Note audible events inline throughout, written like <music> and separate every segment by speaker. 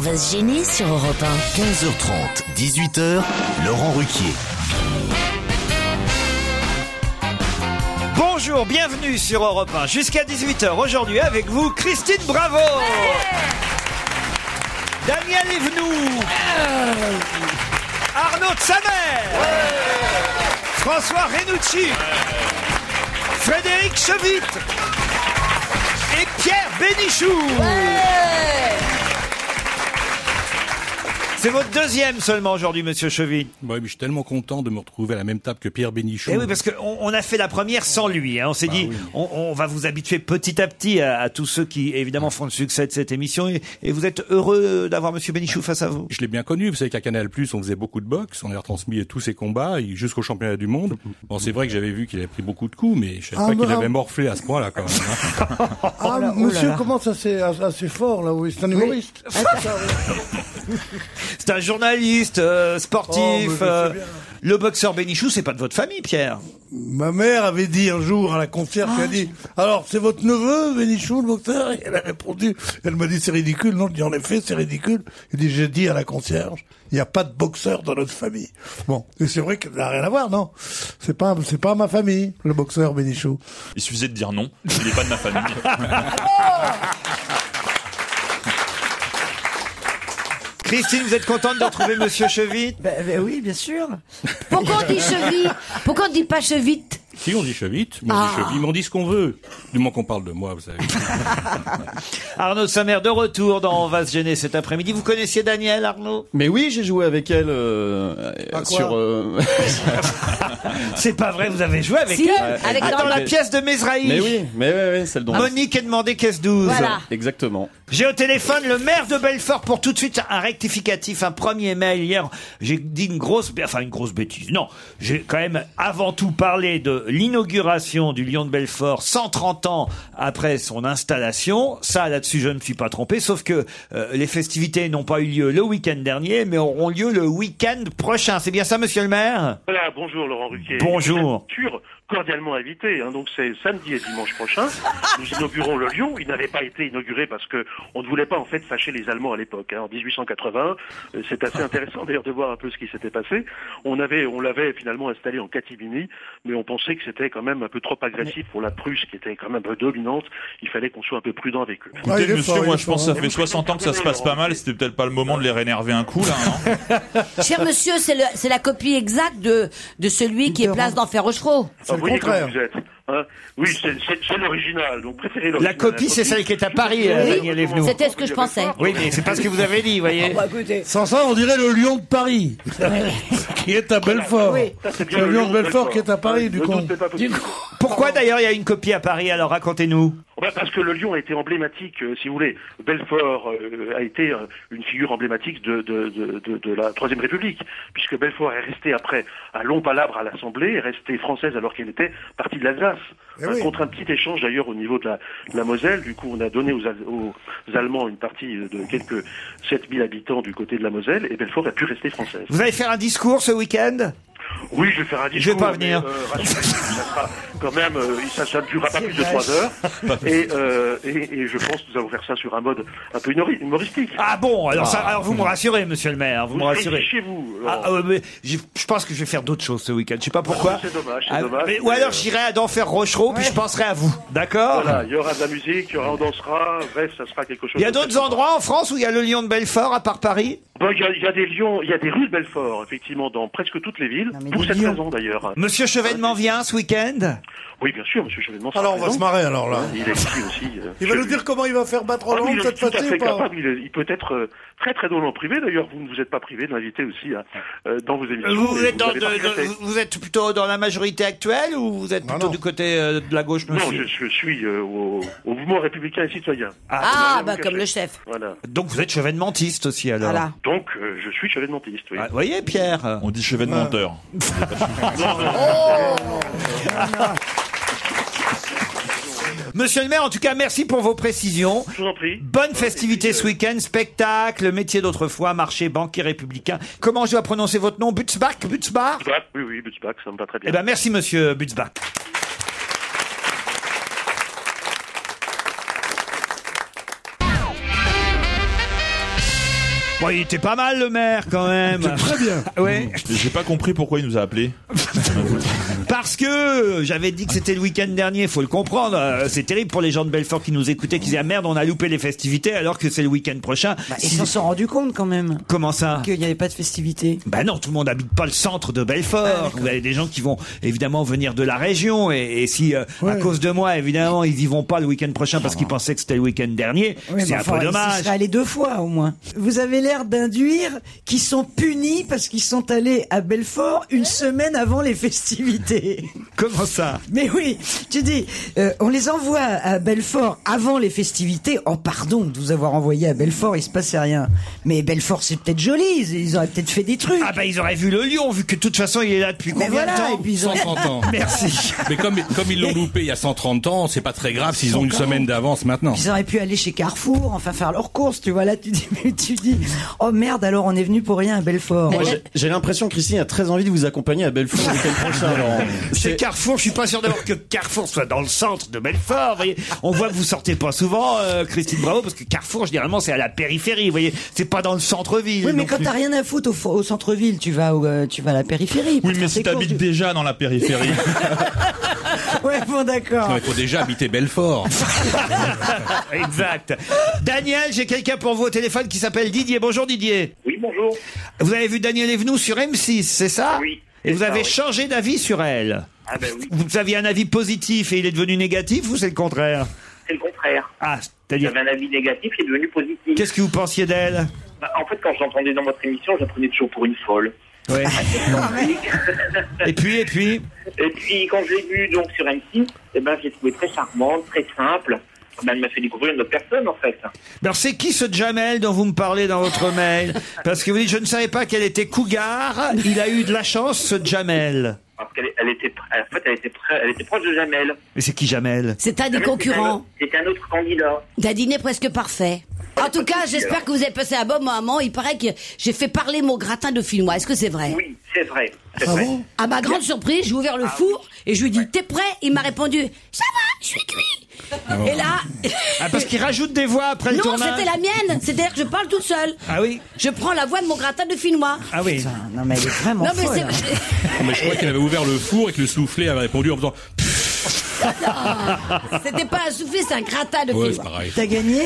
Speaker 1: On va se gêner sur Europe
Speaker 2: 15h30, 18h, Laurent Ruquier.
Speaker 3: Bonjour, bienvenue sur Europe 1. Jusqu'à 18h aujourd'hui avec vous, Christine Bravo Daniel Evenou Arnaud de Samer François Renucci Frédéric Chevit Et Pierre Bénichou C'est votre deuxième seulement aujourd'hui, monsieur Chevy.
Speaker 4: mais je suis tellement content de me retrouver à la même table que Pierre Bénichou.
Speaker 3: Eh oui, parce qu'on on a fait la première sans lui. hein. On s'est
Speaker 5: Bah
Speaker 3: dit, on, on va vous habituer petit à petit à, à tous ceux qui, évidemment, font le succès de cette émission. Et, et vous êtes heureux d'avoir Monsieur Bénichou face à vous.
Speaker 4: Je l'ai bien connu, vous savez qu'à Canal+, on faisait beaucoup de boxe, on a retransmis tous ses combats et jusqu'au championnat du monde. Bon, c'est vrai que j'avais vu qu'il avait pris beaucoup de coups, mais je savais
Speaker 5: Ah,
Speaker 4: pas qu'il
Speaker 5: bah,
Speaker 4: avait
Speaker 5: ah.
Speaker 4: morflé à ce point-là, quand même. hein.
Speaker 3: <laughs>
Speaker 5: Ah,
Speaker 4: là, oh
Speaker 5: monsieur
Speaker 4: là Ah, là.
Speaker 5: commence assez, assez fort là, oui. C'est un humoriste.
Speaker 3: C'est un journaliste, euh,
Speaker 5: Oh, mais je
Speaker 3: sportif.
Speaker 5: sais
Speaker 3: euh,
Speaker 5: bien.
Speaker 3: le boxeur Bénichou, c'est pas de votre famille, Pierre.
Speaker 5: <laughs> Ma mère avait dit un jour à la concert,
Speaker 3: Ah.
Speaker 5: elle a dit Alors, c'est votre neveu, Bénichou, le boxeur Et Elle a répondu Elle m'a dit C'est ridicule. Non, je dis En effet, c'est ridicule. Elle dit J'ai dit à la concierge Il n'y a pas de boxeur dans notre famille. Bon, et c'est vrai que ça n'a rien à voir, non C'est pas, c'est pas ma famille, le boxeur Bénichou.
Speaker 6: Il suffisait de dire non, il n'est pas de
Speaker 7: <laughs>
Speaker 6: ma famille.
Speaker 3: Christine, vous êtes contente de retrouver Monsieur Chevy
Speaker 8: Bah, oui, bien sûr. Pourquoi on dit cheville Pourquoi on dit pas chevite
Speaker 4: Si, on dit chevite, mais on
Speaker 8: Ah.
Speaker 4: dit cheville, mais on dit ce qu'on veut. Du moment qu'on parle de moi, vous savez.
Speaker 3: <laughs> Arnaud Samer de retour dans On va se gêner cet après-midi. Vous connaissiez Daniel, Arnaud
Speaker 7: Mais oui, j'ai joué avec elle euh, euh,
Speaker 3: quoi
Speaker 7: sur. euh,
Speaker 3: <laughs>
Speaker 7: <laughs>
Speaker 3: C'est pas vrai, vous avez joué avec Si, elle avec Ah, dans la pièce de Mesrahi.
Speaker 7: Mais oui, mais oui, oui, celle dont.
Speaker 3: Monique est demandé caisse 12.
Speaker 7: Exactement.
Speaker 3: J'ai au téléphone le maire de Belfort pour tout de suite un rectificatif, un premier mail hier. J'ai dit une grosse, bé- enfin une grosse bêtise. Non, j'ai quand même avant tout parlé de l'inauguration du Lion de Belfort 130 ans après son installation. Ça, là-dessus, je ne suis pas trompé. Sauf que euh, les festivités n'ont pas eu lieu le week-end dernier, mais auront lieu le week-end prochain. C'est bien ça, Monsieur le maire
Speaker 9: Voilà, bonjour Laurent Ruquier.
Speaker 3: Bonjour.
Speaker 9: Vous êtes sûr, cordialement invité. hein. donc c'est samedi et dimanche prochain. Nous inaugurons le Lyon. Il n'avait pas été inauguré parce que on ne voulait pas en fait fâcher les Allemands à l'époque. hein. en 1880, Euh, c'est assez intéressant d'ailleurs de voir un peu ce qui s'était passé. On avait, on l'avait finalement installé en catimini, mais on pensait que c'était quand même un peu trop agressif pour la Prusse qui était quand même un peu dominante. Il fallait qu'on soit un peu prudent avec eux.
Speaker 7: Ah,
Speaker 6: Écoutez, monsieur, moi je pense que
Speaker 7: hein.
Speaker 6: ça fait 60 ans que ça se passe pas mal, c'était peut-être pas le moment de les rénerver un coup là, non
Speaker 8: Cher monsieur, c'est le- c'est la copie exacte de, de celui qui est place d'Enfer Rochereau.
Speaker 9: Ah, vous voyez comme vous êtes, hein. oui, c'est- c'est c'est l'original. Donc préférez
Speaker 3: La
Speaker 9: l'original.
Speaker 3: copie, c'est celle qui est à Paris, euh,
Speaker 9: Oui.
Speaker 3: Daniel Evnou.
Speaker 8: C'était ce que je pensais.
Speaker 3: Oui, mais c'est pas ce que vous avez dit, vous voyez.
Speaker 5: Sans ça, on dirait le lion de
Speaker 4: <laughs>
Speaker 5: Paris, qui est à Belfort. C'est le lion de Belfort Ah qui est à Paris, du coup.
Speaker 3: Pourquoi d'ailleurs il y a une copie à Paris Alors racontez-nous.
Speaker 9: Oh bah, parce que le lion a été emblématique, euh, si vous voulez. Belfort euh, a été euh, une figure emblématique de, de, de, de- de la Troisième République, puisque Belfort est resté après un long palabre à l'Assemblée, est restée française alors qu'elle était partie de l'Alsace. Hein, Contre un petit échange d'ailleurs au niveau de la, de la Moselle, du coup on a donné aux, Al- aux Allemands une partie euh, de quelques 7000 habitants du côté de la Moselle, et Belfort a pu rester française.
Speaker 3: Vous allez faire un discours ce week-end
Speaker 9: Oui, je vais faire un
Speaker 3: Je vais
Speaker 9: discours.
Speaker 3: pas
Speaker 9: mais,
Speaker 3: venir.
Speaker 9: euh, rassurez-vous, ça sera quand même, euh, ça ça ne durera pas
Speaker 3: C'est
Speaker 9: plus de
Speaker 3: vrai.
Speaker 9: trois
Speaker 3: <laughs>
Speaker 9: heures. Et, euh, et, et je pense que nous allons faire ça sur un mode un peu humori- humoristique.
Speaker 3: Ah bon, alors, ça,
Speaker 9: Ah.
Speaker 3: alors vous me rassurez, monsieur le maire, vous,
Speaker 9: Vous
Speaker 3: me rassurez.
Speaker 9: réfléchissez, vous,
Speaker 3: Ah,
Speaker 9: Laurent.
Speaker 3: ah, ouais, mais je, je pense que je vais faire d'autres choses ce week-end, je sais pas pourquoi.
Speaker 9: C'est dommage, c'est
Speaker 3: Ah,
Speaker 9: dommage.
Speaker 3: mais- ou
Speaker 9: Mais,
Speaker 3: alors
Speaker 9: euh,
Speaker 3: j'irai à d'enfer Rochereau, puis je penserai à vous, d'accord
Speaker 9: Voilà, il y aura de la musique, il y aura, on dansera, bref, ça sera quelque chose.
Speaker 3: Il y a
Speaker 9: de très
Speaker 3: d'autres endroits en France où il y a le lion de Belfort, à part Paris
Speaker 9: Bon, il y, a- il y a des lions, il y a des rues de Belfort, effectivement, dans presque toutes les villes, pour cette raison d'ailleurs. Euh,
Speaker 3: Monsieur
Speaker 9: Ah,
Speaker 3: Chevènement vient ce week-end
Speaker 9: Oui, bien sûr, monsieur Chevènement.
Speaker 3: Alors, on va se marrer, alors, là.
Speaker 9: Il est ici aussi. euh,
Speaker 5: Il va
Speaker 9: chez
Speaker 5: nous
Speaker 9: lui.
Speaker 5: dire comment il va faire battre
Speaker 9: Ah, mais
Speaker 5: Hollande
Speaker 9: il est
Speaker 5: cette
Speaker 9: tout à
Speaker 5: fois-ci
Speaker 9: fait
Speaker 5: ou pas
Speaker 9: capable, il, est- il peut être euh, très très drôle en privé. D'ailleurs, vous ne vous êtes pas privé de l'inviter aussi hein, euh, dans vos émissions.
Speaker 3: vous, vous
Speaker 9: et
Speaker 3: êtes dans
Speaker 9: avez
Speaker 3: de-
Speaker 9: pas regretté.
Speaker 3: de- vous- vous êtes plutôt dans la majorité actuelle ou vous êtes plutôt du côté euh, de la gauche
Speaker 9: Non,
Speaker 3: monsieur
Speaker 9: je, je suis euh, au, au mouvement républicain et citoyen.
Speaker 8: Ah,
Speaker 9: Rien à
Speaker 8: bah,
Speaker 9: vous
Speaker 8: comme
Speaker 9: cacher.
Speaker 8: le chef.
Speaker 9: Voilà.
Speaker 3: Donc vous êtes chevènementiste aussi alors
Speaker 8: Voilà.
Speaker 9: Donc, euh, je suis chevènementiste, oui.
Speaker 3: Ah, Vous voyez Pierre
Speaker 6: On dit chevènementeur.
Speaker 8: Oh
Speaker 3: <laughs> Monsieur le maire, en tout cas, merci pour vos précisions.
Speaker 9: Je vous en prie.
Speaker 3: Bonne festivité ce week-end, spectacle, métier d'autrefois, marché, banquier républicain. Comment je dois prononcer votre nom Butzbach Butzbach
Speaker 9: Butzbach, oui, oui, Butzbach, ça me va très bien.
Speaker 3: Ah. Eh ben merci monsieur Butzbach. Bon, il était pas mal le maire quand même. Très bien. <laughs> Ouais.
Speaker 6: J'ai pas compris pourquoi il nous a appelés.
Speaker 3: Parce que euh, j'avais dit que c'était le week-end dernier, faut le comprendre. euh, C'est terrible pour les gens de Belfort qui nous écoutaient, qui disaient Ah, merde, on a loupé les festivités alors que c'est le week-end prochain.
Speaker 10: Bah, Ils s'en sont rendus compte quand même.
Speaker 3: Comment ça
Speaker 10: Qu'il n'y avait pas de Ah, festivité.
Speaker 3: Ben non, tout le monde habite pas le centre de Belfort. Vous avez des gens qui vont évidemment venir de la région. Et, et si, euh, à cause de moi, évidemment, ils y vont pas le week-end prochain parce qu'ils pensaient que c'était le week-end dernier,
Speaker 10: Oui,
Speaker 3: c'est
Speaker 10: mais
Speaker 3: un
Speaker 10: enfin,
Speaker 3: peu
Speaker 10: Ils
Speaker 3: dommage.
Speaker 10: seraient allés deux fois au moins. Vous avez l'air d'induire qu'ils sont punis parce qu'ils sont allés à Belfort une semaine avant les festivités.
Speaker 3: <laughs> Comment ça
Speaker 10: Mais oui, tu dis, euh, on les envoie à Belfort avant les festivités. Oh pardon de vous avoir envoyé à Belfort, il se passait rien. Mais Belfort c'est peut-être joli, ils, ils auraient peut-être fait des trucs.
Speaker 3: Ah ben ils auraient vu le lion, vu que de toute façon il est là depuis
Speaker 10: Mais
Speaker 3: combien
Speaker 10: voilà,
Speaker 3: de temps
Speaker 10: et puis ils ont-
Speaker 4: 130 ans.
Speaker 3: Merci.
Speaker 4: Mais comme, comme ils l'ont loupé il y a 130 ans, c'est pas très grave s'ils ont une semaine d'avance maintenant.
Speaker 10: Ils auraient pu aller chez Carrefour, enfin faire leurs courses, tu vois là, tu dis, <laughs> mais tu dis, oh merde, alors on est venu pour rien à Belfort.
Speaker 7: Moi, j'ai- j'ai l'impression que Christine a très envie de vous accompagner à Belfort le week-end prochain, Laurent.
Speaker 3: Chez Carrefour, je suis pas sûr d'avoir que Carrefour soit dans le centre de Belfort. vous voyez. On voit que vous sortez pas souvent, euh, Christine Bravo, parce que Carrefour, généralement, c'est à la périphérie. Vous voyez, c'est pas dans le centre-ville.
Speaker 10: Oui, mais
Speaker 3: non
Speaker 10: quand
Speaker 3: plus.
Speaker 10: t'as rien à foutre au, fo- au centre-ville, tu vas au, euh, tu vas à la périphérie.
Speaker 6: Oui, mais si t'habites déjà dans
Speaker 7: <laughs>
Speaker 6: la périphérie.
Speaker 10: Ouais, bon, d'accord.
Speaker 4: Non, il faut déjà habiter Belfort.
Speaker 3: <laughs> exact. Daniel, j'ai quelqu'un pour vous au téléphone qui s'appelle Didier. Bonjour Didier.
Speaker 11: Oui, bonjour.
Speaker 3: Vous avez vu Daniel Evenou sur M6, c'est ça
Speaker 11: Oui,
Speaker 3: Et
Speaker 11: c'est
Speaker 3: vous
Speaker 11: ça,
Speaker 3: avez
Speaker 11: oui.
Speaker 3: changé d'avis sur elle.
Speaker 11: Ah ben oui,
Speaker 3: Vous aviez un avis positif et il est devenu négatif ou c'est le contraire
Speaker 11: c'est le contraire.
Speaker 3: Ah, c'est-à-dire
Speaker 11: J'avais un avis négatif, il est devenu positif.
Speaker 3: Qu'est-ce que vous pensiez d'elle
Speaker 11: Bah, en fait, quand j'entendais dans votre émission, je la prenais toujours pour une folle. Ah,
Speaker 3: Ouais.
Speaker 8: Ah,
Speaker 11: <laughs>
Speaker 3: et puis, et puis
Speaker 11: Et puis, quand je l'ai vue donc, sur M6, eh ben, je l'ai trouvée très charmante, très simple. Eh ben, elle m'a fait découvrir une autre personne, en fait.
Speaker 3: Alors c'est qui ce Jamel dont vous me parlez dans votre mail Parce que vous dites je ne savais pas qu'elle était cougar, il a eu de la chance ce Jamel.
Speaker 11: Parce qu'elle elle était, pr- en fait, elle était, pr- elle était proche de Jamel.
Speaker 3: Mais c'est qui Jamel
Speaker 8: C'est un des
Speaker 11: Jamel,
Speaker 8: concurrents.
Speaker 11: C'était un, autre- c'était un autre candidat.
Speaker 8: D'un dîner presque parfait. En tout cas, j'espère que vous avez passé un bon moment. Il paraît que j'ai fait parler mon gratin de finnois. Est-ce que c'est vrai
Speaker 11: Oui, c'est vrai. C'est
Speaker 3: Ah
Speaker 11: vrai.
Speaker 8: À ma grande surprise, j'ai ouvert le four et je lui ai dit T'es prêt Il m'a répondu Ça va, je suis cuit. Et là,
Speaker 3: Ah, parce qu'il rajoute des voix après le
Speaker 8: non,
Speaker 3: tournage.
Speaker 8: c'était la mienne. C'est-à-dire que je parle toute seule.
Speaker 3: Ah oui
Speaker 8: Je prends la voix de mon gratin de finnois.
Speaker 3: Ah oui.
Speaker 10: non mais elle est
Speaker 4: Ah,
Speaker 10: vraiment
Speaker 8: Non, mais
Speaker 10: folle.
Speaker 8: c'est- <laughs>
Speaker 4: mais je crois qu'il avait ouvert le four et que le soufflet avait répondu en faisant.
Speaker 8: C'était pas un soufflé, c'est un gratin de
Speaker 4: Ouais,
Speaker 8: finnois.
Speaker 4: c'est pareil.
Speaker 10: T'as gagné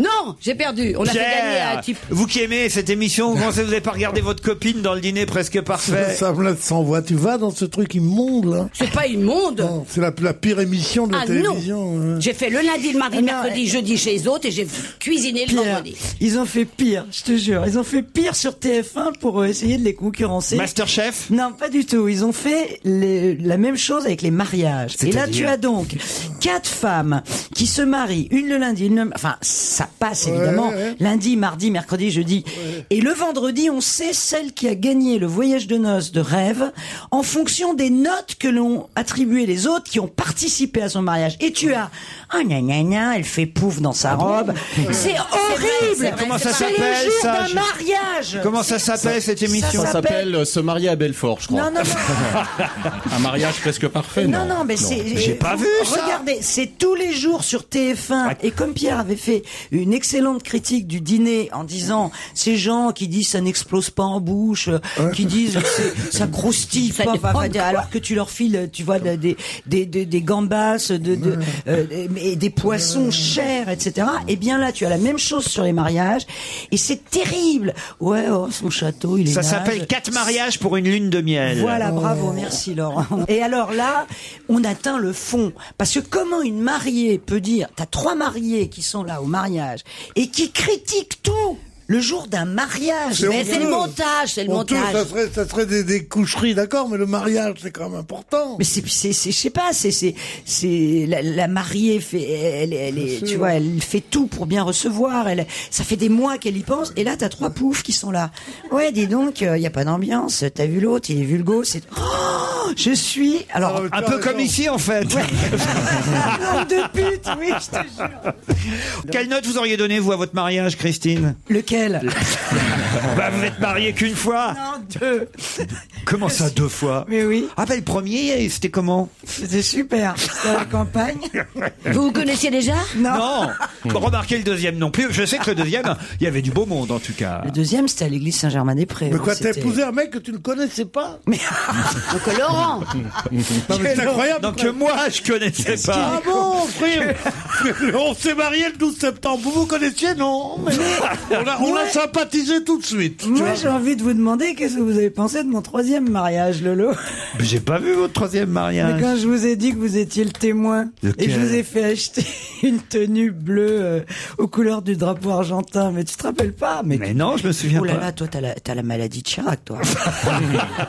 Speaker 8: Non, j'ai perdu. On a fait
Speaker 3: Pierre,
Speaker 8: gagner à un type.
Speaker 3: Vous qui aimez cette émission, vous pensez que vous n'avez pas regardé votre copine dans le dîner presque parfait
Speaker 5: Ça me laisse sans voix. Tu vas dans ce truc immonde, là.
Speaker 8: C'est pas immonde.
Speaker 5: Non, C'est la, la pire émission de la
Speaker 8: Ah
Speaker 5: télévision.
Speaker 8: non
Speaker 5: ouais.
Speaker 8: J'ai fait le lundi, le mardi, le
Speaker 10: Ah, non,
Speaker 8: mercredi,
Speaker 10: elle-
Speaker 8: jeudi chez les autres et j'ai cuisiné le
Speaker 10: Pierre,
Speaker 8: vendredi.
Speaker 10: ils ont fait pire, je te jure. Ils ont fait pire sur TF1 pour euh, essayer de les concurrencer.
Speaker 3: Masterchef
Speaker 10: Non, pas du tout. Ils ont fait les- la même chose avec les mariages. Et là,
Speaker 3: C'est-à-dire
Speaker 10: tu as donc quatre femmes qui se marient, une le lundi, une le... Enfin, ça passe évidemment
Speaker 12: Ouais, ouais.
Speaker 10: lundi, mardi, mercredi, jeudi. Et le vendredi, on sait celle qui a gagné le voyage de noces de rêve en fonction des notes que l'ont attribuées les autres qui ont participé à son mariage. Et tu as ah gna gna gna, elle fait pouf dans
Speaker 12: Ah
Speaker 10: sa robe. C'est horrible.
Speaker 12: Comment ça
Speaker 10: C'est le
Speaker 12: s'appelle,
Speaker 10: jour
Speaker 12: ça
Speaker 10: d'un mariage.
Speaker 3: Comment ça
Speaker 10: C'est-
Speaker 3: s'appelle, cette émission
Speaker 7: Ça s'appelle euh, Se marier à Belfort, je crois.
Speaker 10: Non, non,
Speaker 7: <laughs> Un mariage presque parfait.
Speaker 10: Non, non, mais c'est.
Speaker 7: J'ai pas
Speaker 10: vous-
Speaker 7: vu ça.
Speaker 10: Regardez, c'est tous les jours sur TF1. Et comme Pierre avait fait une excellente critique du dîner en disant ces gens qui disent ça n'explose pas en bouche, euh, qui disent c'est- ça croustille pas, enfin, enfin, alors que tu leur files, tu vois, de- des, des, des, des gambas, de, de, euh, des- mais des poissons chers, etc. Et Eh bien là, tu as la même chose sur les mariages. Et c'est terrible. Ouais, oh, son château, il est
Speaker 3: Ça
Speaker 10: nage.
Speaker 3: s'appelle Quatre mariages pour une lune de miel.
Speaker 10: Voilà, <laughs> bravo, merci Laurent. Et alors là, on atteint le fond. Parce que comment une mariée peut dire, t'as trois mariés qui sont là au mariage et qui critiquent tout le jour d'un mariage
Speaker 5: C'est honteux. Honteux, Ça
Speaker 10: Mais
Speaker 5: serait, ça serait des, des coucheries, d'accord, mais le mariage, c'est quand même important.
Speaker 10: c'est, c'est, c'est- je sais pas, c'est, c'est, c'est la, la mariée fait, elle, elle est,
Speaker 5: sûr.
Speaker 10: tu vois, elle fait tout pour bien recevoir. Elle, ça fait des mois qu'elle y pense. Et là, t'as trois poufs qui sont là. Ouais, dis donc, il y a pas d'ambiance. T'as vu l'autre, il est vulgo. C'est, Oh, je suis, alors,
Speaker 3: Un peu comme ici, en fait. <laughs>
Speaker 10: de pute, oui, je te jure.
Speaker 3: Quelle note vous auriez donné, vous, à votre mariage, Christine
Speaker 10: Lequel
Speaker 3: Bah, vous êtes marié qu'une fois
Speaker 10: Non, deux.
Speaker 3: Comment ça, deux fois
Speaker 10: Mais oui.
Speaker 3: Ah, bah, le premier, c'était comment
Speaker 10: C'était super. C'était à la campagne.
Speaker 3: <laughs>
Speaker 8: Vous vous connaissiez déjà
Speaker 3: Non. Bon, remarquez le deuxième non plus. Je sais que le deuxième, il y avait du beau monde, en tout <laughs> cas.
Speaker 10: Le deuxième, c'était à l'église Saint-Germain-des-Prés.
Speaker 5: Mais quoi, t'as
Speaker 10: C'était-
Speaker 5: épousé un mec que tu ne connaissais pas
Speaker 10: Mais
Speaker 8: <laughs> Donc Laurent
Speaker 5: Non, mais c'est incroyable.
Speaker 3: Donc, que moi, je connaissais
Speaker 5: Ah
Speaker 3: pas.
Speaker 5: bon, frère On s'est mariés le 12 septembre. Vous vous connaissiez, non mais On a, on a
Speaker 10: Ouais.
Speaker 5: sympathisé tout de suite. tu
Speaker 10: Moi,
Speaker 5: vois.
Speaker 10: j'ai envie de vous demander qu'est-ce que vous avez pensé de mon troisième mariage, Lolo.
Speaker 3: Mais J'ai pas vu votre troisième
Speaker 10: Mais
Speaker 3: mariage.
Speaker 10: quand je vous ai dit que vous étiez le témoin
Speaker 3: Lequel
Speaker 10: et que je vous ai fait acheter <laughs> une tenue bleue euh, aux couleurs du drapeau argentin, mais tu te rappelles pas Mais,
Speaker 3: non, je me souviens
Speaker 10: oh là
Speaker 3: pas.
Speaker 10: là, toi, t'as la, t'as la maladie de
Speaker 3: <laughs>
Speaker 10: Chirac, toi.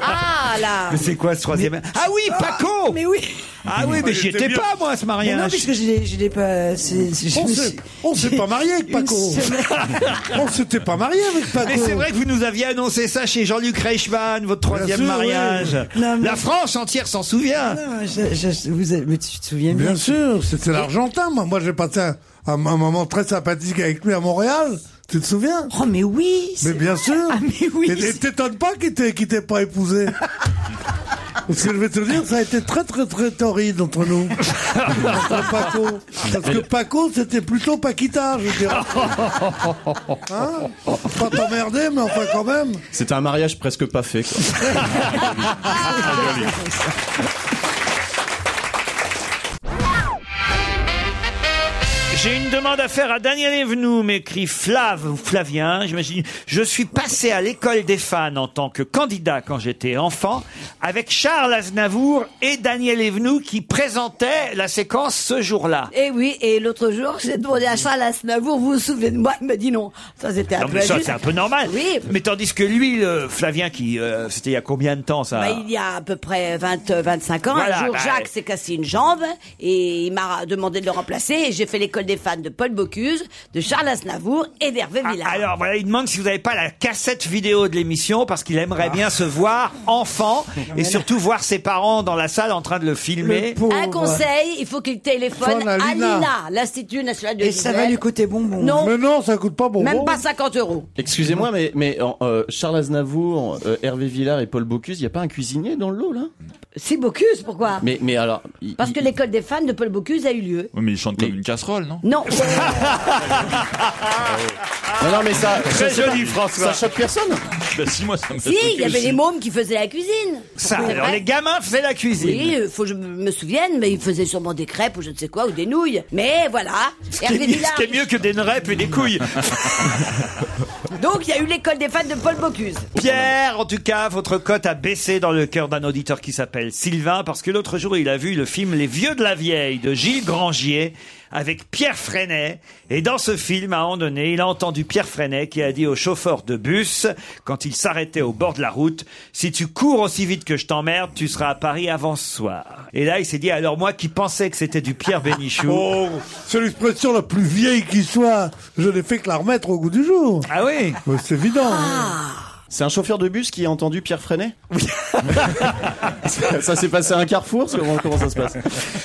Speaker 8: Ah là
Speaker 3: Mais c'est quoi ce troisième Ah oui, Paco
Speaker 10: Mais oui
Speaker 3: Ah oui, mais j'y
Speaker 5: était
Speaker 3: étais
Speaker 5: bien.
Speaker 3: pas, moi, à ce mariage.
Speaker 10: Mais non, puisque je l'ai- je l'ai pas. c'est- c'est- je
Speaker 5: On
Speaker 10: me
Speaker 5: s'est-
Speaker 10: suis-
Speaker 5: on s'est pas marié avec
Speaker 10: Une
Speaker 5: Paco.
Speaker 3: <laughs>
Speaker 10: semaine.
Speaker 5: on s'était pas marié avec Paco.
Speaker 3: Mais c'est vrai que vous nous aviez annoncé ça chez Jean-Luc Reichmann, votre troisième
Speaker 5: sûr,
Speaker 3: mariage.
Speaker 5: oui. Non, mais-
Speaker 3: La France entière s'en souvient.
Speaker 10: Non, je- je- vous êtes- mais tu te souviens
Speaker 5: Ah. Bien
Speaker 10: bien
Speaker 5: sûr, c'était l'Argentin. Moi, moi j'ai passé un, un- un moment très sympathique avec lui à Montréal. Tu te souviens
Speaker 10: Oh, mais oui
Speaker 5: Mais
Speaker 10: c'est-
Speaker 5: bien sûr.
Speaker 10: Ah, mais oui
Speaker 5: Et- Et t'étonnes pas qu'il t'ait qu'il t'ait pas
Speaker 10: <laughs>
Speaker 5: épousé. Parce que je vais te dire, ça a été très très très torride entre nous. Entre Paco. Parce que Paco, c'était plutôt Paquita, je
Speaker 10: <laughs>
Speaker 5: dirais. Hein pas t'emmerder, mais enfin quand même.
Speaker 7: C'était un mariage presque pas fait. quoi.
Speaker 3: J'ai une demande à faire à Daniel Evenou, m'écrit Flav ou Flavien. J'imagine, je suis passé à l'école des fans en tant que candidat quand j'étais enfant avec Charles Aznavour et Daniel Evenou qui présentaient la séquence ce jour-là.
Speaker 12: Et Eh oui, et l'autre jour, j'ai demandé à Charles Aznavour, vous vous souvenez de moi Il me dit non. Ça, c'était un
Speaker 3: Non,
Speaker 12: peu
Speaker 3: mais ça,
Speaker 12: injuste.
Speaker 3: c'est un peu normal.
Speaker 12: Oui.
Speaker 3: Mais tandis que lui, le Flavien, qui, euh, c'était il y a combien de temps, ça?
Speaker 12: Bah, il y a à peu près 20, euh, 25 ans,
Speaker 3: Voilà,
Speaker 12: un jour,
Speaker 3: bah,
Speaker 12: Jacques
Speaker 3: ouais.
Speaker 12: s'est cassé une jambe et il m'a demandé de le remplacer. Et j'ai fait l'école des fans de Paul Bocuse, de Charles Aznavour et d'Hervé Villard.
Speaker 3: Alors voilà, il demande si vous n'avez pas la cassette vidéo de l'émission parce qu'il aimerait bien se voir enfant et surtout voir ses parents dans la salle en train de le filmer.
Speaker 12: Un conseil, il faut qu'il téléphone
Speaker 5: Téléphone
Speaker 12: à
Speaker 5: à Lina.
Speaker 12: l'INA, l'Institut National de
Speaker 10: Et ça va
Speaker 12: l'Isère.
Speaker 10: lui coûter bonbon.
Speaker 12: Non,
Speaker 5: Mais non, ça coûte pas bon.
Speaker 12: même pas 50 euros.
Speaker 7: Excusez-moi, mais, mais euh, Charles Aznavour, euh, Hervé Villard et Paul Bocuse, il n'y a pas un cuisinier dans le lot, là
Speaker 12: Si Bocuse, pourquoi
Speaker 7: mais, mais alors. il-
Speaker 12: Parce que l'école des fans de Paul Bocuse a eu lieu.
Speaker 6: Oui, mais il chante comme une casserole, non
Speaker 3: <laughs>
Speaker 12: Non.
Speaker 7: Non, non, mais ça.
Speaker 6: Très
Speaker 7: je sais
Speaker 6: joli,
Speaker 7: pas,
Speaker 6: François.
Speaker 7: Ça choque personne
Speaker 6: Bah si, moi ça me fait
Speaker 12: si,
Speaker 6: très
Speaker 12: il y avait
Speaker 6: plaisir.
Speaker 12: les mômes qui faisaient la cuisine.
Speaker 3: Ça,
Speaker 12: C'est
Speaker 3: alors
Speaker 12: vrai.
Speaker 3: les gamins faisaient la cuisine.
Speaker 12: Oui, euh, faut que je me souvienne, mais ils faisaient sûrement des crêpes ou je ne sais quoi, ou des nouilles. Mais voilà,
Speaker 3: Ce qui est
Speaker 12: Hervé
Speaker 3: mieux- ce
Speaker 12: Villard.
Speaker 3: qui est mieux que des nereps et des couilles.
Speaker 12: Donc il y a eu l'école des fans de Paul Bocuse.
Speaker 3: Ah, Pierre, en tout cas, votre cote a baissé dans le cœur d'un auditeur qui s'appelle Sylvain parce que l'autre jour, il a vu le film Les Vieux de la Vieille de Gilles Grangier avec Pierre Freinet. Et dans ce film, à un moment donné, il a entendu Pierre Freinet qui a dit au chauffeur de bus, quand il s'arrêtait au bord de la route, si tu cours aussi vite que je t'emmerde, tu seras à Paris avant ce soir. Et là, il s'est dit, alors moi qui pensais que c'était du Pierre Bénichou.
Speaker 5: <laughs> Oh, c'est l'expression la plus vieille qui soit. Je n'ai fait que la remettre au goût du jour.
Speaker 3: Ah oui
Speaker 5: C'est évident.
Speaker 10: Ah.
Speaker 7: C'est un chauffeur de bus qui a entendu Pierre Freinet <laughs> Ça s'est passé à un carrefour Comment, comment ça se
Speaker 5: <laughs>
Speaker 7: passe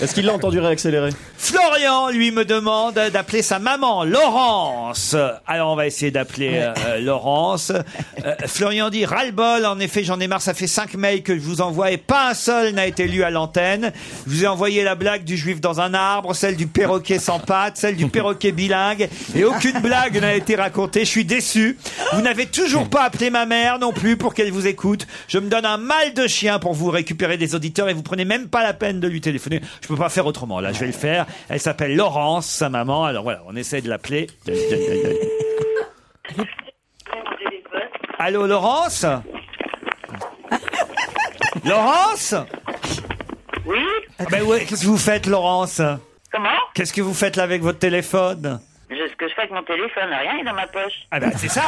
Speaker 7: Est-ce qu'il l'a entendu réaccélérer
Speaker 3: Florian, lui, me demande d'appeler sa maman, Laurence. Alors, on va essayer d'appeler euh, euh, Laurence. Euh, Florian dit, ras-le-bol, en effet, j'en ai marre, ça fait cinq mails que je vous envoie et pas un seul n'a été lu à l'antenne. Je vous ai envoyé la blague du juif dans un arbre, celle du perroquet sans pattes, celle du perroquet bilingue et aucune blague n'a été racontée. Je suis déçu. Vous n'avez toujours pas appelé ma mère non plus pour qu'elle vous écoute. Je me donne un mal de chien pour vous récupérer des auditeurs et vous prenez même pas la peine de lui téléphoner. Je peux pas faire autrement. Là, je vais le faire. Elle s'appelle Laurence, sa maman. Alors voilà, on essaie de l'appeler. Allô, Laurence Laurence
Speaker 11: Oui
Speaker 3: Ben ouais, qu'est-ce que vous faites, Laurence
Speaker 11: Comment
Speaker 3: Qu'est-ce que vous faites là avec votre téléphone
Speaker 11: Je- Ce que je fais avec mon téléphone, rien est dans ma poche.
Speaker 3: Ah ben c'est ça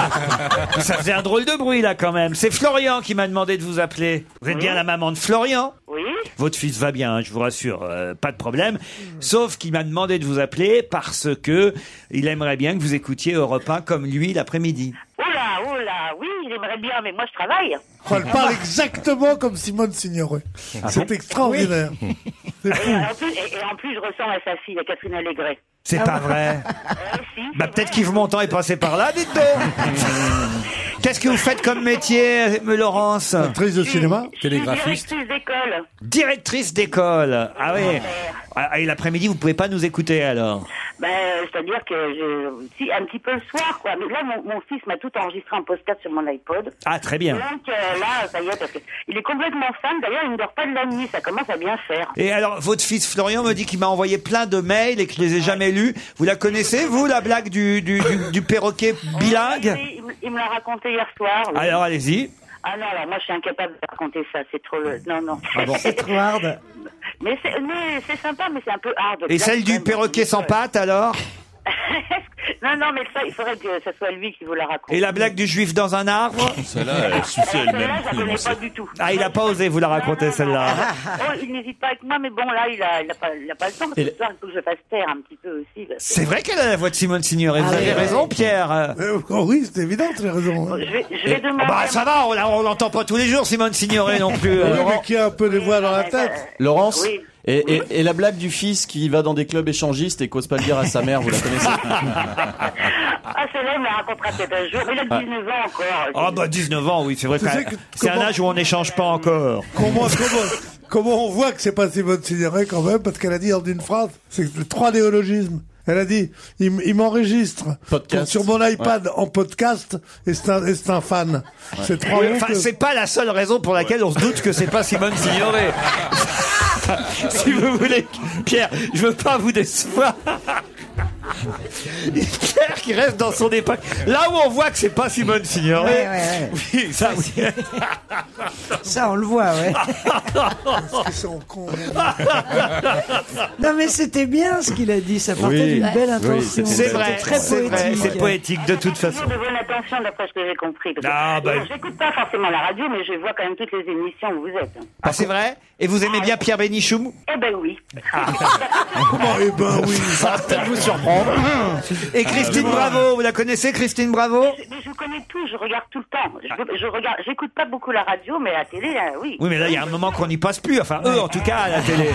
Speaker 3: Ça faisait un drôle de bruit là quand même. C'est Florian qui m'a demandé de vous appeler. Vous êtes bien la maman de Florian
Speaker 11: Oui
Speaker 3: Votre fils va bien, hein, je vous rassure, euh, pas de problème. Sauf qu'il m'a demandé de vous appeler parce que il aimerait bien que vous écoutiez Europe 1 comme lui l'après-midi.
Speaker 11: Oula, oula, oui, il aimerait bien, mais moi je travaille.
Speaker 3: Oh,
Speaker 5: Elle parle exactement comme Simone Signoret.
Speaker 11: Ah
Speaker 5: c'est
Speaker 11: bon
Speaker 5: extraordinaire.
Speaker 11: Et en, plus, et- et en plus, je ressemble à sa fille, à Catherine Ah Allégret.
Speaker 3: C'est
Speaker 11: <laughs>
Speaker 3: pas vrai. bah peut-être qu'Yves Montand est passé par là, <laughs> dites donc. Qu'est-ce que vous faites comme métier, euh, Laurence Actrice de cinéma,
Speaker 11: Directrice d'école.
Speaker 3: Directrice d'école. Ah oui. Ah, et l'après-midi, vous pouvez pas nous écouter alors.
Speaker 11: Ben, euh, c'est-à-dire que je, si, un petit peu le soir, quoi. Mais là, mon, mon fils m'a tout enregistré en post-cat sur mon iPod.
Speaker 3: Ah, très bien.
Speaker 11: Donc euh, là, ça y est, parce que il est complètement fan. D'ailleurs, il ne dort pas de la nuit. Ça commence à bien faire.
Speaker 3: Et alors, votre fils Florian me dit qu'il m'a envoyé plein de mails et que je les ai jamais lus. Vous la connaissez, vous, la blague du, du, du- du perroquet bilingue
Speaker 11: Il, me- il me l'a raconté hier soir. oui.
Speaker 3: Alors, allez-y.
Speaker 11: Ah non, alors moi, je suis incapable de raconter ça. C'est trop le... Non, non.
Speaker 3: Ah bon. C'est trop hard.
Speaker 11: <laughs> Mais c'est, mais c'est sympa, mais c'est un peu hard.
Speaker 3: Et
Speaker 11: Là,
Speaker 3: celle du
Speaker 11: même,
Speaker 3: perroquet sans pattes, alors
Speaker 11: <laughs> Non, non, mais ça, il faudrait que ça soit lui qui vous la raconte. Ah,
Speaker 3: Et la blague du juif dans un arbre
Speaker 6: Celle-là, elle suffit elle-même.
Speaker 11: Celle-là, je la connais pas du tout.
Speaker 3: Ah, il a pas osé vous la raconter, celle-là.
Speaker 11: <laughs> Oh, il n'hésite pas avec moi, mais bon, là, il a, il a, pas, il a pas le temps. Parce que
Speaker 3: Il-
Speaker 11: ce soir, il faut que je fasse taire un petit peu aussi. parce que-
Speaker 3: C'est vrai qu'elle a la voix de Simone Signoret. Vous
Speaker 11: Ah,
Speaker 3: avez
Speaker 11: ouais.
Speaker 3: raison, Pierre.
Speaker 5: Euh, oh oui, c'est évident, tu as raison.
Speaker 11: Je vais, je vais
Speaker 3: Et-
Speaker 11: demander.
Speaker 3: Bah, ça va, on la- on l'entend pas tous les jours, Simone Signoret non plus.
Speaker 5: Oui,
Speaker 3: euh,
Speaker 5: mais qui a un peu les voix dans la tête.
Speaker 7: Laurence
Speaker 11: Oui.
Speaker 7: et, et- et la blague du fils qui va dans des clubs échangistes et cause pas le dire à sa mère, vous la
Speaker 5: <laughs>
Speaker 7: connaissez
Speaker 11: Ah, celle-là, il me la racontera peut-être un jour. Il a 19 ans encore.
Speaker 3: Ah bah 19 ans, oui, c'est vrai.
Speaker 5: Tu
Speaker 3: quand
Speaker 5: sais
Speaker 3: même.
Speaker 5: que-
Speaker 3: C'est un
Speaker 5: comment-
Speaker 3: âge où on n'échange pas encore.
Speaker 5: Comment, comment, comment on voit que c'est pas Simone Signoret quand même, parce qu'elle a dit en une phrase, c'est trois néologismes. Elle a dit, il, m- il m'enregistre
Speaker 7: Podcast.
Speaker 5: sur mon iPad en podcast et c'est un, et c'est un fan. C'est trois
Speaker 3: Oui,
Speaker 5: mots
Speaker 3: enfin,
Speaker 5: que-
Speaker 3: c'est pas la seule raison pour laquelle on se doute que c'est pas Simone <laughs> Signoret. si vous voulez, Pierre, je veux pas vous décevoir. Pierre qui reste dans son époque. Là où on voit que c'est pas Simone Signoret.
Speaker 10: Ouais, ouais,
Speaker 3: Oui, ça, oui.
Speaker 10: Ça, on le voit, ouais. Non, mais c'était bien ce qu'il a dit. Ça partait
Speaker 3: Oui,
Speaker 10: d'une belle
Speaker 3: oui,
Speaker 10: intention.
Speaker 3: c'était C'est vrai,
Speaker 10: C'était très
Speaker 3: c'est vrai,
Speaker 10: poétique.
Speaker 3: c'est poétique de toute façon.
Speaker 11: Toujours de bonne attention, d'après ce que j'ai compris. Parce que-
Speaker 3: Ah, bah-
Speaker 11: Bon, J'écoute pas forcément la radio, mais je vois quand même toutes les émissions où vous êtes.
Speaker 3: Ah, c'est vrai Et vous aimez bien Pierre Bénichoum
Speaker 11: Eh ben oui.
Speaker 5: Comment Eh ben oui.
Speaker 3: Ah.
Speaker 5: Ah.
Speaker 3: Ça va peut-être vous surprendre. Et Christine Bravo, vous la connaissez, Christine Bravo
Speaker 11: Mais je vous connais tout, je regarde tout le temps.
Speaker 3: Ah.
Speaker 11: Je, je regarde, j'écoute pas beaucoup la radio, mais la télé, euh, oui.
Speaker 3: Oui, mais là, il y a un moment qu'on n'y passe plus. Enfin, eux, en tout cas, à la télé.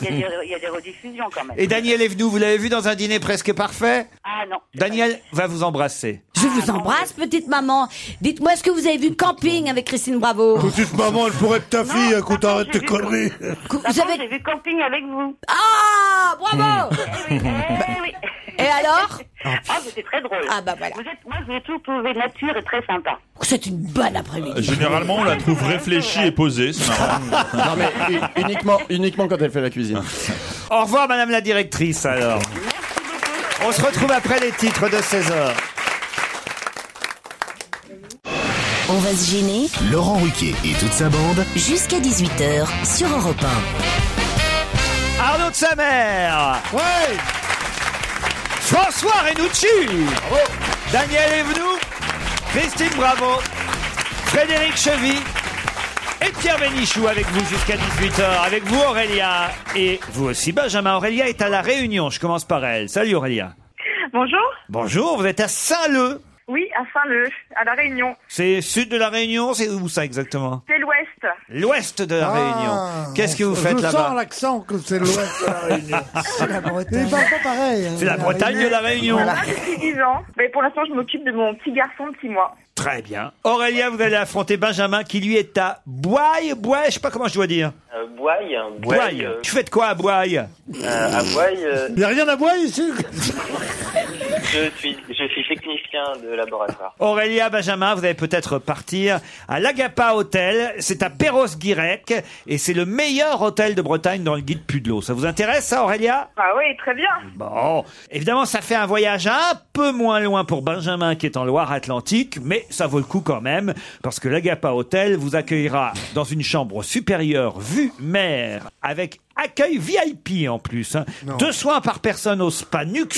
Speaker 11: Il y, a des- il y a des- il y a des rediffusions quand même.
Speaker 3: Et Daniel Evenou, vous l'avez vu dans un dîner presque parfait
Speaker 11: Ah non.
Speaker 3: Daniel va vous embrasser.
Speaker 8: Je vous embrasse, petite maman. Dites-moi, est-ce que vous avez vu Camping avec Christine Bravo
Speaker 5: Petite maman, elle pourrait être ta fille, hein, écoute, arrête tes conneries.
Speaker 8: Vous avez...
Speaker 11: J'ai vu Camping avec vous.
Speaker 8: Ah,
Speaker 5: <laughs>
Speaker 8: bravo
Speaker 5: Bah,
Speaker 3: bah-
Speaker 8: Et alors
Speaker 11: Eh <laughs> Ah, c'était très drôle. Ah bah voilà. Vous êtes, moi, je vous ai toujours trouvé nature et très sympa.
Speaker 8: C'est une bonne après-midi.
Speaker 3: Euh,
Speaker 6: Généralement, on la trouve réfléchie et posée, c'est marrant.
Speaker 7: Non mais u- uniquement, uniquement quand elle fait la cuisine.
Speaker 3: Au revoir, madame la directrice, alors. On se retrouve après les titres de 16h.
Speaker 1: On va se gêner
Speaker 2: Laurent Ruquier et toute sa bande.
Speaker 1: jusqu'à 18h sur Europe
Speaker 3: Arnaud de sa mère. Ouais. François Renucci. Daniel Evenou. Christine Bravo. Frédéric Chevy. Et Pierre Bénichou avec vous jusqu'à 18h. Avec vous Aurélia. Et vous aussi Benjamin. Aurélia est à La Réunion. Je commence par elle. Salut Aurélia.
Speaker 13: Bonjour.
Speaker 3: Bonjour, vous êtes à Saint-Leu.
Speaker 13: Oui, à Saint-Leu, à La Réunion.
Speaker 3: C'est sud de La Réunion, c'est où ça exactement
Speaker 13: C'est l'ouest.
Speaker 3: L'ouest de La
Speaker 5: Ah.
Speaker 3: Réunion. Qu'est-ce que vous faites
Speaker 5: Je sens
Speaker 3: là-bas
Speaker 5: l'accent oh, que c'est l'ouest de la Réunion.
Speaker 3: C'est la
Speaker 5: Bretagne. Mais pas pareil. hein.
Speaker 3: C'est la Bretagne de La Réunion.
Speaker 13: Voilà, j'ai 10 ans. Mais pour l'instant, je m'occupe de mon petit garçon de 6 mois.
Speaker 3: Très bien. Aurélia, vous allez affronter Benjamin qui lui est à Boye, Boye, je sais pas comment je dois dire.
Speaker 11: Euh, Boaille.
Speaker 3: Boye. Tu fais de quoi à Boye
Speaker 11: euh, à Boaille, euh,
Speaker 5: Il n'y a rien à boire ici
Speaker 11: je, suis, je suis technicien de laboratoire.
Speaker 3: Aurélia, Benjamin, vous allez peut-être partir à l'Agapa Hotel. C'est à Perros-Guirec et c'est le meilleur hôtel de Bretagne dans le guide Pudelot. Ça vous intéresse ça, Aurélia
Speaker 13: Ah oui, très bien.
Speaker 3: Bon, évidemment, ça fait un voyage un peu moins loin pour Benjamin qui est en Loire-Atlantique, mais ça vaut le coup quand même, parce que l'Agapa Hotel vous accueillera dans une chambre supérieure, vue mer, avec accueil VIP en plus. hein. Deux soins par personne au spa Nux,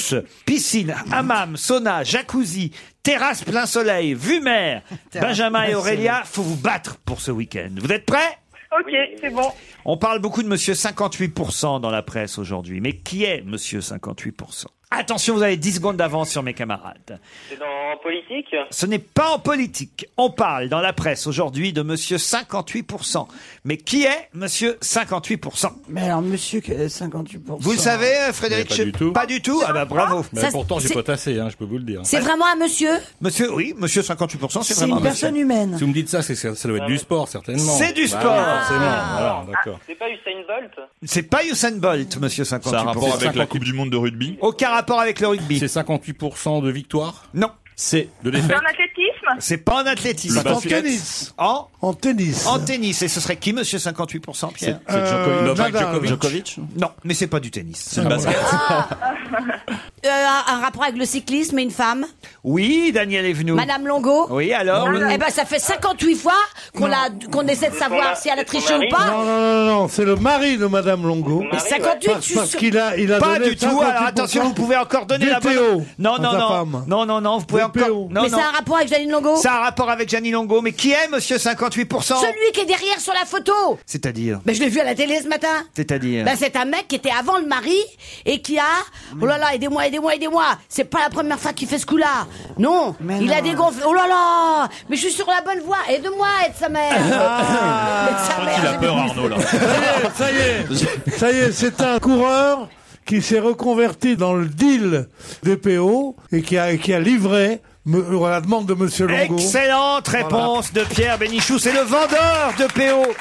Speaker 3: piscine, hammam, sauna, jacuzzi, terrasse plein soleil, vue mer.
Speaker 14: Terrasse
Speaker 3: Benjamin et
Speaker 14: plein
Speaker 3: Aurélia,
Speaker 14: soleil.
Speaker 3: faut vous battre pour ce week-end. Vous êtes prêts
Speaker 13: Ok, c'est bon.
Speaker 3: on parle beaucoup de monsieur 58% dans la presse aujourd'hui. Mais qui est monsieur 58% Attention, vous avez 10 secondes d'avance sur mes camarades.
Speaker 11: C'est dans en politique
Speaker 3: Ce n'est pas en politique. On parle dans la presse aujourd'hui de monsieur 58%. Mais qui est monsieur 58%
Speaker 10: Mais alors, monsieur, que- 58%.
Speaker 3: Vous le savez, euh, Frédéric
Speaker 4: Mais pas
Speaker 3: Che-
Speaker 4: du tout.
Speaker 3: Pas du tout Ah bah bravo.
Speaker 4: Mais pourtant, j'ai potassé, hein, je peux vous le dire.
Speaker 8: C'est vraiment un monsieur
Speaker 3: Monsieur, oui, monsieur 58%, c'est
Speaker 4: C'est
Speaker 3: vraiment
Speaker 4: une
Speaker 3: un monsieur.
Speaker 4: personne
Speaker 10: humaine.
Speaker 4: Si vous me dites ça, c'est, ça ça doit être du sport, certainement.
Speaker 3: C'est du
Speaker 4: Bah
Speaker 3: sport.
Speaker 4: oui, forcément.
Speaker 3: Ah,
Speaker 4: Alors, d'accord.
Speaker 11: ah, C'est pas Usain Bolt
Speaker 3: C'est pas Usain Bolt, monsieur 58%.
Speaker 4: Ça a rapport avec la
Speaker 3: Coupe du Monde de rugby Aucun rapport avec le rugby.
Speaker 4: C'est 58% de victoire
Speaker 3: Non.
Speaker 4: C'est de
Speaker 13: C'est
Speaker 4: défaite
Speaker 13: en athlétisme
Speaker 3: C'est pas en athlétisme.
Speaker 4: Le C'est en basket. tennis.
Speaker 3: En
Speaker 5: En tennis.
Speaker 3: En tennis. Et ce serait qui, monsieur 58%, Pierre
Speaker 4: C'est- c'est Djoko- Euh, Novak Nadal. Djokovic.
Speaker 3: Non, mais c'est pas du tennis. C'est
Speaker 4: le
Speaker 3: basket.
Speaker 8: Euh, un, un rapport avec le cyclisme et une femme
Speaker 3: Oui, Daniel est venu.
Speaker 8: Madame Longo
Speaker 3: Oui, alors
Speaker 8: Eh ben, ça fait 58 fois qu'on l'a- qu'on essaie de savoir si elle a triché ou pas.
Speaker 5: Non, non, non, non, c'est le mari de Madame Longo.
Speaker 8: Mais 58,
Speaker 5: Parce,
Speaker 8: tu
Speaker 5: parce
Speaker 8: sais-
Speaker 5: qu'il a, il a
Speaker 3: pas
Speaker 5: donné
Speaker 3: du tout. Alors
Speaker 5: 58%
Speaker 3: attention, vous pouvez encore donner la bonne.
Speaker 5: DPO
Speaker 3: Non,
Speaker 5: à
Speaker 3: non,
Speaker 5: sa
Speaker 3: non.
Speaker 5: femme.
Speaker 3: Non, non, non. Vous pouvez
Speaker 5: DPO.
Speaker 3: encore. Non,
Speaker 8: Mais
Speaker 3: non.
Speaker 8: ça a un rapport avec Janine Longo
Speaker 3: Ça a un rapport avec Janine Longo. Mais qui est Monsieur 58%
Speaker 8: Celui qui est derrière sur la photo
Speaker 3: C'est-à-dire.
Speaker 8: Ben, je l'ai vu à la télé ce matin.
Speaker 3: C'est-à-dire.
Speaker 8: Ben, c'est un mec qui était avant le mari et qui a. Oh là là, aidez-moi, aidez-moi, aidez-moi. C'est pas la première fois qu'il fait ce coup-là. Non. il a dégonflé. Oh là là. Mais je suis sur la bonne voie. Aide-moi, aide sa mère.
Speaker 10: <laughs> Ah.
Speaker 8: Aide sa mère.
Speaker 6: Il a peur, Arnaud, là.
Speaker 5: Ça y est, ça y est, c'est un coureur qui s'est reconverti dans le deal DPO et qui a, qui a livré me- à la demande de Monsieur Longo.
Speaker 3: Excellente réponse de Pierre Bénichou. C'est le vendeur de PO.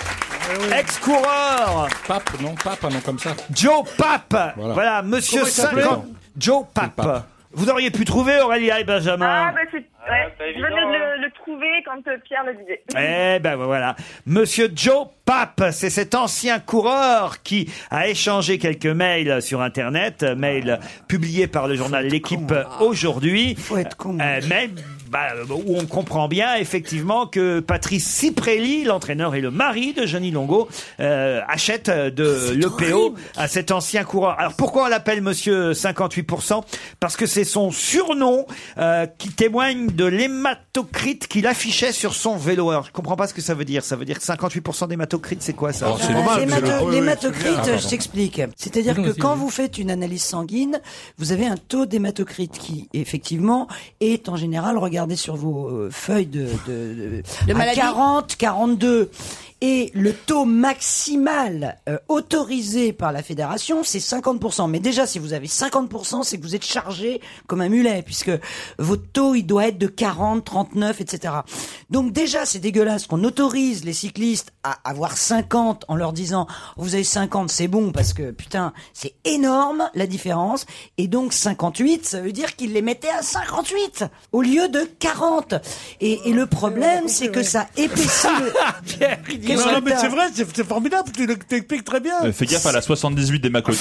Speaker 3: Ex-coureur.
Speaker 4: Eh Pape, non, pape, un nom comme ça.
Speaker 3: Joe Pape. Voilà,
Speaker 4: Voilà.
Speaker 3: monsieur
Speaker 4: Comment il s'appelait
Speaker 3: 50. Joe Pape. Vous auriez pu trouver Aurélia et Benjamin.
Speaker 13: Ah, bah c'est. Ouais. je venais de le, le trouver quand euh, Pierre le disait.
Speaker 3: <laughs> Eh ben voilà, Monsieur Joe Pape, c'est cet ancien coureur qui a échangé quelques mails sur Internet, euh, mails publiés par le journal L'équipe aujourd'hui. Euh, mais bah, où on comprend bien effectivement que Patrice Ciprelli, l'entraîneur et le mari de Johnny Longo, euh, achète euh, de l'EPO à cet ancien coureur. Alors pourquoi on l'appelle Monsieur 58% Parce que c'est son surnom euh, qui témoigne de l'hématocrite qu'il affichait sur son vélo. Alors je comprends pas ce que ça veut dire. Ça veut dire que 58% d'hématocrite, Oh, c'est quoi ça
Speaker 4: Oh,
Speaker 10: Euh, l'hémato-
Speaker 3: Ah,
Speaker 10: L'hématocrite, je t'explique. C'est-à-dire
Speaker 3: Non,
Speaker 10: que
Speaker 3: c'est
Speaker 10: quand
Speaker 3: bien.
Speaker 10: vous faites une analyse sanguine, vous avez un taux d'hématocrite qui, effectivement, est en général, regardez sur vos euh, feuilles de, de,
Speaker 12: <laughs> De
Speaker 10: à
Speaker 12: maladie
Speaker 10: 40, 42. Et le taux maximal euh, autorisé par la fédération, c'est 50%. Mais déjà, si vous avez 50%, c'est que vous êtes chargé comme un mulet, puisque votre taux, il doit être de 40, 39, etc. Donc déjà, c'est dégueulasse qu'on autorise les cyclistes à avoir 50 en leur disant, oh, vous avez 50, c'est bon, parce que putain, c'est énorme la différence. Et donc 58, ça veut dire qu'ils les mettaient à 58 au lieu de 40. Et, et le problème, c'est que ça épaissit le...
Speaker 5: <laughs>
Speaker 3: Pierre, il dit
Speaker 5: non, non, mais c'est vrai, c'est c'est formidable, tu l'expliques très bien.
Speaker 6: Euh, Fais gaffe à la 78 des Macotes.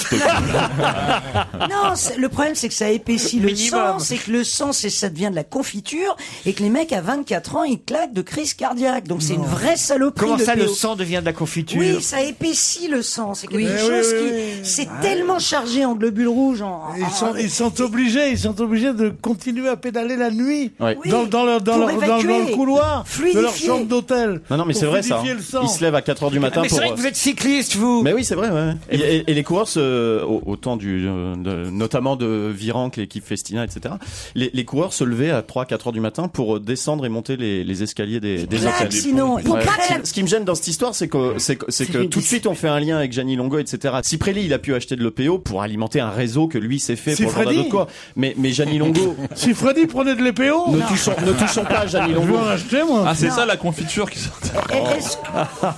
Speaker 7: <laughs>
Speaker 10: Non, c'est- le problème c'est que ça épaissit le sang, c'est que le sang, c'est ça devient de la confiture, et que les mecs à 24 ans, ils claquent de crise cardiaque. Donc c'est une vraie saloperie.
Speaker 3: Comment
Speaker 10: de
Speaker 3: ça, le
Speaker 10: PO.
Speaker 3: sang devient de la confiture
Speaker 10: Oui, ça épaissit le sang. C'est quelque
Speaker 5: Oui.
Speaker 10: chose
Speaker 5: Oui,
Speaker 10: qui,
Speaker 5: oui, oui.
Speaker 10: c'est
Speaker 5: Ouais.
Speaker 10: tellement chargé en globules rouges. En,
Speaker 5: Ils sont,
Speaker 10: en-
Speaker 5: ils sont obligés, ils sont obligés de continuer à pédaler la nuit
Speaker 7: Ouais.
Speaker 5: dans, dans, leur, dans,
Speaker 10: Pour
Speaker 5: leur- dans- dans
Speaker 10: évacuer.
Speaker 5: le couloir de leur
Speaker 10: Fluidifier.
Speaker 5: chambre d'hôtel.
Speaker 7: Non, non, mais
Speaker 5: pour
Speaker 7: c'est vrai ça. hein.
Speaker 5: fluidifier le sang. Ah,
Speaker 7: Ils se lèvent à 4 heures du matin
Speaker 5: Mais c'est
Speaker 7: pour. euh,
Speaker 5: vrai
Speaker 4: euh,
Speaker 5: que vous
Speaker 3: êtes cycliste, vous
Speaker 7: Mais oui, c'est vrai, ouais. Et, et- et les coureurs, se- au, au temps du. euh, de- notamment de Virenque, l'équipe Festina, etc. Les, les coureurs se levaient à 3-4 heures du matin pour euh, descendre et monter les, les escaliers des, des
Speaker 10: Claque,
Speaker 7: hôtels.
Speaker 10: sinon,
Speaker 7: Ouais.
Speaker 10: ils
Speaker 7: Ce qui- Ce qui me gêne dans cette histoire, c'est que, c'est que, c'est que tout de suite on fait un lien avec Gianni Longo, etc. Ciprelli, il a pu acheter de l'EPO pour alimenter un réseau que lui s'est fait pour le
Speaker 5: Cifredi
Speaker 7: vendre à d'autres coureurs. Mais, mais Gianni Longo.
Speaker 5: <laughs> Si Freddy prenait de l'EPO,
Speaker 7: Ne touchons- ne touchons pas à Gianni Longo.
Speaker 5: Je vais en acheter, moi.
Speaker 6: Ah, c'est
Speaker 5: Non.
Speaker 6: ça la confiture qui sort.
Speaker 12: Est-ce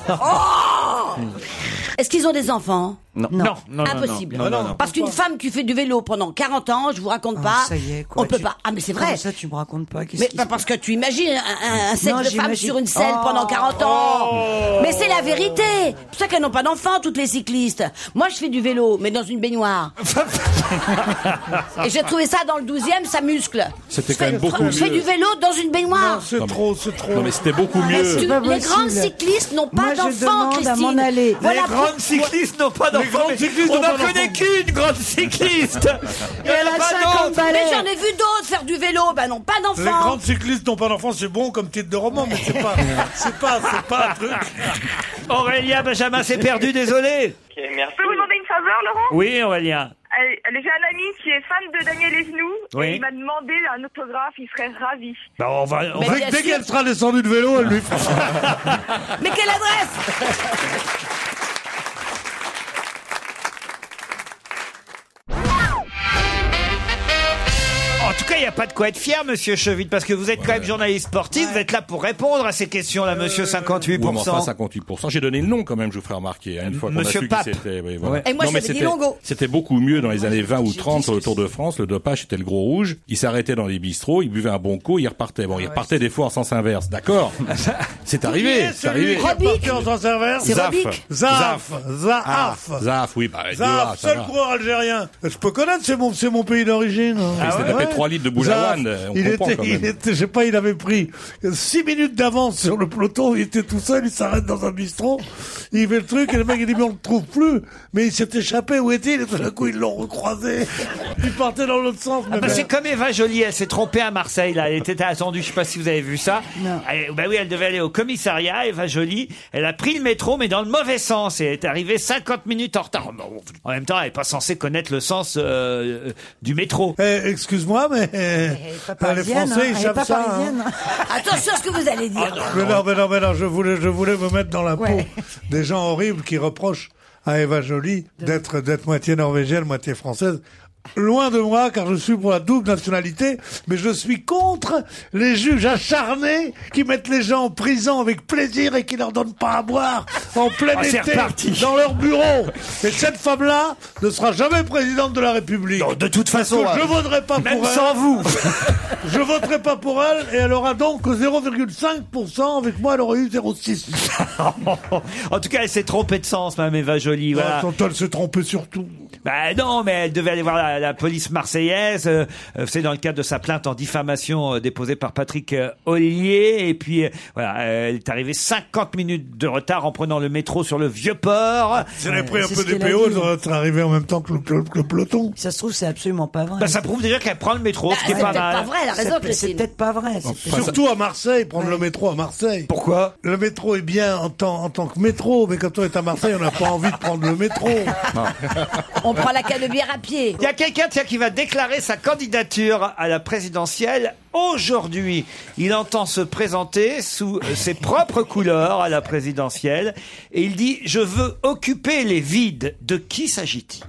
Speaker 3: Oh.
Speaker 12: est-ce qu'ils ont des enfants
Speaker 7: Non.
Speaker 10: Non.
Speaker 6: non, non,
Speaker 12: Impossible.
Speaker 6: non, non, non, non.
Speaker 12: Parce qu'une femme qui fait du vélo pendant 40 ans, je vous raconte pas.
Speaker 10: Ah, ça y est, quoi,
Speaker 12: on peut
Speaker 10: tu-
Speaker 12: pas. Ah, mais c'est
Speaker 10: Comment
Speaker 12: vrai.
Speaker 10: ça, tu me racontes pas Qu'est-ce
Speaker 12: Mais
Speaker 10: qui
Speaker 12: pas
Speaker 10: se-
Speaker 12: parce que tu imagines un, un- un sexe
Speaker 10: Non,
Speaker 12: de femme
Speaker 10: j'imagine.
Speaker 12: sur une selle
Speaker 10: Oh.
Speaker 12: pendant 40 ans. Mais c'est la vérité. C'est pour ça qu'elles n'ont pas d'enfants, toutes les cyclistes. Moi, je fais du vélo, mais dans une baignoire. Et j'ai trouvé ça dans le 12e, ça muscle.
Speaker 4: C'était
Speaker 12: Je
Speaker 4: quand
Speaker 12: fais-
Speaker 4: même beaucoup
Speaker 12: Je fais du
Speaker 4: mieux.
Speaker 12: vélo dans une baignoire.
Speaker 5: C'est trop, c'est trop.
Speaker 4: Non, mais c'était beaucoup
Speaker 12: Parce
Speaker 4: mieux.
Speaker 12: que
Speaker 10: C'est pas
Speaker 12: les
Speaker 10: possible.
Speaker 12: grandes cyclistes n'ont
Speaker 10: Moi,
Speaker 12: pas
Speaker 10: je
Speaker 12: d'enfants,
Speaker 10: demande à
Speaker 12: Christine.
Speaker 10: m'en aller.
Speaker 12: Voilà
Speaker 3: les grandes cyclistes n'ont pas d'enfants.
Speaker 5: grandes
Speaker 3: mais
Speaker 5: cyclistes
Speaker 3: On
Speaker 5: n'ont
Speaker 3: n'en
Speaker 5: pas
Speaker 3: connaît qu'une grande <laughs> cycliste. Et elle a pas d'autres.
Speaker 12: Mais j'en ai vu d'autres faire du vélo, bah non, pas
Speaker 5: Les
Speaker 12: d'enfants.
Speaker 5: grandes cyclistes n'ont pas d'enfants, c'est bon comme titre de roman, mais c'est pas, c'est pas, c'est pas un truc.
Speaker 3: Aurélia Benjamin s'est perdu, désolé.
Speaker 13: Je peux vous demander une faveur, Laurent
Speaker 3: Oui, Aurélien.
Speaker 13: Euh, J'ai un ami qui est fan de Daniel Evinou.
Speaker 3: Oui.
Speaker 13: Et il m'a demandé un autographe, il serait ravi.
Speaker 3: Bah, on va, on
Speaker 13: Mais
Speaker 3: va-
Speaker 13: bien
Speaker 5: Dès qu'elle sera descendue de vélo, elle lui fera.
Speaker 12: Mais quelle adresse
Speaker 3: En tout cas, il n'y a pas de quoi être fier, monsieur Cheville, parce que vous êtes quand même journaliste sportif, vous êtes là pour répondre à ces questions-là, monsieur 58%.
Speaker 4: Oui, mais enfin, 58%. J'ai donné le nom quand même, je vous ferai remarquer. hein, une fois qu'on a
Speaker 3: Monsieur
Speaker 4: su qui
Speaker 3: Pape.
Speaker 4: c'était. oui, voilà.
Speaker 12: Et moi,
Speaker 4: Non, mais
Speaker 12: j'avais dit
Speaker 4: c'était-
Speaker 12: Longo.
Speaker 4: C'était beaucoup mieux dans les années 20 ou 30 sur le Tour de France. Le dopage était le gros rouge. Ils s'arrêtaient dans les bistrots, ils buvaient un bon coup, ils repartaient. Bon, ils repartaient des fois en sens inverse. D'accord. c'est arrivé. C'est arrivé.
Speaker 5: Parti en sens inverse.
Speaker 4: Zaf.
Speaker 5: Zaf.
Speaker 4: Ah,
Speaker 5: Zaf.
Speaker 4: Zaf, oui, bah, Doha,
Speaker 5: Zaf,
Speaker 4: ça
Speaker 5: seul
Speaker 4: va.
Speaker 5: coureur algérien. Je peux connaître, c'est mon, c'est mon pays d'origine. Ah
Speaker 4: Il s'est tapé trois litres de boulawan,
Speaker 5: Zaf,
Speaker 4: on
Speaker 5: il
Speaker 4: comprend
Speaker 5: était,
Speaker 4: quand
Speaker 5: il
Speaker 4: même.
Speaker 5: était- je sais pas, il avait pris six minutes d'avance sur le peloton. Il était tout seul, il s'arrête dans un bistrot. Il fait le truc et le mec il dit mais on le trouve plus. Mais il s'est échappé, où est-il Et tout d'un coup ils l'ont recroisé. Il partait dans l'autre sens.
Speaker 3: Ah
Speaker 5: mais
Speaker 3: bah,
Speaker 5: ben-
Speaker 3: c'est comme Eva Jolie, elle s'est trompée à Marseille, là. Elle était attendue, je sais pas si vous avez vu ça. Elle- bah oui, elle devait aller au commissariat, Eva Jolie. Elle a pris le métro, mais dans le mauvais sens. Et elle est arrivée 50 minutes en retard. En même temps, elle n'est pas censée connaître le
Speaker 5: <laughs>
Speaker 3: sens euh, <laughs> du métro.
Speaker 5: Eh, excuse-moi, mais euh, les
Speaker 10: parisienne,
Speaker 5: Français,
Speaker 10: hein,
Speaker 5: ils
Speaker 12: Eh,
Speaker 10: elle est
Speaker 5: savent
Speaker 10: pas
Speaker 5: ça.
Speaker 10: parisienne,
Speaker 5: hein.
Speaker 12: Attention à ce que vous allez dire.
Speaker 5: Mais non, mais non, mais non, je voulais, je voulais me mettre dans la
Speaker 12: Ouais.
Speaker 5: peau des gens horribles qui reprochent à Eva Jolie d'être, d'être moitié norvégienne, moitié française. Loin de moi, car je suis pour la double nationalité, mais je suis contre les juges acharnés qui mettent les gens en prison avec plaisir et qui leur donnent pas à boire en plein
Speaker 3: Ah, c'est
Speaker 5: été
Speaker 3: reparti.
Speaker 5: dans leur bureau. Et cette femme-là ne sera jamais présidente de la République.
Speaker 3: Non, de toute
Speaker 5: Parce que
Speaker 3: façon,
Speaker 5: je
Speaker 3: hein.
Speaker 5: voterai pas
Speaker 3: Même
Speaker 5: pour elle.
Speaker 3: sans vous.
Speaker 5: <laughs> Je voterai pas pour elle et elle aura donc 0,5%. Avec moi, elle aurait eu 0,6%.
Speaker 3: en tout cas, elle s'est trompée de sens, même Eva Jolie. Voilà.
Speaker 5: Attends, elle s'est trompée surtout.
Speaker 3: Bah non, mais elle devait aller voir la, la police marseillaise. euh, euh, c'est dans le cadre de sa plainte en diffamation euh, déposée par Patrick euh, Ollier. Et puis euh, voilà, euh, elle est arrivée 50 minutes de retard en prenant le métro sur le Euh, vieux port.
Speaker 5: Si elle avait Ah, pris un
Speaker 10: c'est
Speaker 5: peu
Speaker 10: ce
Speaker 5: des
Speaker 10: qu'elle a
Speaker 5: PO,
Speaker 10: dit.
Speaker 5: elle aurait été arrivée en même temps que le, que le- que le peloton.
Speaker 10: Ça se trouve, c'est absolument pas vrai.
Speaker 3: Bah, ça prouve déjà qu'elle prend le métro, ce qui est
Speaker 12: c'est
Speaker 3: pas
Speaker 12: peut-être
Speaker 3: mal.
Speaker 12: pas vrai, elle a raison,
Speaker 10: C'est- C'est
Speaker 12: Christine.
Speaker 10: peut-être pas vrai. c'est peut-être-
Speaker 5: Surtout à Marseille, prendre le métro à Marseille.
Speaker 3: Pourquoi
Speaker 5: Le métro est bien en tant, en tant que métro, mais quand on est à Marseille, on n'a pas envie de prendre le métro.
Speaker 12: <laughs> On prend la canebière à pied.
Speaker 3: Il y a quelqu'un tiens, qui va déclarer sa candidature à la présidentielle aujourd'hui. Il entend se présenter sous euh, ses propres couleurs à la présidentielle et il dit je veux occuper les vides. De qui s'agit-il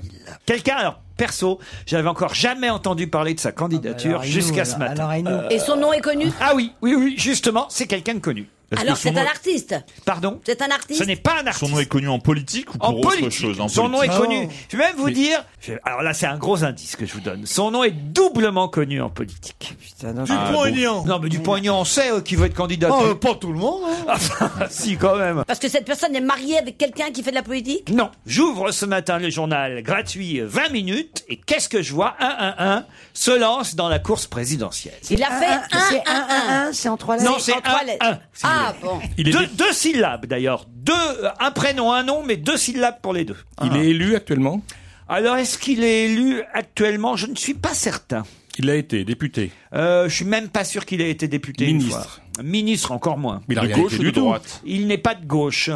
Speaker 3: Quelqu'un alors perso, j'avais encore jamais entendu parler de sa candidature
Speaker 10: Ah bah Alors, Aïnou,
Speaker 3: jusqu'à ce
Speaker 10: alors-
Speaker 5: Ah.
Speaker 3: matin.
Speaker 10: alors, Aïnou.
Speaker 12: Et son nom est connu
Speaker 3: Ah oui, oui oui, justement, c'est quelqu'un de connu.
Speaker 6: Est-ce que
Speaker 12: Alors
Speaker 6: son
Speaker 12: c'est
Speaker 6: nom-
Speaker 12: un artiste.
Speaker 3: Pardon
Speaker 12: C'est un artiste.
Speaker 3: pas un artiste.
Speaker 6: Son nom est connu en politique ou pour
Speaker 3: En
Speaker 6: autre
Speaker 3: politique.
Speaker 6: chose en
Speaker 3: Son nom est
Speaker 6: politique
Speaker 3: connu. Je vais même vous dire. je- Alors là, c'est un gros indice que je vous donne. Son nom est doublement connu en politique.
Speaker 5: Dupont-Aignan.
Speaker 3: Ah, Non, mais Dupont-Aignan, on sait euh, qui veut être candidat.
Speaker 5: Oh, euh,
Speaker 3: pas tout le monde. hein. <laughs> si, quand même.
Speaker 12: Parce que cette personne est mariée avec quelqu'un qui fait de la politique
Speaker 3: Non. J'ouvre ce matin le journal gratuit euh, 20 minutes et qu'est-ce que je vois 1-1-1 se lance dans la course présidentielle.
Speaker 12: Il a fait un,
Speaker 10: C'est un, un, un, c'est en trois lettres.
Speaker 3: Non, c'est
Speaker 10: En trois
Speaker 3: un,
Speaker 10: lettres.
Speaker 3: un, si
Speaker 12: Ah bon.
Speaker 3: deux, deux syllabes d'ailleurs. Deux, euh, un prénom, un nom, mais deux syllabes pour les deux. Ah.
Speaker 4: Il est élu actuellement
Speaker 3: Alors, est-ce qu'il est élu actuellement Je ne suis pas certain.
Speaker 4: Il a été député.
Speaker 3: Euh, je suis même pas sûr qu'il ait été député. une
Speaker 4: Ministre.
Speaker 3: fois. Ministre, encore moins.
Speaker 4: Il a De rien gauche été ou de du tout. droite
Speaker 3: Il n'est pas de gauche.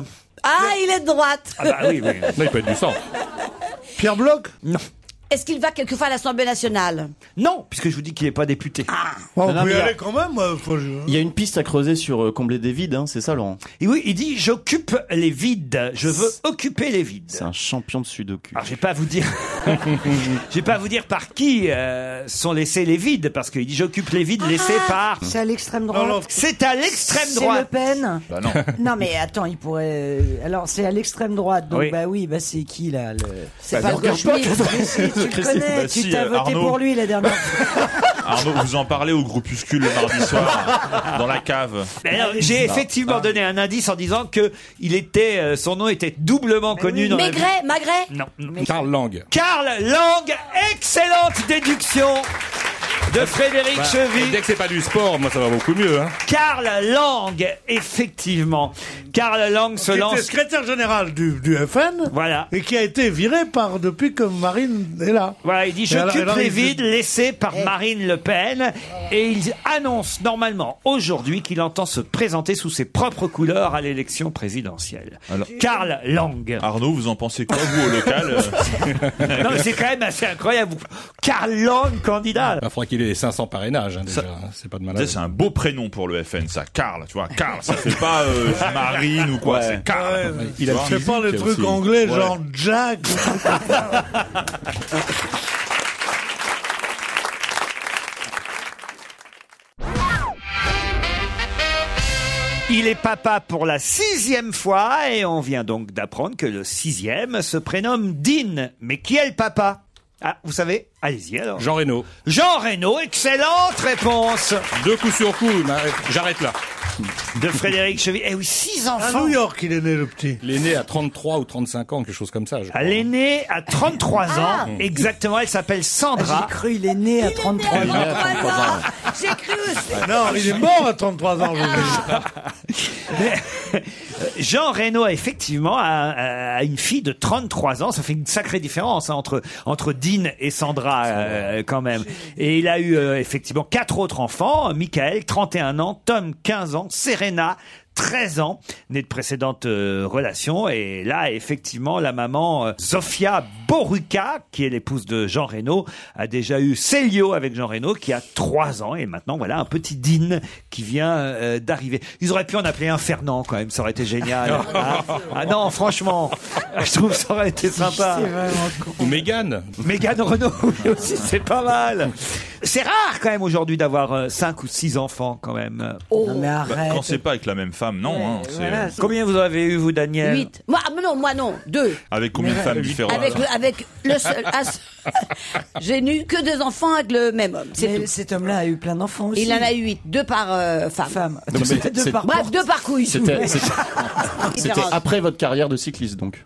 Speaker 12: Ah, il est de droite.
Speaker 3: Ah bah oui, oui.
Speaker 4: il peut être du centre.
Speaker 3: Pierre Bloch Non.
Speaker 12: <laughs> Est-ce qu'il va quelquefois à l'Assemblée nationale
Speaker 3: Non, puisque je vous dis qu'il n'est pas député.
Speaker 4: Ah.
Speaker 5: Bon,
Speaker 7: Ah, Non, non,
Speaker 5: vous pouvez
Speaker 7: mais-
Speaker 5: aller quand même. moi, faut- je-
Speaker 7: Il y a une piste à creuser sur euh, combler des vides, hein, c'est ça, Laurent
Speaker 3: Et oui, il dit j'occupe les vides. Je veux occuper les vides.
Speaker 7: C'est un champion de sudoku.
Speaker 3: Alors, je vais pas vous dire, <laughs> je vais pas vous dire par qui euh, sont laissés les vides, parce qu'il dit j'occupe les vides laissés
Speaker 12: Ah.
Speaker 3: par.
Speaker 10: Ah, C'est à l'extrême droite.
Speaker 3: Non, non, c'est à l'extrême
Speaker 10: C'est
Speaker 3: droite.
Speaker 10: Le Pen.
Speaker 3: Bah non.
Speaker 10: <laughs> non, mais attends, il pourrait. euh, Alors, c'est à l'extrême droite. Donc,
Speaker 3: Oui.
Speaker 10: bah oui, bah c'est qui là le...
Speaker 6: Bah, ne regarde pas,
Speaker 10: Schmitt.
Speaker 6: Catherine.
Speaker 10: Mais <laughs> si, Tu le
Speaker 6: Christine,
Speaker 10: connais,
Speaker 6: bah
Speaker 10: tu
Speaker 6: si,
Speaker 10: t'as
Speaker 6: euh,
Speaker 10: voté
Speaker 6: Arnaud.
Speaker 10: pour lui la dernière fois.
Speaker 6: Arnaud, vous en parlez au groupuscule le mardi soir, dans la cave. Ah.
Speaker 3: Mais alors, J'ai
Speaker 6: Non.
Speaker 3: effectivement donné un indice en disant que il était, euh, son nom était doublement connu dans la
Speaker 12: Maigret, Magret
Speaker 3: vie. Non, non.
Speaker 4: Karl Lang.
Speaker 3: Karl Lang, excellente déduction de Frédéric
Speaker 4: Bah,
Speaker 3: Chevy.
Speaker 4: Dès que c'est pas du sport, moi ça va beaucoup mieux. Hein.
Speaker 3: Karl Lang, effectivement. Karl Lang se
Speaker 5: Qui était
Speaker 3: lance.
Speaker 5: secrétaire général du, du FN.
Speaker 3: Voilà.
Speaker 5: Et qui a été viré par depuis que Marine est là.
Speaker 3: Voilà, il dit
Speaker 5: Et alors- et
Speaker 3: j'occupe
Speaker 5: alors,
Speaker 3: les
Speaker 5: il- Eh.
Speaker 3: vides laissés par Marine Le Pen et il annonce normalement aujourd'hui qu'il entend se présenter sous ses propres couleurs à l'élection présidentielle. Karl Lang.
Speaker 6: Arnaud, vous en pensez quoi, vous, au local euh
Speaker 3: Non mais <laughs> c'est quand même assez incroyable. Karl Lang candidat.
Speaker 4: Il faudra Bah, qu'il ait les 500 parrainages hein, déjà. hein, C'est pas de malade.
Speaker 6: Déjà, C'est un beau prénom pour le FN, ça. Karl, tu vois. Karl, ça fait pas euh, Marine ou quoi,
Speaker 4: Ouais.
Speaker 6: c'est Karl.
Speaker 4: Ouais, ouais.
Speaker 6: Tu
Speaker 5: Il
Speaker 6: vois.
Speaker 5: fait pas le truc anglais,
Speaker 6: Ouais.
Speaker 5: genre
Speaker 3: <laughs>
Speaker 5: Jack.
Speaker 3: Il est papa pour la sixième fois et on vient donc d'apprendre que le sixième se prénomme Dean. Mais qui est le papa Ah, vous savez Allez-y alors.
Speaker 4: Jean Reno.
Speaker 3: Jean Reno, excellente réponse
Speaker 4: Deux coups sur coup, j'arrête là.
Speaker 3: De Frédéric Chevy. Eh oui, six
Speaker 5: À
Speaker 10: Ah
Speaker 3: enfants
Speaker 5: New York, il est né le petit.
Speaker 4: Il est né à 33 ou 35 ans, quelque chose comme ça. je crois.
Speaker 3: L'aînée a 33 ans,
Speaker 4: Ah.
Speaker 3: exactement, elle s'appelle Sandra.
Speaker 10: Ah, J'ai cru, il est né à 33
Speaker 4: Il est né à 33 ans.
Speaker 12: <laughs> J'ai cru aussi.
Speaker 5: Non, il est mort à 33 ans. je vous dis.
Speaker 3: Euh, Jean Reno, effectivement, a, a- a une fille de 33 ans. Ça fait une sacrée différence hein, entre, entre Dean et Sandra, euh, quand même. Et il a eu, euh, effectivement, quatre autres enfants. Euh, Michael, 31 ans. Tom, 15 ans. Serena, 13 ans, née de précédentes euh, relations. Et là, effectivement, la maman euh, Zofia Boruca, qui est l'épouse de Jean Reno, a déjà eu Célio avec Jean Reno, qui a 3 ans. Et maintenant, voilà, un petit Dean qui vient euh, d'arriver. Ils auraient pu en appeler un Fernand, quand même. Ça aurait été génial. ah, ah non, franchement, je trouve que ça aurait été sympa.
Speaker 4: Ou Mégane.
Speaker 3: Mégane Renault, <laughs> oui aussi, c'est pas mal. C'est rare quand même aujourd'hui d'avoir 5 ou 6 enfants quand même.
Speaker 6: Non,
Speaker 10: mais
Speaker 6: Bah, quand c'est pas avec la même femme, non. hein, c'est-
Speaker 3: Combien vous avez eu, vous, Daniel
Speaker 12: 8. Moi, ah, mais non, moi non, 2.
Speaker 6: Avec combien de femmes différentes
Speaker 12: Avec, le- avec le seul. un seul- <laughs> J'ai eu que deux enfants avec le même homme. C'est
Speaker 10: Mais
Speaker 12: tout.
Speaker 10: cet homme-là a eu plein d'enfants aussi.
Speaker 12: Il en a eu 8. Deux par euh, femme.
Speaker 10: Femme.
Speaker 7: Non, mais
Speaker 10: C'était <laughs> deux
Speaker 7: c'est-
Speaker 10: par
Speaker 12: Bref, deux par couille. <laughs>
Speaker 7: C'était c'était-
Speaker 3: Ah,
Speaker 7: Ah, c'était
Speaker 12: Différence.
Speaker 7: après votre carrière de cycliste, donc.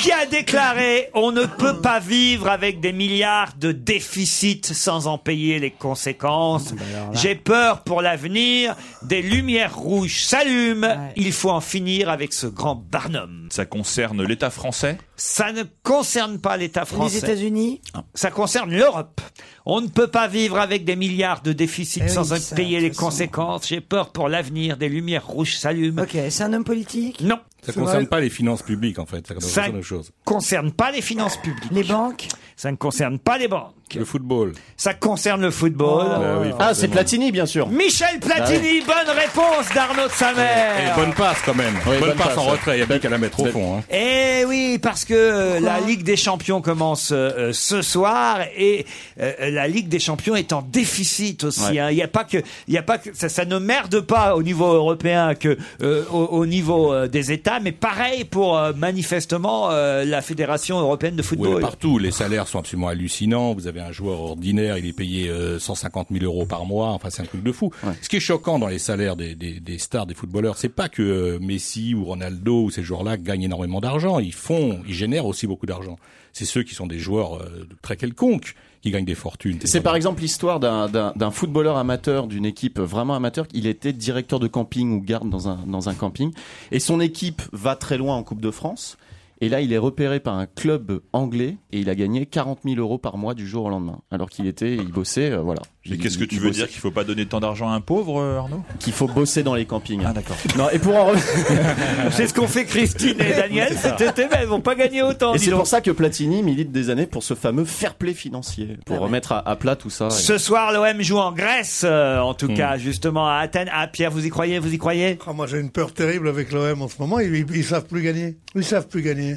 Speaker 3: Qui a déclaré on ne peut pas vivre avec des milliards de déficits sans en payer les
Speaker 10: Ah,
Speaker 3: conséquences.
Speaker 10: bah
Speaker 3: J'ai peur pour l'avenir. Des lumières rouges s'allument. Il faut en finir avec ce grand Barnum.
Speaker 6: Ça concerne l'État français
Speaker 3: Ça ne concerne pas l'État français.
Speaker 10: Les États-Unis
Speaker 6: Ah.
Speaker 3: Ça concerne l'Europe. On ne peut pas vivre avec des milliards de déficits
Speaker 10: Eh
Speaker 3: sans
Speaker 10: oui,
Speaker 3: en
Speaker 10: ça,
Speaker 3: payer
Speaker 10: de
Speaker 3: les
Speaker 10: toute façon.
Speaker 3: conséquences. J'ai peur pour l'avenir. Des lumières rouges s'allument.
Speaker 10: Ok, c'est un homme politique
Speaker 3: Non.
Speaker 4: Ça
Speaker 10: C'est
Speaker 4: concerne
Speaker 10: vrai.
Speaker 4: pas les finances publiques en fait. Ça concerne
Speaker 3: Ça
Speaker 4: autre chose.
Speaker 3: concerne pas les finances publiques.
Speaker 10: Les banques
Speaker 3: Ça ne concerne pas les banques. Le football. Ça concerne le football.
Speaker 7: ah, c'est Platini, bien sûr.
Speaker 3: Michel Platini, bonne réponse d'Arnaud de sa
Speaker 4: Et
Speaker 3: mère.
Speaker 4: bonne passe quand même.
Speaker 7: Oui,
Speaker 4: bonne,
Speaker 7: bonne
Speaker 4: passe,
Speaker 7: passe,
Speaker 4: en
Speaker 7: ouais.
Speaker 4: retrait. Il y a bien qu'à la mettre au fond. hein.
Speaker 3: Eh oui, parce que euh, la Ligue des Champions commence euh, euh, ce soir et euh, la Ligue des Champions est en déficit aussi. hein. Il n'y a pas que, il y a pas que ça, ça ne merde pas au niveau européen que euh, au, au niveau euh, des États, mais pareil pour euh, manifestement euh, la Fédération européenne de
Speaker 4: Oui,
Speaker 3: football.
Speaker 4: mais partout, les salaires sont absolument hallucinants. Vous avez un joueur ordinaire, il est payé euh, 150 000 euros par mois. Enfin, c'est un truc de fou. Ce qui est choquant dans les salaires des, des- des stars, des footballeurs, c'est pas que euh, Messi ou Ronaldo ou ces joueurs-là gagnent énormément d'argent. Ils font, ils génèrent aussi beaucoup d'argent. C'est ceux qui sont des joueurs euh, très quelconques qui gagnent des fortunes.
Speaker 7: C'est par exemple l'histoire d'un- d'un d'un footballeur amateur, d'une équipe vraiment amateur. Il était directeur de camping ou garde dans un, dans un camping. Et son équipe va très loin en Coupe de France. Et là, il est repéré par un club anglais et il a gagné 40 000 euros par mois du jour au lendemain. Alors qu'il était, il bossait, euh, voilà.
Speaker 6: Mais
Speaker 7: Il-
Speaker 6: qu'est-ce que
Speaker 7: il
Speaker 6: tu veux
Speaker 7: bossait.
Speaker 6: dire qu'il faut pas donner tant d'argent à un pauvre, euh, Arnaud
Speaker 7: Qu'il faut bosser dans les campings.
Speaker 6: Ah d'accord.
Speaker 7: Non, et pour en
Speaker 6: <laughs>
Speaker 7: revenir-
Speaker 3: <laughs> C'est ce qu'ont fait Christine et Daniel
Speaker 7: C'est ça.
Speaker 3: cet été, mais elles vont pas gagner autant.
Speaker 7: Et
Speaker 3: dis
Speaker 7: c'est
Speaker 3: donc.
Speaker 7: pour ça que Platini milite des années pour ce fameux fair play financier,
Speaker 6: Ah
Speaker 7: pour remettre à, à plat tout ça.
Speaker 3: Ce soir, l'OM joue en Grèce, euh, en
Speaker 4: Hmm.
Speaker 3: tout cas, justement à Athènes. Ah, Pierre, vous y croyez Vous y croyez
Speaker 5: Ah, Moi, j'ai une peur terrible avec l'OM en ce moment. Ils, ils, ils savent plus gagner. Ils savent plus gagner.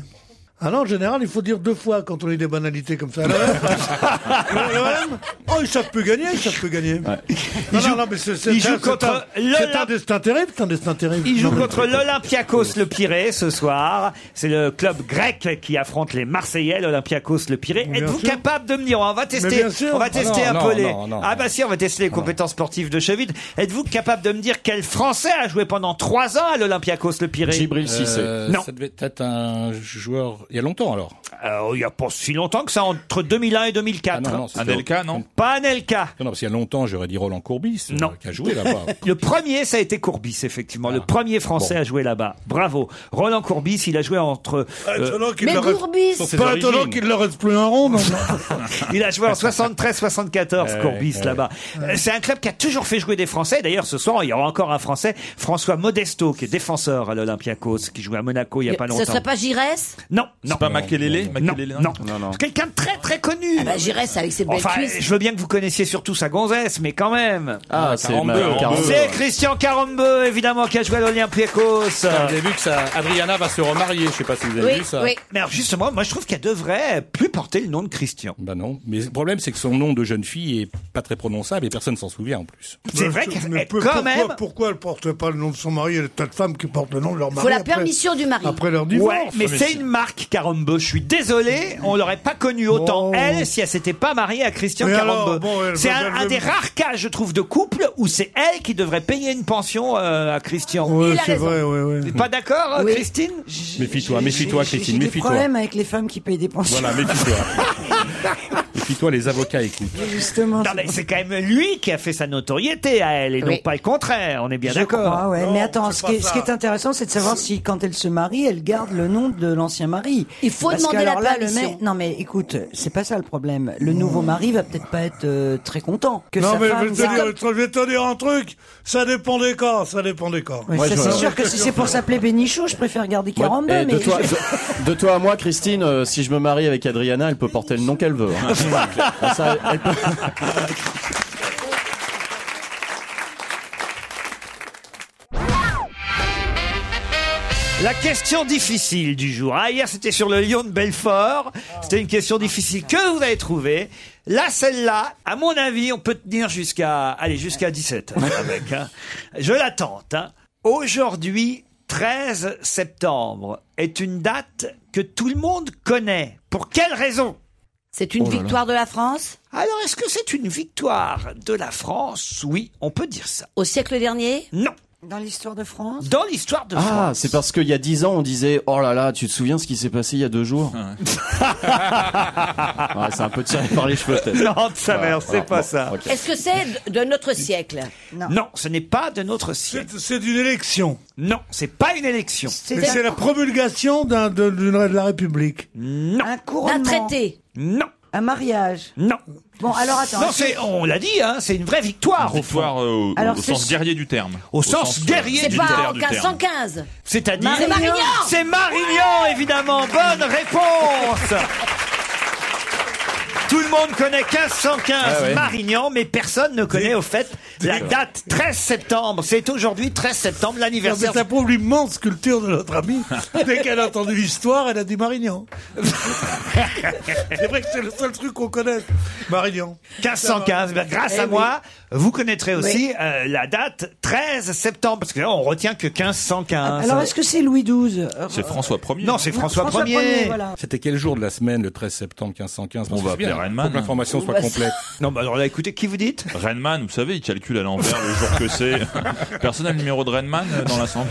Speaker 5: Ah non, en général, il faut dire deux fois quand on dit des banalités comme ça. L'OM, oh, ils savent plus gagner, ils savent plus gagner. Non, non, non, mais c'est c'est-
Speaker 3: ils
Speaker 5: c'est-
Speaker 3: jouent
Speaker 5: c'est
Speaker 3: contre
Speaker 5: un-
Speaker 3: l'Olymp-
Speaker 5: C'est un destin terrible, c'est un destin terrible.
Speaker 3: Il joue
Speaker 5: Non, mais-
Speaker 3: contre l'Olympiakos le Pirée ce soir. C'est le club grec qui affronte les Marseillais, l'Olympiakos le Pirée.
Speaker 5: Bien
Speaker 3: Êtes-vous
Speaker 5: sûr.
Speaker 3: capable de me dire, on va
Speaker 5: Mais
Speaker 3: tester,
Speaker 5: bien sûr.
Speaker 3: on va
Speaker 5: Ah
Speaker 3: tester
Speaker 5: non,
Speaker 3: un
Speaker 5: non,
Speaker 3: peu les,
Speaker 5: non, non.
Speaker 3: ah bah si, on va tester les compétences sportives de Cheville. Êtes-vous capable de me dire quel Français a joué pendant trois ans à l'Olympiakos le Pirée
Speaker 4: Euh,
Speaker 3: Non.
Speaker 4: Ça devait être un joueur. Il y a longtemps alors.
Speaker 3: Euh, il y a pas si longtemps que ça, entre 2001 et 2004.
Speaker 4: Ah non, non, c'était- Anelka,
Speaker 3: non Pas Anelka.
Speaker 4: Non, non, parce qu'il y a longtemps, j'aurais dit Roland Courbis, euh, qui a joué là-bas.
Speaker 3: <laughs>
Speaker 4: Ah.
Speaker 3: Le premier, ça a été Courbis, effectivement. Le premier Français
Speaker 4: Bon.
Speaker 3: à jouer là-bas. Bravo. Roland Courbis, il a joué entre. euh,
Speaker 5: Pas étonnant qu'il
Speaker 3: Mais
Speaker 5: leur reste-
Speaker 3: Courbis
Speaker 5: Pas étonnant qu'il leur reste plus un rond. non, non. <laughs>
Speaker 3: Il a joué en 73-74,
Speaker 5: Ouais,
Speaker 3: Courbis,
Speaker 5: ouais.
Speaker 3: là-bas. Euh, C'est un club qui a toujours fait jouer des Français. D'ailleurs, ce soir, il y aura encore un Français, François Modesto, qui est défenseur à l'Olympiakos, qui joue à Monaco il n'y a pas longtemps.
Speaker 12: Ce serait pas Giresse
Speaker 3: Non, non.
Speaker 6: C'est pas Makelele Makelele,
Speaker 3: Non,
Speaker 6: non.
Speaker 3: non. Quelqu'un de très très connu.
Speaker 12: Ah bah, Giresse avec ses belles
Speaker 3: Enfin,
Speaker 12: cuisses.
Speaker 3: je veux bien que vous connaissiez surtout sa gonzesse, mais quand même.
Speaker 7: Ah, c'est 42, ma- 42.
Speaker 3: C'est Christian Carambeu, évidemment, qui a joué à l'Olympiakos.
Speaker 4: Vous avez vu que ça, Adriana va se remarier. Je sais pas si vous avez vu ça.
Speaker 3: Mais alors justement, moi je trouve qu'elle devrait plus porter le nom de Christian.
Speaker 4: Bah non. Mais le problème, c'est que son nom de jeune fille est pas très prononçable et personne s'en souvient en plus.
Speaker 3: C'est vrai
Speaker 5: Mais
Speaker 3: qu'elle
Speaker 5: peu-
Speaker 3: quand
Speaker 5: pourquoi,
Speaker 3: même.
Speaker 5: Pourquoi elle porte pas le nom de son mari Il y a des tas de femmes qui portent le nom de leur mari.
Speaker 12: Faut la
Speaker 5: après-
Speaker 12: permission du mari.
Speaker 5: Après leur divorce.
Speaker 3: Ouais, mais c'est une marque Carambeu. Je suis désolé, on l'aurait pas connue autant elle si elle s'était pas mariée à Christian
Speaker 5: Mais alors,
Speaker 3: Carambeu.
Speaker 5: bon, elle
Speaker 3: c'est
Speaker 5: va-
Speaker 3: un,
Speaker 5: elle
Speaker 3: un
Speaker 5: veut-
Speaker 3: des rares cas, je trouve, de couple où c'est elle qui devrait payer une pension euh, à Christian.
Speaker 5: Ouais, Il a c'est raison. vrai, ouais, ouais.
Speaker 3: T'es Pas d'accord,
Speaker 10: Oui.
Speaker 3: Christine
Speaker 4: Méfie-toi, méfie-toi, Christine,
Speaker 10: J'ai des
Speaker 4: méfie-toi.
Speaker 10: problèmes avec les femmes qui payent des pensions.
Speaker 4: Voilà, méfie-toi. méfie-toi, les avocats écoutent.
Speaker 3: <laughs>
Speaker 10: Justement.
Speaker 3: Non, mais c'est quand même lui qui a fait sa notoriété à elle et non
Speaker 10: Oui.
Speaker 3: pas le contraire. On est bien
Speaker 10: Je
Speaker 3: d'accord.
Speaker 10: comprends, ouais. mais attends, ce qui, est, ce qui est intéressant, c'est de savoir si quand elle se marie, elle garde le nom de l'ancien mari.
Speaker 12: Il faut demander
Speaker 10: que,
Speaker 12: la
Speaker 10: alors là, le
Speaker 12: permission.
Speaker 10: mec- non mais écoute, c'est pas ça le problème. Le nouveau mari va peut-être pas être euh, très content que
Speaker 5: non,
Speaker 10: sa
Speaker 5: mais
Speaker 10: femme.
Speaker 5: je, vais te dire, je vais te dire un truc. Ça dépend des cas, ça dépend des cas.
Speaker 10: Ouais, ça, c'est sûr que si c'est pour s'appeler Bénichou, je préfère garder
Speaker 7: Moi,
Speaker 10: Caramba.
Speaker 7: eh, de,
Speaker 10: mais
Speaker 7: toi, de, de toi à moi, Christine, euh, si je me marie avec Adriana, elle peut porter le nom qu'elle veut. hein.
Speaker 4: <laughs>
Speaker 7: Ça, elle peut-
Speaker 3: La question difficile du jour. Ah, hier, c'était sur le lion de Belfort. C'était une question difficile que vous avez trouvée. Là, celle-là, à mon avis, on peut tenir jusqu'à, allez, jusqu'à
Speaker 7: <laughs>
Speaker 3: 17 heures avec. hein. Je la tente. hein. Aujourd'hui, 13 septembre, est une date que tout le monde connaît. Pour quelle raison
Speaker 12: C'est une
Speaker 3: Oh là là.
Speaker 12: victoire de la France
Speaker 3: Alors, est-ce que c'est une victoire de la France Oui, on peut dire ça.
Speaker 12: Au siècle dernier
Speaker 3: Non.
Speaker 10: Dans l'histoire de France
Speaker 3: Dans l'histoire de
Speaker 7: Ah,
Speaker 3: France.
Speaker 7: c'est parce qu'il y a dix ans, on disait Oh là là, tu te souviens ce qui s'est passé il y a deux jours Ouais, C'est un peu tiré par les cheveux, peut-être.
Speaker 3: <laughs> Non, de sa
Speaker 7: Voilà,
Speaker 3: mère, c'est
Speaker 7: voilà,
Speaker 3: pas
Speaker 7: bon,
Speaker 3: ça.
Speaker 7: ok.
Speaker 12: Est-ce que c'est de- de notre siècle
Speaker 3: Non, ce n'est pas de notre siècle.
Speaker 5: C'est d'une élection.
Speaker 3: Non, c'est pas une élection.
Speaker 5: Mais c'est la promulgation d'un- de, d'une- de la République.
Speaker 3: Non.
Speaker 10: Un couronnement.
Speaker 12: traité.
Speaker 3: Non.
Speaker 10: Un mariage.
Speaker 3: Non.
Speaker 10: Bon, alors attends.
Speaker 3: Non, c'est, on l'a dit, hein, c'est une vraie victoire au fond.
Speaker 6: Victoire euh, au, au
Speaker 3: Alors, c'est-
Speaker 6: sens guerrier du terme. euh,
Speaker 3: Au, sens, guerrier
Speaker 12: C'est
Speaker 3: du
Speaker 12: pas
Speaker 3: terme.
Speaker 12: en 1515.
Speaker 3: C'est-à-dire
Speaker 12: C'est Marignan
Speaker 3: C'est Marignan, évidemment. Bonne réponse. Tout le monde connaît 1515
Speaker 14: Ah ouais.
Speaker 3: Marignan, mais personne ne connaît au fait la date 13 septembre. C'est aujourd'hui 13 septembre l'anniversaire.
Speaker 5: Non, mais ça prouve l'immense culture de notre amie. <laughs> Dès qu'elle a entendu l'histoire, elle a dit Marignan. c'est vrai que c'est le seul truc qu'on connaîsse. Marignan.
Speaker 3: 1515, ben, grâce
Speaker 5: Eh
Speaker 3: à
Speaker 5: oui.
Speaker 3: moi, <laughs> vous connaîtrez aussi
Speaker 5: Oui.
Speaker 3: euh, la date 13 septembre, parce que là, on retient que 1515.
Speaker 10: Alors, est-ce que c'est Louis XII
Speaker 3: C'est François Ier. Non, c'est François,
Speaker 10: François Ier,
Speaker 3: Ier.
Speaker 10: voilà.
Speaker 4: C'était quel jour de la semaine, le 13 septembre 1515
Speaker 6: On va appeler Renman.
Speaker 4: Pour que l'information soit
Speaker 6: Bah, <laughs>
Speaker 4: complète.
Speaker 3: Non, bah alors là, écoutez, qui vous dites
Speaker 6: Renman, vous savez, il calcule à l'envers le jour que c'est. Personne n'a le numéro de Renman euh, dans l'ensemble.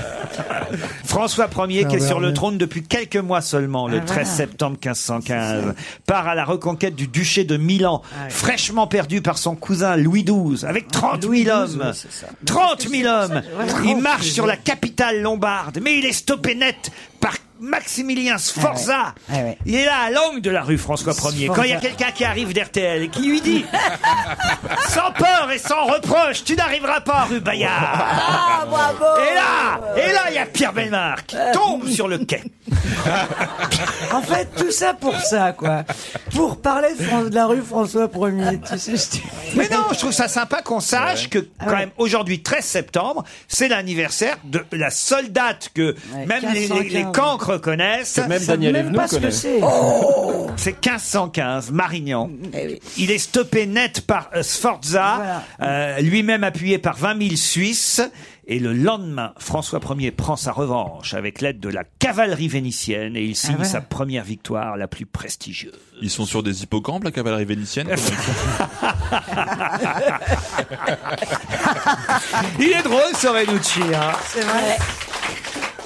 Speaker 3: François Ier, qui est
Speaker 6: Ah,
Speaker 3: sur le
Speaker 6: Bernard.
Speaker 3: trône depuis quelques mois seulement, le
Speaker 6: Ah,
Speaker 3: 13
Speaker 6: voilà.
Speaker 3: septembre 1515, part à la reconquête du duché de Milan,
Speaker 10: Ah,
Speaker 3: fraîchement perdu par son cousin Louis XII, avec 30
Speaker 10: Louis
Speaker 3: 000
Speaker 10: XII,
Speaker 3: hommes.
Speaker 10: oui, c'est ça.
Speaker 3: 30 000 hommes
Speaker 10: voilà.
Speaker 3: Il
Speaker 10: 30
Speaker 3: marche
Speaker 10: 000.
Speaker 3: sur la capitale lombarde, mais il est stoppé net par Maximilien Sforza.
Speaker 10: Ah ouais. Ah ouais.
Speaker 3: Il est là à l'angle de la rue François Ier. Quand il y a
Speaker 10: Sforza.
Speaker 3: quelqu'un qui arrive d'RTL et qui lui dit sans peur et sans reproche, tu n'arriveras pas, rue Bayard. Et là, et là, il y a Pierre Belmar qui tombe sur le quai.
Speaker 10: En fait, tout ça pour ça, quoi. Pour parler de, Fran- de la rue François 1er, tu sais, je te-
Speaker 3: Mais non, je trouve ça sympa qu'on sache que
Speaker 10: Ah
Speaker 3: quand même aujourd'hui 13 septembre, c'est l'anniversaire de la seule date que même les, les, les
Speaker 10: 1515.
Speaker 3: cancres connaissent.
Speaker 10: Que même Ils savent Daniel même Evno pas ce que connaît. c'est. Mm,
Speaker 3: Oh C'est 1515, Marignan.
Speaker 10: eh
Speaker 3: Il est stoppé net par euh, Sforza, euh, lui-même appuyé par 20 000 Suisses. Et le lendemain, François Ier prend sa revanche avec l'aide de la cavalerie vénitienne et il
Speaker 10: Ah
Speaker 3: signe
Speaker 6: voilà.
Speaker 3: sa première victoire la plus
Speaker 10: <laughs>
Speaker 3: prestigieuse.
Speaker 6: Ils sont sur des hippocampes, la cavalerie vénitienne.
Speaker 3: Il est drôle, ce Renucci. hein.
Speaker 10: C'est vrai.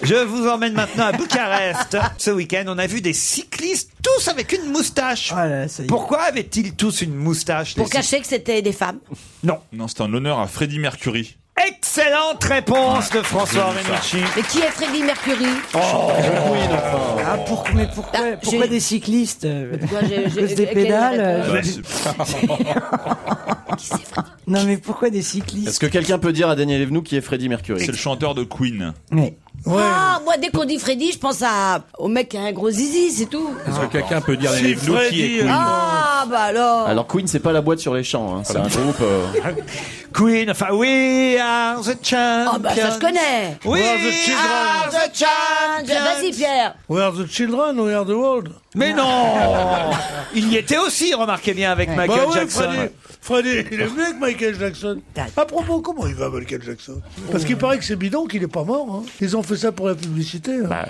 Speaker 3: Je vous emmène maintenant à Bucarest.
Speaker 10: <laughs>
Speaker 3: Ce week-end, on a vu des cyclistes tous avec une moustache.
Speaker 10: Ah
Speaker 3: Pourquoi avaient-ils tous une moustache les
Speaker 8: Pour cacher que c'était des femmes.
Speaker 3: <laughs> Non.
Speaker 6: Non, c'est un honneur à Freddie Mercury.
Speaker 3: cyclistes Excellente réponse de François Oh.
Speaker 6: J'aime ça.
Speaker 3: Renucci.
Speaker 8: Mais qui est Freddie Mercury
Speaker 10: Ah, pour- mais pourquoi, pourquoi des cyclistes euh,
Speaker 8: pourquoi j'ai-
Speaker 10: à
Speaker 8: j'ai-
Speaker 10: cause
Speaker 8: j'ai-
Speaker 10: des
Speaker 8: quelle est la
Speaker 10: pédales euh,
Speaker 7: réponse
Speaker 10: j'ai-
Speaker 8: <laughs>
Speaker 10: Non, mais pourquoi des cyclistes
Speaker 7: Est-ce que quelqu'un peut dire à Daniel Evenou qui est Freddie Mercury
Speaker 6: C'est le chanteur de Queen.
Speaker 8: Ah, moi, dès qu'on dit Freddy, je pense à... au mec qui a un gros zizi, c'est tout.
Speaker 4: Est-ce que quelqu'un peut dire à
Speaker 7: C'est
Speaker 4: Daniel Evenou qui
Speaker 7: Freddie,
Speaker 4: est Queen
Speaker 8: Ah, bah alors.
Speaker 7: Alors Queen, c'est pas la boîte sur les champs, hein, c'est un groupe.
Speaker 4: <laughs>
Speaker 7: euh,
Speaker 3: Queen, enfin, ah. we are the Ah. champions.
Speaker 8: Ah, bah ça, je connais.
Speaker 3: We
Speaker 5: Well, the children.
Speaker 8: are the champions. Vas-y, Pierre.
Speaker 5: We are the children, we are the world.
Speaker 3: Mais non Il y était aussi, remarquez bien, avec Michael
Speaker 5: Bah ouais,
Speaker 3: Jackson.
Speaker 5: Freddy, Freddy, il est venu avec Michael Jackson. À propos, comment il va Michael Jackson Parce
Speaker 3: Oh.
Speaker 5: qu'il paraît que c'est bidon qu'il est pas mort. hein. Ils ont fait ça pour la publicité. hein.
Speaker 7: bah,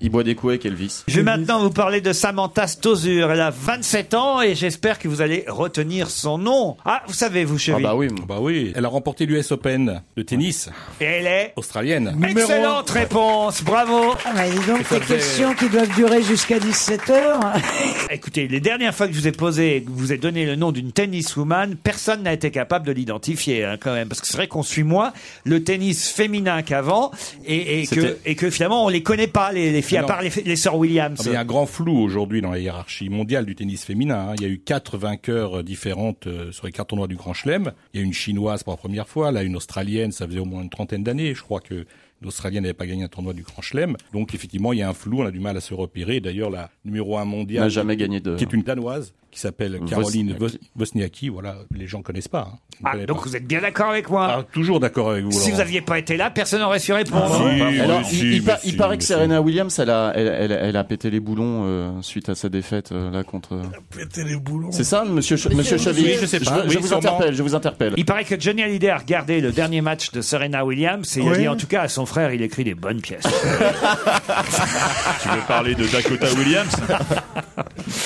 Speaker 7: il boit des coups avec Elvis.
Speaker 3: Je vais maintenant vous parler de Samantha Stosur. Elle a 27 ans et j'espère que vous allez retenir son nom. Ah, vous savez, vous, chérie.
Speaker 4: oui. Bah oui. Elle a remporté l'US Open de tennis.
Speaker 3: Et elle est
Speaker 4: australienne.
Speaker 3: Excellente réponse, bravo.
Speaker 10: Ah, bah, dis donc,
Speaker 3: Ça
Speaker 10: ces
Speaker 3: faisait-
Speaker 10: questions qui doivent durer jusqu'à 17 heures.
Speaker 3: Écoutez, les dernières fois que je vous ai posé et que vous ai donné le nom d'une tenniswoman, personne n'a été capable de l'identifier hein, quand même. Parce que c'est vrai qu'on suit moins le tennis féminin qu'avant et, et que,
Speaker 4: C'était-
Speaker 3: et que finalement on les connaît pas, les, les filles, à
Speaker 4: Non.
Speaker 3: part les, les sœurs Williams.
Speaker 4: Ah, mais Il y a un grand flou aujourd'hui dans la hiérarchie mondiale du tennis féminin. hein. Il y a eu quatre vainqueurs euh, différentes euh, sur les quatre tournois du Grand Chelem. Il y a une chinoise pour la première fois, là une australienne, ça faisait au moins une trentaine d'années. Je crois que l'australienne n'avait pas gagné un tournoi du Grand Chelem. Donc effectivement, il y a un flou, on a du mal à se repérer. D'ailleurs, la numéro un mondiale
Speaker 7: N'a jamais gagné de-
Speaker 4: qui est une danoise qui s'appelle
Speaker 7: Vos-
Speaker 4: Caroline Vos- Wozniacki. Voilà, les gens connaissent pas. hein. Ils ne
Speaker 3: Ah,
Speaker 4: connaissent
Speaker 3: donc
Speaker 4: pas.
Speaker 3: vous êtes bien d'accord avec moi
Speaker 4: Ah, toujours d'accord avec vous.
Speaker 3: Si vous
Speaker 4: Laurent.
Speaker 3: n'aviez pas été là, personne n'aurait su répondre.
Speaker 7: Ah, Alors, il, il par- il paraît que
Speaker 4: si.
Speaker 7: Serena Williams, elle a, elle, elle- elle a pété les boulons euh, suite à sa défaite euh, là contre.
Speaker 5: Péter les boulons.
Speaker 7: C'est ça, Monsieur, Ch- monsieur Chaville. Ah, Je, vous interpelle. Je vous interpelle.
Speaker 3: Il paraît que Johnny Hallyday a regardé le dernier match de Serena Williams et il a
Speaker 7: Oui.
Speaker 3: dit en tout cas à son frère, il écrit des bonnes pièces.
Speaker 6: Tu veux parler de Dakota Williams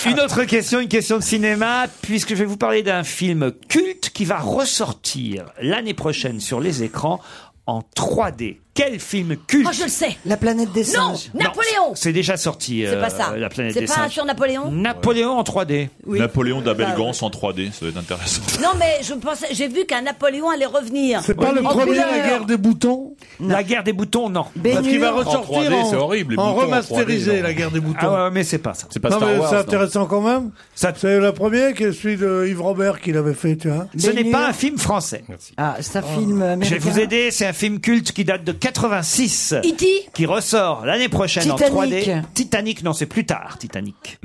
Speaker 3: une autre question, une question de cinéma, puisque je vais vous parler d'un film culte qui va ressortir l'année prochaine sur les écrans en 3D. Quel film culte
Speaker 8: Oh, je le sais.
Speaker 10: La planète des
Speaker 8: Non,
Speaker 10: singes.
Speaker 8: Napoléon.
Speaker 3: C'est déjà sorti.
Speaker 8: C'est
Speaker 3: euh,
Speaker 8: pas ça.
Speaker 3: La planète
Speaker 8: C'est
Speaker 3: des
Speaker 8: pas
Speaker 3: singes.
Speaker 8: sur Napoléon
Speaker 3: Napoléon en 3D.
Speaker 6: Napoléon d'Abelgance
Speaker 3: Bah,
Speaker 6: en 3D, ça doit être intéressant.
Speaker 8: Non, mais je pensais, j'ai vu qu'un Napoléon allait revenir.
Speaker 5: C'est pas le
Speaker 8: En
Speaker 5: premier,
Speaker 8: Oh, couleur.
Speaker 5: la guerre des boutons
Speaker 3: La guerre des boutons, non.
Speaker 5: Parce qu'il va ressortir en, en remasterisé, la guerre des boutons.
Speaker 3: Ah ouais, mais c'est pas ça.
Speaker 4: C'est
Speaker 5: non, mais
Speaker 7: hein.
Speaker 5: c'est intéressant quand même. C'est le premier qui est celui de Yves Robert qui l'avait fait, tu vois.
Speaker 3: Ce n'est pas un film français.
Speaker 10: Ah, c'est un film américain.
Speaker 3: Je vais vous aider, c'est un film culte qui date de 86
Speaker 8: E.T.
Speaker 3: qui ressort l'année prochaine en
Speaker 10: E Titanic.
Speaker 3: 3D. Titanic, non, c'est plus tard, Titanic.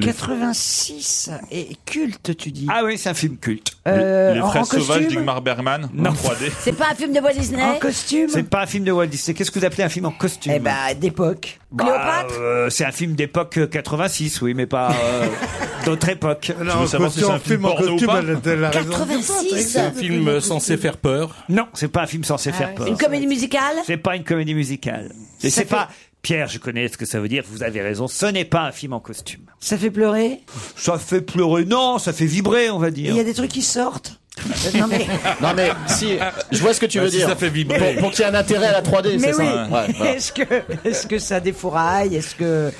Speaker 10: 86 et culte, tu dis.
Speaker 3: Ah oui, c'est un film culte.
Speaker 10: Euh,
Speaker 6: Les
Speaker 10: en- en
Speaker 6: fraises sauvages
Speaker 10: costume
Speaker 6: d'Igmar Bergman en 3D.
Speaker 8: C'est pas un film de Walt Disney
Speaker 3: C'est pas un film de Walt Disney. Qu'est-ce que vous appelez un film en costume Eh ben,
Speaker 10: d'époque.
Speaker 3: Cléopâtre C'est un film d'époque euh, 86, oui, mais pas
Speaker 10: <laughs>
Speaker 3: euh, d'autre époque.
Speaker 5: Non, veux savoir si c'est un film porno ou pas
Speaker 4: C'est un film euh, censé faire peur.
Speaker 3: Non, c'est pas un film
Speaker 10: Ah
Speaker 3: censé faire peur.
Speaker 8: Ah, Une comédie musicale
Speaker 3: C'est pas une comédie musicale. Et c'est pas. Pierre, je connais ce que ça veut dire, vous avez raison, ce n'est pas un film en costume.
Speaker 10: Ça fait pleurer
Speaker 3: Ça fait pleurer, non, ça fait vibrer, on va
Speaker 10: Et
Speaker 3: dire.
Speaker 10: Il y a des trucs qui sortent non mais...
Speaker 7: Non mais si, je vois ce que tu
Speaker 10: Bah,
Speaker 7: veux
Speaker 10: si
Speaker 7: dire.
Speaker 10: ça fait vibrer.
Speaker 7: Pour, pour qu'il y ait un intérêt à la 3D,
Speaker 10: mais
Speaker 7: c'est
Speaker 10: oui.
Speaker 7: ça. Ouais, voilà.
Speaker 10: <laughs> Est-ce que est-ce que ça défouraille
Speaker 7: <laughs>
Speaker 10: Est-ce que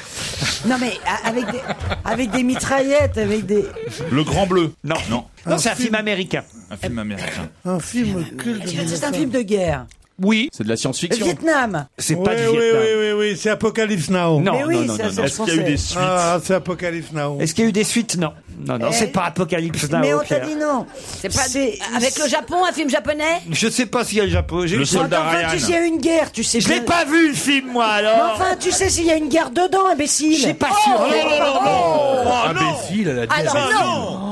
Speaker 10: non mais a- avec des, avec des mitraillettes, avec des
Speaker 6: Le Grand Bleu.
Speaker 3: Non, non. Non, c'est un film américain.
Speaker 6: Un film américain.
Speaker 10: un film C'est un film de guerre.
Speaker 3: Oui.
Speaker 7: C'est de la
Speaker 10: Le
Speaker 7: science-fiction.
Speaker 10: Vietnam.
Speaker 5: oui, Oui, oui, oui, oui, c'est Apocalypse Now.
Speaker 3: Non, Mais oui, non, non, c'est non, un non. Est-ce qu'il y a eu français. des suites
Speaker 5: Ah, c'est Apocalypse Now.
Speaker 3: Est-ce qu'il y a eu des suites Non. Non, non,
Speaker 5: Eh
Speaker 3: c'est pas Apocalypse Now.
Speaker 8: Mais on t'a
Speaker 3: Pierre.
Speaker 8: dit non. C'est pas avec le Japon, un film japonais
Speaker 3: Je sais pas s'il y a le Japon. J'ai
Speaker 6: Le
Speaker 3: vu ça.
Speaker 6: soldat
Speaker 10: Enfin, tu sais, il y a une guerre, tu sais.
Speaker 3: Je l'ai
Speaker 10: bien-
Speaker 3: pas vu le film, moi alors.
Speaker 10: Mais enfin, tu sais s'il y a une guerre dedans, imbécile. Je suis
Speaker 3: pas sûr.
Speaker 5: Oh, non, non, non, non. Oh, non.
Speaker 4: Imbécile, elle a dit.
Speaker 10: Alors,
Speaker 4: imbécile.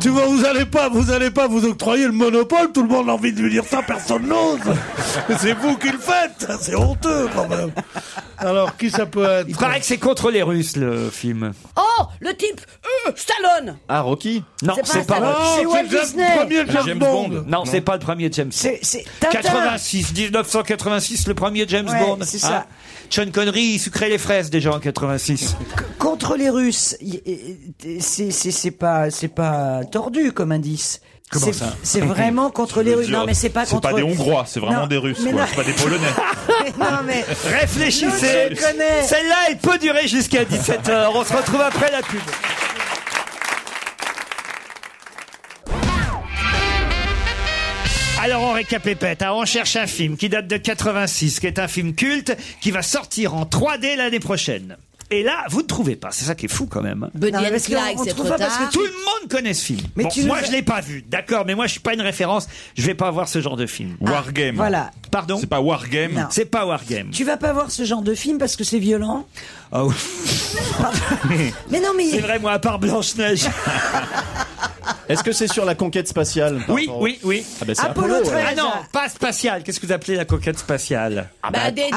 Speaker 5: Tu vois, vous allez pas, vous allez pas vous octroyer le monopole. Tout le monde a envie de lui dire ça, personne n'ose. Mais c'est vous qui le faites. C'est honteux quand même. Alors qui ça peut être
Speaker 3: Il paraît que c'est contre les Russes le film.
Speaker 8: Oh, le type euh, Stallone.
Speaker 7: Ah, Rocky
Speaker 3: Non,
Speaker 8: C'est pas
Speaker 3: c'est pas,
Speaker 8: ça.
Speaker 3: Rocky.
Speaker 8: C'est Walt C'est le James- Disney. premier
Speaker 3: Le
Speaker 8: James Bond.
Speaker 3: Non, c'est pas le premier James Bond.
Speaker 10: c'est
Speaker 3: 86, 1986, le premier James
Speaker 10: Ouais,
Speaker 3: Bond. hein.
Speaker 10: c'est ça.
Speaker 3: Sean Connery, il sucrait les fraises déjà en 86.
Speaker 10: Contre les Russes, y- y- y- c'est c'est- c'est pas c'est pas tordu comme indice.
Speaker 6: Comment
Speaker 10: C'est-
Speaker 6: ça
Speaker 10: C'est vraiment contre
Speaker 6: Je
Speaker 10: les
Speaker 6: veux
Speaker 10: Russes.
Speaker 6: dire,
Speaker 10: Non mais c'est pas
Speaker 6: C'est
Speaker 10: contre.
Speaker 6: pas des Hongrois, c'est vraiment
Speaker 10: Non,
Speaker 6: des Russes,
Speaker 10: mais
Speaker 6: quoi.
Speaker 10: non.
Speaker 6: C'est pas des Polonais.
Speaker 10: non mais.
Speaker 3: Réfléchissez.
Speaker 10: Non, je connais.
Speaker 3: Celle-là, elle peut durer jusqu'à 17h. On se retrouve après la pub. Alors on récapépète, hein. on cherche un film qui date de 86, qui est un film culte, qui va sortir en 3D l'année prochaine. Et là, vous ne trouvez pas, c'est ça qui est fou quand même. hein.
Speaker 8: Buddy
Speaker 10: Non, mais
Speaker 8: and
Speaker 10: parce qu'on-
Speaker 8: Clyde,
Speaker 10: on
Speaker 8: c'est
Speaker 10: trouve
Speaker 8: trop
Speaker 10: pas parce
Speaker 8: tard.
Speaker 10: que
Speaker 3: Tout le monde connaît ce film.
Speaker 10: Mais
Speaker 3: Bon,
Speaker 10: tu
Speaker 3: moi,
Speaker 10: nous as-
Speaker 3: je l'ai pas vu, d'accord, mais moi, je suis pas une référence. Je vais pas voir ce genre de film.
Speaker 6: Wargame.
Speaker 10: Ah, voilà.
Speaker 3: Pardon
Speaker 6: C'est pas Wargame.
Speaker 10: Non.
Speaker 3: C'est pas
Speaker 7: <laughs>
Speaker 3: Wargame.
Speaker 10: Tu vas pas voir ce genre de film parce que c'est violent.
Speaker 3: Ah oui.
Speaker 10: Mais non mais.
Speaker 3: C'est vrai, moi, à part Blanche-Neige.
Speaker 7: Est-ce que c'est sur la conquête spatiale par
Speaker 3: Oui,
Speaker 7: rapport au-
Speaker 3: oui, oui.
Speaker 7: Ah ben, c'est Apollo, Apollo, ouais.
Speaker 3: Ah non, pas spatial. Qu'est-ce que vous appelez la conquête spatiale
Speaker 10: Ah
Speaker 8: Bah, des, des-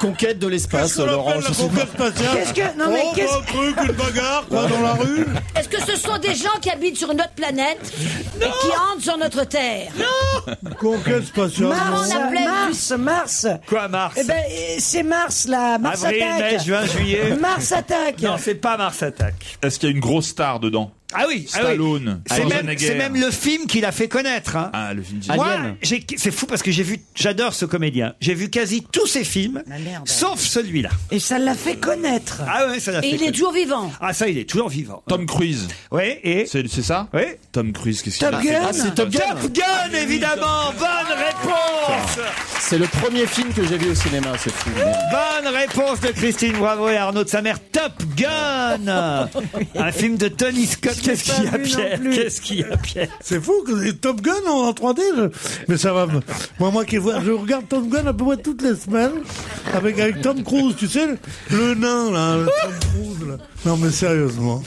Speaker 7: Conquête de l'espace, Laurent. je sais pas.
Speaker 10: Qu'est-ce que non mais
Speaker 5: Oh,
Speaker 10: qu'est-ce
Speaker 5: bah, un truc, une bagarre, quoi, dans la rue
Speaker 8: Est-ce que ce sont des gens qui habitent sur notre planète et qui hantent sur notre Terre
Speaker 5: Conquête spatiale.
Speaker 10: Mars,
Speaker 8: on appelait-
Speaker 10: Mars, Mars.
Speaker 3: Quoi, Mars
Speaker 10: Eh ben euh, c'est Mars là. Mars
Speaker 3: Avril,
Speaker 10: attaque.
Speaker 3: mai, juin, juillet.
Speaker 10: Mars attaque.
Speaker 3: Non, c'est pas Mars Attack.
Speaker 6: Est-ce qu'il y a une grosse star dedans
Speaker 3: Ah oui, ah oui.
Speaker 6: Stallone.
Speaker 3: C'est même,
Speaker 6: Schwarzenegger.
Speaker 3: c'est même le film qui l'a fait connaître. hein.
Speaker 6: Ah, le film de-
Speaker 3: Moi,
Speaker 7: Alien.
Speaker 3: j'ai- c'est fou parce que j'ai vu, j'adore ce comédien. J'ai vu quasi tous ses films,
Speaker 10: Ah, merde.
Speaker 3: sauf celui-là.
Speaker 10: Et ça l'a fait connaître.
Speaker 3: Ah ouais, ça l'a
Speaker 8: Et
Speaker 3: fait
Speaker 8: il est
Speaker 3: connaître.
Speaker 8: toujours vivant.
Speaker 3: Ah ça, il est toujours vivant.
Speaker 6: Tom Cruise.
Speaker 3: Ouais, et
Speaker 6: C'est c'est ça
Speaker 3: ouais.
Speaker 6: Tom Cruise, qu'est-ce qu'il
Speaker 10: Top
Speaker 6: a
Speaker 10: Gun
Speaker 6: fait
Speaker 7: Ah, c'est Top Gun.
Speaker 3: Top Gun, évidemment. Bonne réponse.
Speaker 7: C'est le premier film que j'ai vu au cinéma, c'est fou.
Speaker 3: Bonne réponse de Christine Bravo et Arnaud de sa mère. Top Gun Un film de Tony Scott. Qu'est-ce qu'il y a,
Speaker 5: pas vu non
Speaker 3: Pierre
Speaker 5: plus.
Speaker 3: Qu'est-ce qu'il y a, Pierre
Speaker 5: C'est fou que les Top Gun en en 3D. je- Mais ça va. me- Moi, moi qui vois, je regarde Top Gun à peu près toutes les semaines avec, avec Tom Cruise, tu sais, le, le nain là, le Tom Cruise. là. Non mais sérieusement.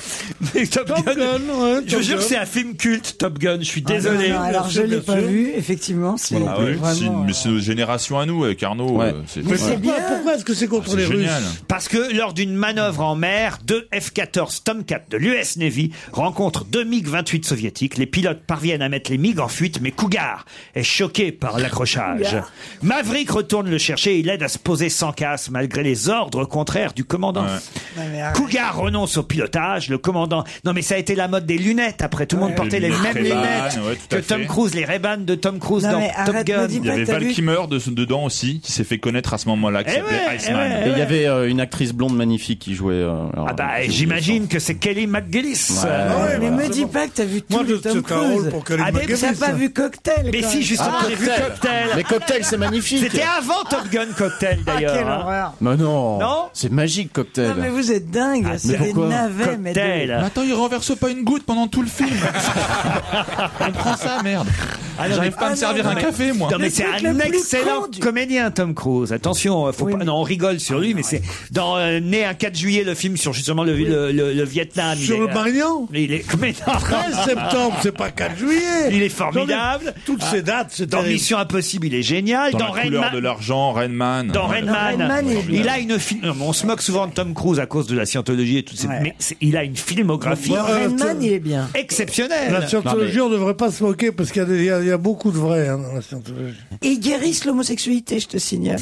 Speaker 3: Mais Top,
Speaker 5: Top
Speaker 3: Gun,
Speaker 5: Gun, ouais,
Speaker 3: Je
Speaker 5: Top
Speaker 3: jure que
Speaker 5: Gun.
Speaker 3: c'est un film culte, Top Gun. Je suis
Speaker 10: Ah,
Speaker 3: désolé.
Speaker 10: non, non, alors je
Speaker 5: Bien
Speaker 10: l'ai
Speaker 5: sûr,
Speaker 10: pas
Speaker 5: bien sûr.
Speaker 10: vu, effectivement. C'est
Speaker 6: Ah ouais,
Speaker 10: vraiment,
Speaker 6: c'est une- mais c'est notre génération à nous, avec Arnaud. euh, c'est-
Speaker 5: Mais
Speaker 6: voilà.
Speaker 5: pourquoi, pourquoi est-ce que c'est contre
Speaker 6: C'est
Speaker 5: les
Speaker 6: génial.
Speaker 5: Russes
Speaker 3: Parce que lors d'une manœuvre en mer, deux F-14 Tomcat de l'US Navy rencontrent deux MiG-28 soviétiques. Les pilotes parviennent à mettre les MiG en fuite, mais Cougar est choqué
Speaker 10: <laughs>
Speaker 3: par l'accrochage. Maverick retourne le chercher et il l'aide à se poser sans casse, malgré les ordres contraires du commandant.
Speaker 10: euh, ouais, mais arrête.
Speaker 3: Cougar renonce au pilotage, le commandant. Non, mais ça a été la mode des lunettes. Après, tout le monde portait les
Speaker 6: Les
Speaker 3: mêmes
Speaker 6: Ray-Ban,
Speaker 3: lunettes
Speaker 6: ouais, tout
Speaker 3: que
Speaker 6: à
Speaker 3: Tom
Speaker 6: fait.
Speaker 3: Cruise, les Ray-Ban de Tom Cruise
Speaker 10: Non,
Speaker 3: dans
Speaker 10: mais
Speaker 3: Top
Speaker 10: arrête,
Speaker 3: Gun.
Speaker 10: me dis
Speaker 6: Il y avait
Speaker 10: T'as
Speaker 6: Val
Speaker 10: vu
Speaker 6: Kimmer de- dedans aussi, qui s'est fait connaître à ce moment-là, qui
Speaker 3: Eh
Speaker 6: s'appelait
Speaker 3: ouais, eh ouais,
Speaker 6: Iceman.
Speaker 7: Et il y avait euh, une actrice blonde magnifique qui jouait. euh, alors,
Speaker 3: Ah bah,
Speaker 7: j'ai oublié
Speaker 3: j'imagine que c'est Kelly McGillis.
Speaker 7: Ouais.
Speaker 5: Ah ouais,
Speaker 10: Mais
Speaker 5: voilà.
Speaker 10: me dis pas que t'as vu tout
Speaker 5: Moi, je
Speaker 10: le Tom
Speaker 5: c'est un rôle
Speaker 10: Cruise.
Speaker 5: pour Colin
Speaker 3: Ah, mais
Speaker 5: McGuinness.
Speaker 10: T'as pas vu Cocktail
Speaker 3: Mais
Speaker 10: quand
Speaker 3: si,
Speaker 10: même.
Speaker 7: son-
Speaker 3: justement,
Speaker 7: Ah,
Speaker 3: j'ai vu
Speaker 7: Cocktail.
Speaker 3: Cocktail.
Speaker 7: Mais Cocktail, c'est magnifique.
Speaker 3: C'était avant Top Gun Cocktail
Speaker 10: Ah,
Speaker 3: d'ailleurs.
Speaker 10: quelle
Speaker 3: hein.
Speaker 10: horreur
Speaker 7: Mais non,
Speaker 3: Non
Speaker 7: c'est magique Cocktail.
Speaker 10: Non
Speaker 3: Ah,
Speaker 10: mais vous êtes dingue,
Speaker 7: Ah, mais
Speaker 10: c'est des
Speaker 7: pourquoi
Speaker 10: navets, mais de-
Speaker 3: Cocktail.
Speaker 6: Mais attends, il renverse pas une goutte pendant tout le film. <laughs> On prend ça, merde.
Speaker 3: non,
Speaker 6: J'arrive
Speaker 3: mais-
Speaker 5: Ah
Speaker 3: Ah,
Speaker 6: pas à me servir un café, moi.
Speaker 3: Non mais
Speaker 10: Le
Speaker 3: c'est
Speaker 10: truc le
Speaker 3: un
Speaker 10: plus
Speaker 3: excellent comédien, Tom Cruise. Attention, euh, faut pas... non, on rigole sur lui, mais
Speaker 5: Ah
Speaker 3: c'est dans euh, Né un 4 juillet, le film sur justement le, le, le- le Vietnam. euh,
Speaker 5: Sur le Marignan
Speaker 3: Il est. Mais
Speaker 5: <laughs>
Speaker 3: non.
Speaker 5: 13 septembre, c'est pas 4 juillet.
Speaker 3: Il est formidable.
Speaker 5: Toutes
Speaker 3: Ah,
Speaker 5: ces dates, c'est
Speaker 3: Dans
Speaker 5: terrible.
Speaker 3: Mission Impossible, il est génial.
Speaker 6: Dans,
Speaker 3: Dans,
Speaker 6: la
Speaker 3: Rain
Speaker 6: couleur
Speaker 3: Man-
Speaker 6: de l'argent, Rain Man.
Speaker 3: Dans
Speaker 6: Ouais.
Speaker 3: Rain Man, il a une film. On se moque souvent de Tom Cruise à cause de la scientologie et tout ça, mais c'est- il a une filmographie
Speaker 5: Moi, euh, Rain Man, il est
Speaker 10: bien.
Speaker 3: exceptionnelle.
Speaker 5: La
Speaker 3: <laughs>
Speaker 5: scientologie, on ne devrait pas se moquer parce qu'il y a des- il y, a- il y a beaucoup de vrais hein, dans la scientologie.
Speaker 10: Ils guérissent l'homosexualité, je te signale.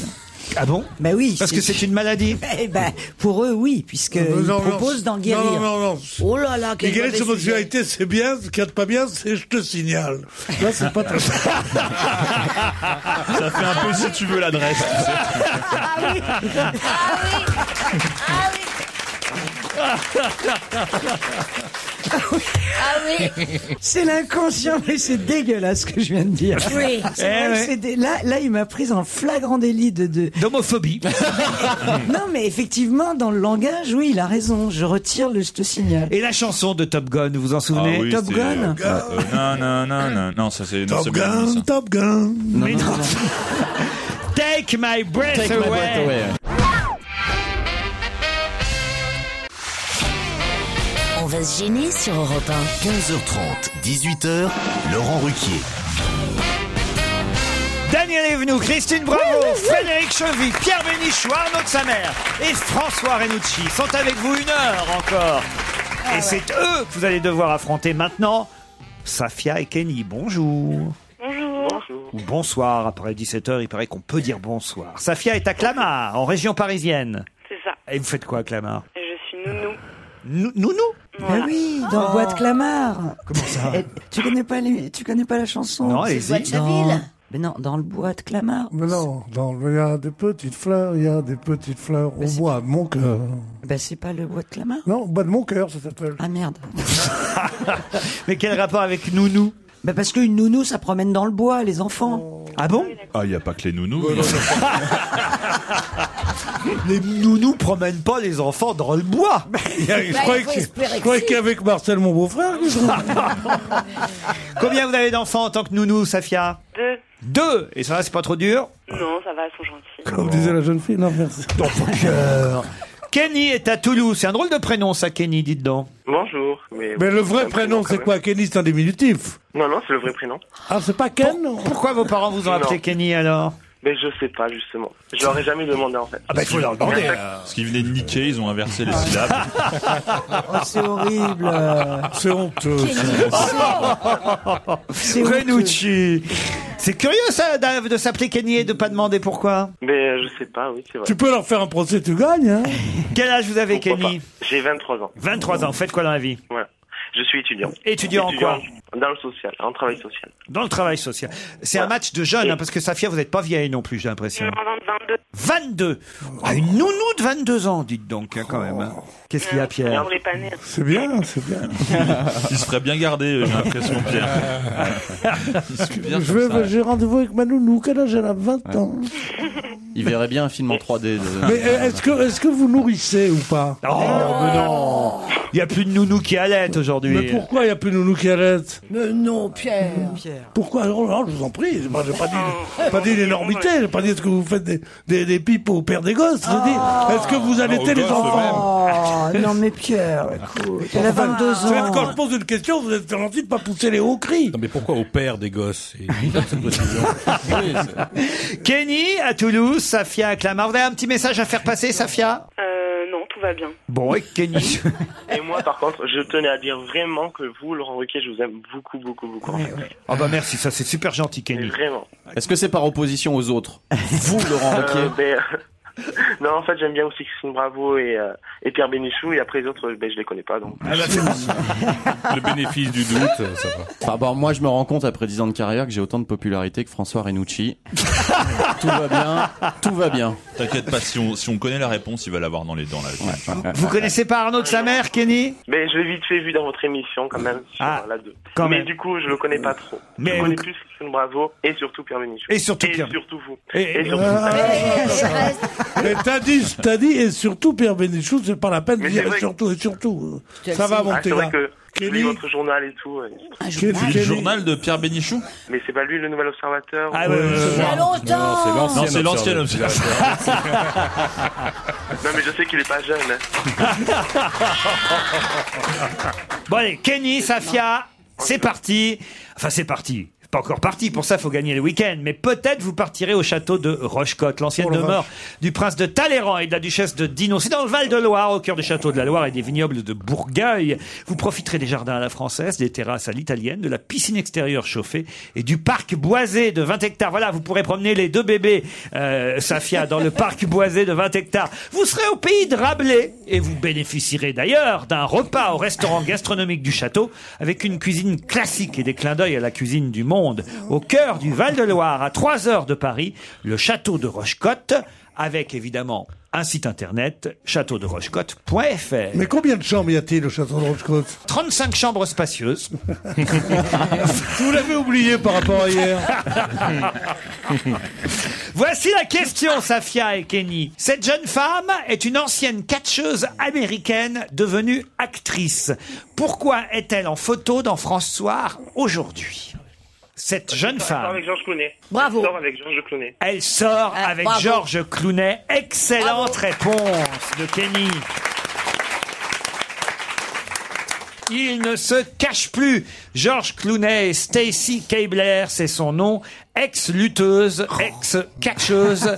Speaker 3: Ah bon
Speaker 10: Bah oui.
Speaker 3: Parce que c'est une maladie
Speaker 10: <laughs> Eh ben, pour eux, oui, puisqu'ils
Speaker 5: Non, non, non.
Speaker 10: proposent d'en
Speaker 5: Non,
Speaker 10: guérir.
Speaker 5: non, non, non.
Speaker 10: Oh là là,
Speaker 5: Les
Speaker 10: quel
Speaker 5: guéris de
Speaker 10: mauvais sujet.
Speaker 5: homosexualité, c'est bien. Ce qu'il y a de pas bien, c'est je te signale. Là, c'est pas
Speaker 3: <laughs>
Speaker 5: très
Speaker 6: Ça fait un peu si tu veux l'adresse. tu sais.
Speaker 10: <laughs> C'est l'inconscient, mais c'est dégueulasse ce que je viens de dire.
Speaker 8: Oui.
Speaker 10: C'est
Speaker 3: Eh
Speaker 10: vrai que
Speaker 3: ouais.
Speaker 10: c'est dé- là, là, il m'a prise en flagrant délit de. de-
Speaker 3: d'homophobie.
Speaker 10: non, <laughs> mais effectivement, dans le langage, oui, il a raison. Je retire le je te signale.
Speaker 3: Et la chanson de Top Gun, vous vous en
Speaker 6: Ah
Speaker 3: souvenez
Speaker 6: oui,
Speaker 10: Top
Speaker 6: c'est-
Speaker 10: Gun
Speaker 6: Euh, Non, non, non, non, non, ça c'est. non,
Speaker 5: Top
Speaker 6: c'est bien
Speaker 5: Gun,
Speaker 6: mis, ça.
Speaker 5: Top Gun.
Speaker 3: Mais non. Take my breath
Speaker 6: Take my
Speaker 3: away.
Speaker 6: breath away.
Speaker 1: On va se gêner sur Europe 1.
Speaker 2: 15h30, 18h, Laurent Ruquier.
Speaker 3: Daniel Evenou, Christine Bravo, Frédéric Chevy, Pierre Bénichou, Arnaud de sa mère et François Renucci sont avec vous une heure encore.
Speaker 6: Ah
Speaker 3: et c'est eux que vous allez devoir affronter maintenant. Safia et Kenny, bonjour.
Speaker 13: Bonjour.
Speaker 3: Ou bonsoir, après 17h, il paraît qu'on peut dire bonsoir. Safia est à Clamart, en région parisienne.
Speaker 13: C'est ça.
Speaker 3: Et vous faites quoi à Clamart
Speaker 13: Je suis nounou.
Speaker 3: Nou- Nounou
Speaker 10: Ben oui, dans Bois de Clamart.
Speaker 3: Comment ça
Speaker 10: Eh, Tu connais pas les- tu connais pas la chanson
Speaker 3: Non,
Speaker 10: C'est
Speaker 3: allez-y.
Speaker 10: Bois de
Speaker 5: Dans-
Speaker 10: Chaville. Mais non, dans le Bois de Clamart.
Speaker 5: Mais non, dans le- il y a des petites fleurs, il y a des petites fleurs au bois de mon cœur.
Speaker 10: Ben c'est pas le Bois de Clamart.
Speaker 5: Non, au bois de mon cœur, ça s'appelle.
Speaker 3: <laughs>
Speaker 10: Ah merde.
Speaker 3: Mais quel rapport avec nounou
Speaker 10: ben parce qu'une nounou, ça promène dans le bois, les enfants.
Speaker 3: Ah bon
Speaker 6: Ah, il n'y a pas que les nounous.
Speaker 3: Les nounous promènent pas les enfants dans le bois.
Speaker 5: Il y a- je <laughs> Bah, il croyais faut que- espérer je que croyais si. qu'avec Marcel, mon beau-frère, <laughs>
Speaker 3: Combien vous avez d'enfants en tant que nounou, Safia
Speaker 13: Deux.
Speaker 3: Deux Et ça, c'est pas trop dur
Speaker 13: Non, ça va, elles sont gentilles.
Speaker 5: <laughs> Comme disait la jeune fille, non, merci.
Speaker 3: Dans mon cœur. Kenny est à Toulouse. C'est un drôle de prénom, ça, Kenny, dites donc.
Speaker 9: Bonjour. Mais,
Speaker 5: Mais le vrai
Speaker 9: un
Speaker 5: prénom,
Speaker 9: quand
Speaker 5: c'est
Speaker 9: même.
Speaker 5: quoi Kenny, c'est un diminutif.
Speaker 9: Non, non, c'est le vrai prénom.
Speaker 5: Ah, c'est pas Ken non
Speaker 3: Pourquoi vos parents vous ont appelé
Speaker 9: Non.
Speaker 3: Kenny alors
Speaker 9: Mais je sais pas, justement. Je leur ai jamais demandé, en fait.
Speaker 3: Ah, bah, il faut leur demander.
Speaker 6: Parce qu'ils venaient de niquer, ils ont inversé les syllabes.
Speaker 10: Oh, c'est horrible.
Speaker 5: C'est honteux. Oh,
Speaker 10: C'est
Speaker 3: Renucci. C'est curieux, ça, Dave, de s'appeler Kenny et de pas demander pourquoi.
Speaker 9: Mais euh, je sais pas, oui, c'est vrai.
Speaker 5: Tu peux leur faire un procès, tu gagnes. Hein
Speaker 3: Quel âge vous avez,
Speaker 9: Pourquoi
Speaker 3: Kenny
Speaker 9: pas J'ai 23 ans.
Speaker 3: 23 ans. Faites quoi dans la vie
Speaker 9: Voilà. Je suis étudiant.
Speaker 3: Étudiant en quoi
Speaker 9: Dans le social, en travail social.
Speaker 3: Dans le travail social. C'est un match de jeunes, hein, parce que Safia, vous n'êtes pas vieille non plus, j'ai l'impression.
Speaker 13: Pendant 22
Speaker 3: 22 Ah, Une nounou de 22 ans, dites donc, hein, quand même. hein. Qu'est-ce qu'il y a, Pierre
Speaker 13: on les pas nés.
Speaker 5: C'est bien, c'est
Speaker 7: <laughs>
Speaker 5: bien.
Speaker 6: Il se ferait bien garder, euh, j'ai l'impression, Pierre.
Speaker 3: Ah,
Speaker 6: Il se fait bien
Speaker 5: Je
Speaker 6: comme
Speaker 5: vais,
Speaker 6: ça.
Speaker 5: j'ai rendez-vous avec ma nounou, quel âge elle a 20 ans.
Speaker 7: Il verrait bien un film en 3D. de-
Speaker 5: Mais euh, est-ce que, est-ce que vous nourrissez ou pas
Speaker 3: Oh, mais non Il n'y a plus de nounou qui allait
Speaker 5: Mais
Speaker 3: aujourd'hui.
Speaker 5: pourquoi il n'y a plus de nounou qui arrête
Speaker 8: Mais non, Pierre.
Speaker 5: Pourquoi oh, oh, Je vous en prie, moi, j'ai pas dit, pas dit l'énormité, j'ai pas dit ce que vous faites des, des, des pipes au père des gosses. J'ai dit, est-ce que vous allaitez les enfants
Speaker 10: Oh, Ah. non mais Pierre, écoute, elle a 22
Speaker 5: Vous savez, Quand
Speaker 10: ans.
Speaker 5: je pose une question, vous êtes gentil de pas pousser les hauts cris.
Speaker 4: Non, mais pourquoi au père des gosses <laughs>
Speaker 5: <laughs>
Speaker 4: C'est bizarre, cette précision. Oui, c'est-
Speaker 3: Kenny à Toulouse, Safia à Clamart. Vous avez un petit message à faire passer, Safia
Speaker 13: Euh, non, tout va bien.
Speaker 3: Bon, et <laughs> Kenny
Speaker 9: Et moi, par contre, je tenais à dire vraiment que vous, Laurent Ruquier, je vous aime beaucoup, beaucoup, beaucoup. en fait.
Speaker 3: Ah bah merci, ça c'est super gentil, Kenny.
Speaker 9: Vraiment.
Speaker 7: Est-ce que c'est par opposition aux autres Vous, Laurent
Speaker 9: Euh,
Speaker 7: Ruquier
Speaker 9: ben, <laughs> non, en fait, j'aime bien aussi Christine Bravo et, euh, et Pierre Bénichou. Et après les autres, ben, je les connais pas. Donc.
Speaker 4: Le bénéfice du doute, euh, ça va.
Speaker 7: Enfin, bon, moi, je me rends compte après 10 ans de carrière que j'ai autant de popularité que François Renucci. tout va bien, tout va
Speaker 5: <laughs>
Speaker 7: bien.
Speaker 6: T'inquiète pas, si on, si on connaît la réponse, il va l'avoir dans les dents. Là, le Pierre.
Speaker 3: Vous connaissez pas Arnaud de sa mère, <laughs> Kenny
Speaker 9: Mais je l'ai vite fait vu dans votre émission, quand même, sur
Speaker 3: Ah,
Speaker 9: la 2.
Speaker 3: quand
Speaker 9: Mais
Speaker 3: même.
Speaker 9: du coup, je le connais pas trop.
Speaker 3: Mais-
Speaker 9: je connais plus Christine Bravo et surtout Pierre Bénichou.
Speaker 3: Et surtout Pierre-
Speaker 9: surtout vous.
Speaker 3: Et-
Speaker 9: Et, surtout
Speaker 5: Ah, <laughs> Mais t'as dit, t'as dit, et surtout Pierre Bénichou, c'est pas la peine de
Speaker 9: Mais c'est
Speaker 5: dire, et
Speaker 9: vrai que-
Speaker 5: surtout, et surtout. Ça va, mon
Speaker 9: Ah,
Speaker 5: petit
Speaker 9: c'est vrai
Speaker 5: gars.
Speaker 9: que Je lis votre journal et tout. ouais.
Speaker 6: Le Ah, journal de Pierre Bénichou
Speaker 9: Mais c'est pas lui le nouvel observateur
Speaker 6: Ah ouais, ouais, ouais, ouais.
Speaker 9: Non,
Speaker 6: Non, c'est l'ancien observateur.
Speaker 9: mais je sais qu'il est pas jeune. hein.
Speaker 3: Bon allez, Kenny, Safia, c'est parti. Enfin, c'est parti. C'est Pas encore parti, pour ça faut gagner le week-end. Mais peut-être vous partirez au château de Rochecotte, l'ancienne
Speaker 14: Oh la
Speaker 3: demeure
Speaker 14: vache.
Speaker 3: du prince de Talleyrand et de la duchesse de Dinon. C'est dans le Val-de-Loire, au cœur des châteaux de la Loire et des vignobles de Bourgueil. Vous profiterez des jardins à la française, des terrasses à l'italienne, de la piscine extérieure chauffée et du parc boisé de 20 hectares. Voilà, vous pourrez promener les deux bébés, euh, Safia, dans le parc boisé de 20 hectares. Vous serez au pays de Rabelais et vous bénéficierez d'ailleurs d'un repas au restaurant gastronomique du château avec une cuisine classique et des clins d'œil à la cuisine du monde. Au cœur du Val-de-Loire, à 3 heures de Paris, le château de Rochecotte avec évidemment un site internet, châteauderochecotte.fr.
Speaker 5: Mais combien de chambres y a-t-il au château de Rochecotte
Speaker 3: 35 chambres spacieuses.
Speaker 5: <laughs> Vous l'avez oublié par rapport à hier.
Speaker 3: <laughs> Voici la question, Safia et Kenny. Cette jeune femme est une ancienne catcheuse américaine devenue actrice. Pourquoi est-elle en photo dans France Soir aujourd'hui Cette jeune
Speaker 9: Sors
Speaker 3: femme,
Speaker 9: avec Georges Clooney.
Speaker 3: Bravo.
Speaker 9: Sors avec Georges Clooney.
Speaker 3: elle sort
Speaker 12: Ah,
Speaker 3: avec
Speaker 9: bravo.
Speaker 3: Georges Clounet. Excellente réponse de Kenny. Il ne se cache plus. Georges Clooney et Stacy Keibler, c'est son nom. Ex-lutteuse,
Speaker 12: Oh. <laughs>
Speaker 3: ex-catcheuse.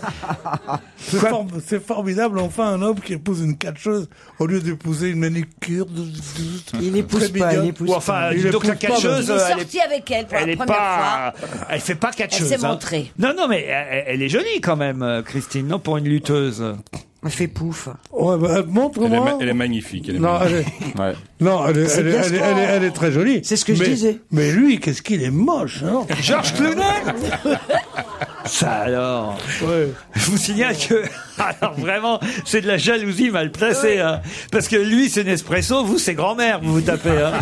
Speaker 5: C'est form- c'est formidable, enfin, un homme qui épouse une catcheuse au lieu d'épouser une manicure. Il
Speaker 3: n'épouse pas, il n'épouse Ou enfin, pas. dis donc, la catcheuse,
Speaker 12: Il est
Speaker 3: euh, elle est-
Speaker 12: sorti avec elle pour
Speaker 3: elle
Speaker 12: la
Speaker 3: est
Speaker 12: première
Speaker 3: pas,
Speaker 12: fois.
Speaker 3: elle fait pas catcheuse.
Speaker 12: Elle s'est
Speaker 3: hein.
Speaker 12: montrée.
Speaker 3: Non, non, mais elle, elle est jolie quand même, euh, Christine. Non, pour une lutteuse.
Speaker 10: Elle fait pouf.
Speaker 4: Elle est,
Speaker 5: bah, montre-moi.
Speaker 4: ma- elle est magnifique. Elle est
Speaker 5: Non, elle est-
Speaker 4: magnifique.
Speaker 5: Non, euh, elle est,
Speaker 4: C'est
Speaker 5: elle, est-
Speaker 4: bien
Speaker 5: elle est-
Speaker 4: ce qu'on-
Speaker 5: elle est- elle est très jolie.
Speaker 10: C'est ce que je
Speaker 5: Mais-
Speaker 10: disais.
Speaker 5: Mais lui, qu'est-ce qu'il est moche, hein
Speaker 3: Georges Clooney Ça alors Je vous signale que <laughs> alors vraiment c'est de la jalousie mal placée hein. parce que lui c'est Nespresso, vous c'est grand-mère, vous vous tapez. hein.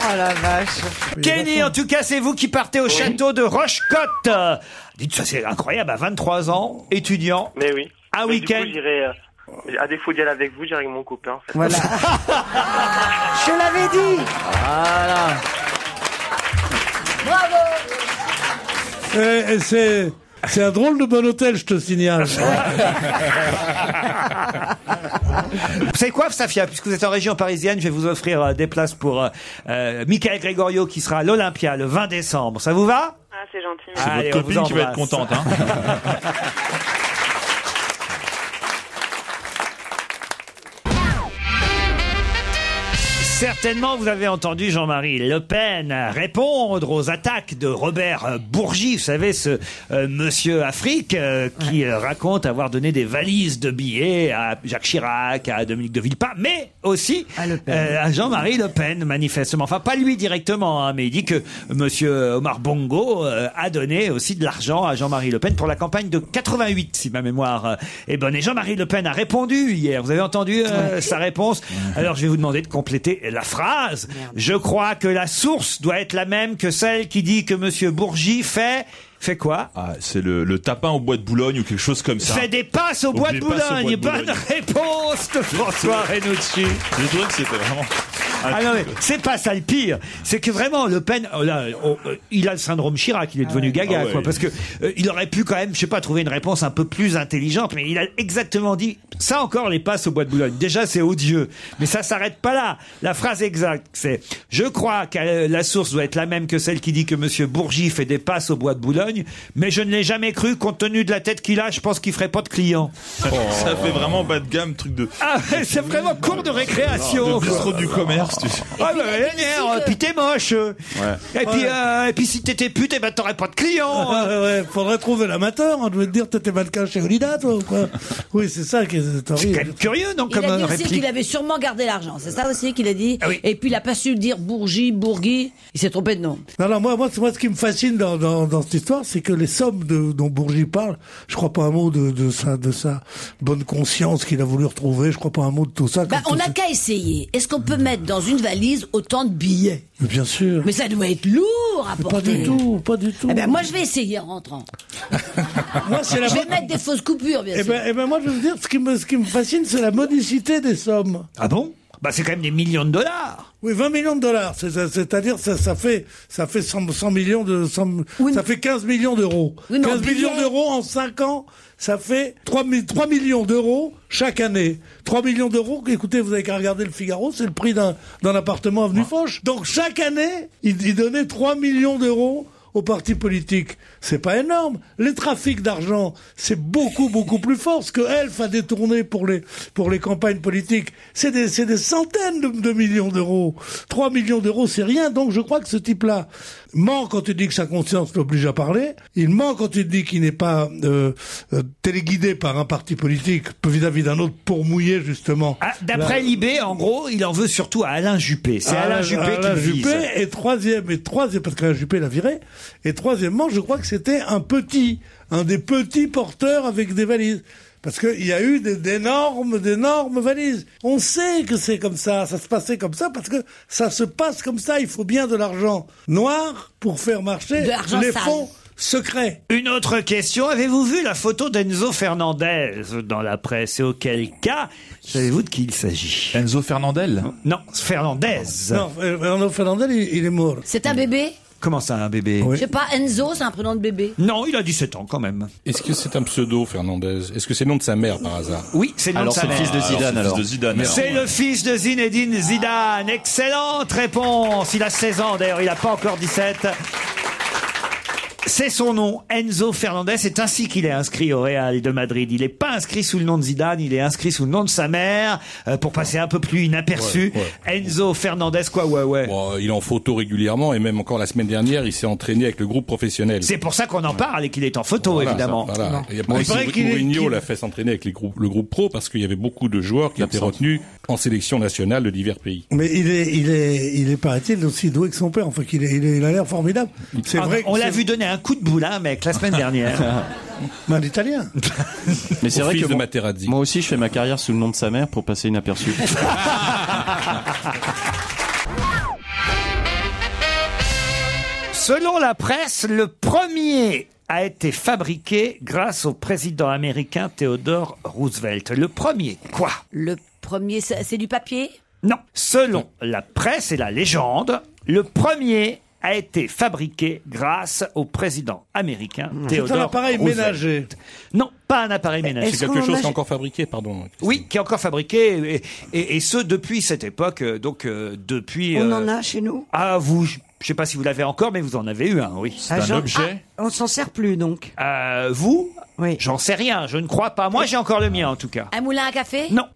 Speaker 10: Oh la vache.
Speaker 3: Kenny, en tout cas, c'est vous qui partez au château de Rochecotte. Euh, Dites ça, c'est incroyable, à 23 ans, étudiant. Ah
Speaker 9: Mais oui.
Speaker 3: Un
Speaker 9: Mais
Speaker 3: week-end.
Speaker 9: Du coup, j'irai. euh, à défaut d'y aller avec vous, j'irai avec mon copain. en fait.
Speaker 3: <laughs>
Speaker 10: Je l'avais dit.
Speaker 9: Voilà.
Speaker 12: Bravo.
Speaker 5: Eh, eh, C'est c'est un drôle de bon hôtel, je te <laughs> signale.
Speaker 10: <laughs>
Speaker 3: Vous savez quoi, Safia Puisque vous êtes en région parisienne, je vais vous offrir euh, des places pour euh, euh, Michael Gregorio qui sera à l'Olympia le 20 décembre. Ça vous va
Speaker 13: Ah, c'est gentil.
Speaker 6: C'est votre
Speaker 3: Allez, on
Speaker 6: copine
Speaker 3: vous
Speaker 6: qui va être
Speaker 3: embrasse.
Speaker 6: contente. Hein.
Speaker 3: <laughs> Certainement, vous avez entendu Jean-Marie Le Pen répondre aux attaques de Robert euh, Bourgi, vous savez, ce euh, monsieur Afrique euh, qui euh, raconte avoir donné des valises de billets à Jacques Chirac, à Dominique de Villepin, mais aussi euh, à Jean-Marie Le Pen, manifestement. Enfin, pas lui directement, hein, mais il dit que monsieur Omar Bongo euh, a donné aussi de l'argent à Jean-Marie Le Pen pour la campagne de 88, si ma mémoire euh, est bonne. Et Jean-Marie Le Pen a répondu hier. Vous avez entendu euh, sa réponse Alors, je vais vous demander de compléter la phrase. Je crois que la source doit être la même que celle qui dit que monsieur Bourgi fait... Fait quoi
Speaker 6: Ah, c'est le, le tapin au bois de Boulogne ou quelque chose comme ça.
Speaker 3: Fait des passes au
Speaker 6: Ou
Speaker 3: bois
Speaker 6: des
Speaker 3: de
Speaker 6: passes au bois
Speaker 3: Boulogne.
Speaker 6: de
Speaker 3: Bonne
Speaker 6: Boulogne.
Speaker 3: réponse de François Renucci.
Speaker 6: J'ai trouvé que c'était vraiment. un
Speaker 3: Ah non, mais
Speaker 6: truc, quoi.
Speaker 3: c'est pas ça le pire. C'est que vraiment, Le Pen, oh là, oh, euh, il a le syndrome Chirac, il est devenu gaga,
Speaker 6: Ah ouais.
Speaker 3: quoi. Parce que euh, il aurait pu quand même, je sais pas, trouver une réponse un peu plus intelligente, mais il a exactement dit, ça encore, les passes au bois de Boulogne. Déjà, c'est odieux. Mais ça s'arrête pas là. La phrase exacte, c'est, je crois que euh, la source doit être la même que celle qui dit que monsieur Bourgi fait des passes au bois de Boulogne, mais je ne l'ai jamais cru, compte tenu de la tête qu'il a, je pense qu'il ferait pas de clients.
Speaker 6: Ça, ça fait vraiment bas de gamme, truc de.
Speaker 3: Ah, ouais, c'est vraiment cours de récréation.
Speaker 6: De bistrot
Speaker 3: quoi.
Speaker 6: du commerce, tu sais.
Speaker 3: Ah bah, elle est merde, puis t'es moche. Et puis,
Speaker 5: Ouais. Ah.
Speaker 3: euh, et puis si t'étais pute, eh ben t'aurais pas de clients.
Speaker 5: Oh, Ouais, ouais, ouais, Faudrait trouver l'amateur, hein, je vais te dire, t'étais mannequin chez Olida, toi, ou quoi Oui, c'est ça qui est c'est horrible. C'est
Speaker 3: curieux, non,
Speaker 12: Il a dit aussi qu'il avait sûrement gardé l'argent. C'est ça aussi qu'il a dit.
Speaker 5: Ah oui.
Speaker 12: Et puis il a pas su dire Bourgie, Bourgui. Il s'est trompé de nom.
Speaker 5: Non, non, moi, moi, c'est- moi, ce qui me fascine dans, dans, dans cette histoire, c'est que les sommes de, dont Bourgi parle, je crois pas un mot de, de ça, de sa bonne conscience qu'il a voulu retrouver, je crois pas un mot de tout ça.
Speaker 12: Bah,
Speaker 5: comme
Speaker 12: on
Speaker 5: tout
Speaker 12: n'a
Speaker 5: ça.
Speaker 12: qu'à essayer. Est-ce qu'on peut mettre dans dans une valise autant de billets
Speaker 5: Mais bien sûr.
Speaker 12: Mais ça doit être lourd à
Speaker 5: Mais
Speaker 12: porter.
Speaker 5: pas du tout, pas du tout.
Speaker 12: Eh ben, moi, je vais essayer en rentrant.
Speaker 5: Moi, c'est la
Speaker 12: je vais
Speaker 5: bonne-
Speaker 12: mettre des fausses coupures, bien
Speaker 5: Eh
Speaker 12: sûr.
Speaker 5: ben, eh ben, moi, je veux dire, ce qui me, ce qui me fascine, c'est la modicité des sommes.
Speaker 3: Ah bon Bah, c'est quand même des millions de dollars.
Speaker 5: Oui, 20 millions de dollars. c'est- c'est- C'est-à-dire, ça, ça fait, ça fait 100, 100 millions de, 100 ça fait 15 millions d'euros.
Speaker 12: Oui, mais en
Speaker 5: 15 millions
Speaker 12: billets.
Speaker 5: d'euros en 5 ans, ça fait 3, mi- 3 millions d'euros chaque année. 3 millions d'euros, écoutez, vous avez qu'à regarder le Figaro, c'est le prix d'un d'un appartement avenue Foch. Donc, chaque année, il, il donnait 3 millions d'euros aux partis politiques. C'est pas énorme. Les trafics d'argent, c'est beaucoup, beaucoup plus fort. Ce que Elf a détourné pour les, pour les campagnes politiques, c'est des, c'est des centaines de, de millions d'euros. 3 millions d'euros, c'est rien. Donc je crois que ce type-là ment quand il dit que sa conscience l'oblige à parler. Il ment quand il dit qu'il n'est pas euh, euh, téléguidé par un parti politique vis-à-vis d'un autre pour mouiller, justement. Là-
Speaker 3: D'après Libé, en gros, il en veut surtout à Alain Juppé. C'est Alain, Juppé
Speaker 5: Ah, Alain
Speaker 3: qui
Speaker 5: Juppé
Speaker 3: vise.
Speaker 5: et troisième et troisième parce qu'Alain Juppé l'a viré et troisièmement je crois que c'était un petit un des petits porteurs avec des valises parce qu'il y a eu des- d'énormes, d'énormes valises. On sait que c'est comme ça, ça se passait comme ça, parce que ça se passe comme ça. Il faut bien de l'argent noir pour faire marcher
Speaker 3: De l'argent
Speaker 5: les
Speaker 3: sale.
Speaker 5: fonds secrets.
Speaker 3: Une autre question. Avez-vous vu la photo d'Enzo Fernandez dans la presse Et auquel cas, savez-vous de qui il s'agit Enzo Fernandel Non, Fernandez.
Speaker 5: Non, Arnaud Fernandez, il, il est mort.
Speaker 12: C'est un bébé
Speaker 3: Comment ça, un bébé
Speaker 12: Je sais pas, Enzo, c'est un prénom de bébé.
Speaker 3: Non, il a 17 ans quand même.
Speaker 4: Est-ce que c'est un pseudo, Fernandez Est-ce que c'est le nom de sa mère par hasard
Speaker 3: Oui, c'est le nom de sa mère. C'est le fils de Zinedine Zidane. Excellente réponse. Il a 16 ans d'ailleurs, il n'a pas encore 17. C'est son nom, Enzo Fernandez. C'est ainsi qu'il est inscrit au Real de Madrid. Il n'est pas inscrit sous le nom de Zidane, il est inscrit sous le nom de sa mère euh, pour passer un peu plus inaperçu. Enzo Fernandez, quoi, ouais, ouais.
Speaker 4: Bon, euh, il est en photo régulièrement et même encore la semaine dernière, il s'est entraîné avec le groupe professionnel.
Speaker 3: C'est pour ça qu'on en parle et qu'il est en photo,
Speaker 4: Voilà,
Speaker 3: évidemment.
Speaker 4: ça, voilà. Et
Speaker 3: Bon,
Speaker 4: après,
Speaker 3: il paraît
Speaker 4: Mou-
Speaker 3: qu'il est-
Speaker 4: Mourinho
Speaker 3: qu'il-
Speaker 4: l'a fait s'entraîner avec les groupes- le groupe pro parce qu'il y avait beaucoup de joueurs qui étaient retenus en sélection nationale de divers pays.
Speaker 5: Mais il est, il est, il est, paraît-il, aussi doué que son père. Enfin, qu'il est, il, est- il a l'air formidable. C'est
Speaker 3: Ah,
Speaker 5: vrai.
Speaker 3: on
Speaker 5: que
Speaker 3: l'a
Speaker 5: c'est-
Speaker 3: vu donner un coup de boule à un mec la semaine
Speaker 5: <laughs>
Speaker 3: dernière.
Speaker 5: Mais un
Speaker 3: <laughs>
Speaker 5: Italien.
Speaker 7: Mais c'est
Speaker 5: Au
Speaker 7: vrai
Speaker 5: fils
Speaker 7: que
Speaker 5: de
Speaker 7: moi, moi aussi, je fais ma carrière sous le nom de sa mère pour passer inaperçu.
Speaker 3: Selon la presse, le premier a été fabriqué grâce au président américain Theodore Roosevelt. Le premier, quoi
Speaker 12: Le premier, c'est c'est du papier
Speaker 3: Non. Selon la presse et la légende, le premier a été fabriqué grâce au président américain Theodore
Speaker 5: Mmh. un appareil
Speaker 3: Roosevelt.
Speaker 5: ménager.
Speaker 3: Non, pas un appareil ménager.
Speaker 4: C'est quelque chose qui est encore fabriqué, pardon.
Speaker 3: Oui, qui est encore fabriqué, et, et- et ce, depuis cette époque, euh, donc euh, depuis...
Speaker 10: On
Speaker 3: euh,
Speaker 10: en a chez nous.
Speaker 3: Ah, vous, je ne sais pas si vous l'avez encore, mais vous en avez eu un, oui. C'est
Speaker 10: Ah, genre- ah, on s'en sert plus donc.
Speaker 3: Euh, vous Oui. J'en sais rien, je ne crois pas. Moi, j'ai encore le mien, en tout cas.
Speaker 12: Un moulin à café
Speaker 3: Non.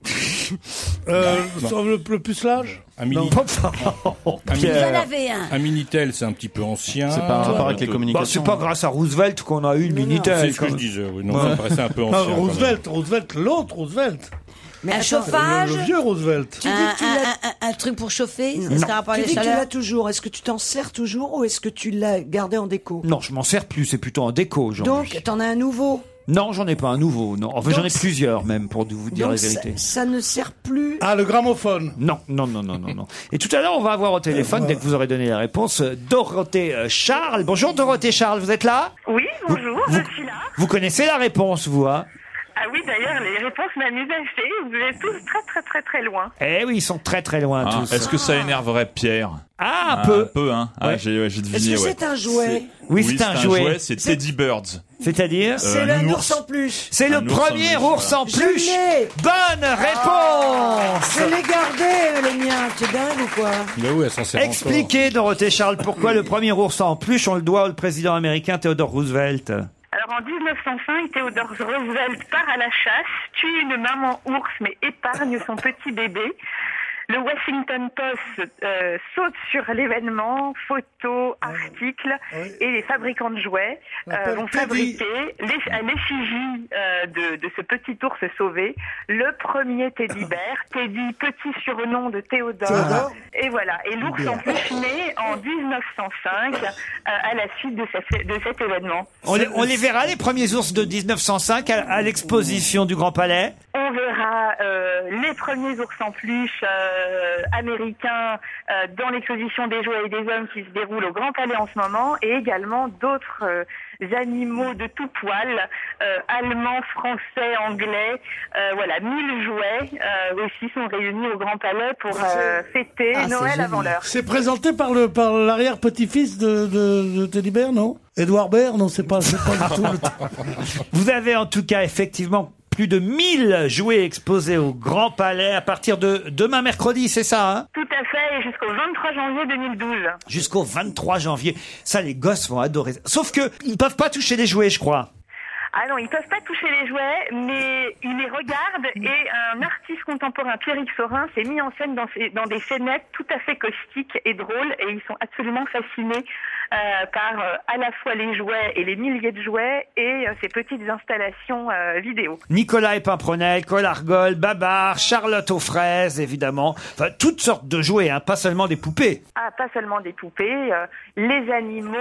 Speaker 5: Euh,
Speaker 4: Non.
Speaker 5: sur le, le pucelage
Speaker 4: Un mini- <laughs> Un
Speaker 12: Vous en
Speaker 4: Minitel.
Speaker 12: avez un.
Speaker 4: Un Minitel, c'est un petit peu ancien.
Speaker 7: C'est pas un rapport avec les
Speaker 4: Bah,
Speaker 7: communications.
Speaker 3: c'est pas grâce à Roosevelt qu'on a eu le Minitel.
Speaker 4: C'est ce que
Speaker 3: quand
Speaker 4: je
Speaker 3: même.
Speaker 4: disais, oui. Non,
Speaker 3: Ouais.
Speaker 4: ça me paraissait un peu ancien.
Speaker 5: Non,
Speaker 4: quand même.
Speaker 5: Roosevelt, Roosevelt, l'autre Roosevelt. Ah,
Speaker 12: Mais Un attends,
Speaker 5: le,
Speaker 12: chauffage
Speaker 5: le vieux Roosevelt.
Speaker 12: Un,
Speaker 5: Ah,
Speaker 12: un- un- un truc pour chauffer
Speaker 10: Non.
Speaker 12: Est-ce qu'un rapport à
Speaker 10: Tu
Speaker 12: la
Speaker 10: dis que tu l'as
Speaker 12: chaleur
Speaker 10: toujours. Est-ce que tu t'en sers toujours ou est-ce que tu l'as gardé en déco
Speaker 3: Non, je m'en sers plus, c'est plutôt en déco aujourd'hui.
Speaker 10: Donc, t'en as un nouveau.
Speaker 3: Non, j'en ai pas un nouveau. Non, enfin, j'en ai plusieurs même pour vous dire la
Speaker 10: Donc,
Speaker 3: vérité.
Speaker 10: Ça, ça ne sert plus.
Speaker 5: Ah, le gramophone.
Speaker 3: Non, non, non, non, non, non. Et tout à l'heure, on va avoir au téléphone, dès que vous aurez donné la réponse, euh, Dorothée euh, Charles. Bonjour Dorothée Charles, vous êtes là
Speaker 13: Oui, bonjour,
Speaker 3: vous-
Speaker 13: je suis là.
Speaker 3: Vous connaissez la réponse, vous, hein
Speaker 13: Ah oui, d'ailleurs, les réponses m'amusent assez. Vous êtes tous très, très, très, très loin.
Speaker 3: Eh oui, ils sont très très loin
Speaker 6: Ah,
Speaker 3: tous.
Speaker 6: Est-ce que ça énerverait Pierre
Speaker 3: Ah,
Speaker 6: un
Speaker 3: peu.
Speaker 6: Un peu, hein. Ah,
Speaker 3: Ouais.
Speaker 6: j'ai ouais, j'ai deviné,
Speaker 10: Est-ce que
Speaker 6: ouais.
Speaker 10: c'est un jouet
Speaker 3: Oui, c'est un jouet.
Speaker 6: C'est
Speaker 3: C'est-
Speaker 6: Teddy Birds.
Speaker 3: C'est-à-dire
Speaker 10: C'est
Speaker 6: Euh,
Speaker 10: le
Speaker 6: un
Speaker 10: ours.
Speaker 6: ours.
Speaker 10: en plus.
Speaker 3: C'est le
Speaker 6: Un ours en
Speaker 3: premier
Speaker 6: peluche,
Speaker 3: ours en
Speaker 10: Je
Speaker 3: peluche.
Speaker 10: l'ai. Ah.
Speaker 3: Bonne réponse.
Speaker 10: Je l'ai gardé, les miens. T'es dingue ou quoi
Speaker 4: Il est où, elle s'en sert
Speaker 3: Expliquez, Dorothée Charles, pourquoi le premier ours en peluche, on le doit au président américain Theodore Roosevelt.
Speaker 13: Alors en 1905, Theodore Roosevelt part à la chasse, tue une maman ours mais épargne son petit bébé. Le Washington Post euh, saute sur l'événement, photos, articles, et les fabricants de jouets euh,
Speaker 5: Appelle
Speaker 13: vont
Speaker 5: Teddy.
Speaker 13: fabriquer l'eff- à l'effigie euh, de, de ce petit ours sauvé, le premier teddy bear, teddy petit surnom de Théodore.
Speaker 5: Théodore.
Speaker 13: Et voilà, et l'ours en plus naît en 1905 euh, à la suite de cette- de cet événement.
Speaker 3: On les, on les verra, les premiers ours de 1905 à, à l'exposition du Grand Palais
Speaker 13: On verra euh, les premiers ours en peluche euh, euh, américain euh, dans l'exposition des jouets et des hommes qui se déroule au Grand Palais en ce moment, et également d'autres euh, animaux de tout poil, euh, allemands, français, anglais. Euh, voilà, 1000 jouets euh, aussi sont réunis au Grand Palais pour euh, fêter
Speaker 5: Ah, c'est
Speaker 13: Noël
Speaker 5: génial.
Speaker 13: avant l'heure.
Speaker 5: C'est présenté par le par l'arrière petit-fils de, de, de Teddy Bear, non Edouard Baird, non, c'est pas, c'est pas du tout le
Speaker 3: Vous avez en tout cas effectivement plus de 1000 jouets exposés au Grand Palais à partir de demain mercredi, c'est ça hein
Speaker 13: Tout à fait, et jusqu'au 23 janvier 2012.
Speaker 3: Jusqu'au 23 janvier. Ça, les gosses vont adorer. Sauf que ils ne peuvent pas toucher les jouets, je crois.
Speaker 13: Ah non, ils peuvent pas toucher les jouets, mais ils les regardent et un artiste contemporain, Pierrick Sorin, s'est mis en scène dans, ces- dans des scénettes tout à fait caustiques et drôles et ils sont absolument fascinés euh, par euh, à la fois les jouets et les milliers de jouets et euh, ces petites installations euh, vidéo.
Speaker 3: Nicolas Pimpronel, Colargol, Babar, Charlotte aux fraises, évidemment. Enfin, toutes sortes de jouets, hein, pas seulement des poupées.
Speaker 13: Ah, pas seulement des poupées, euh, les animaux,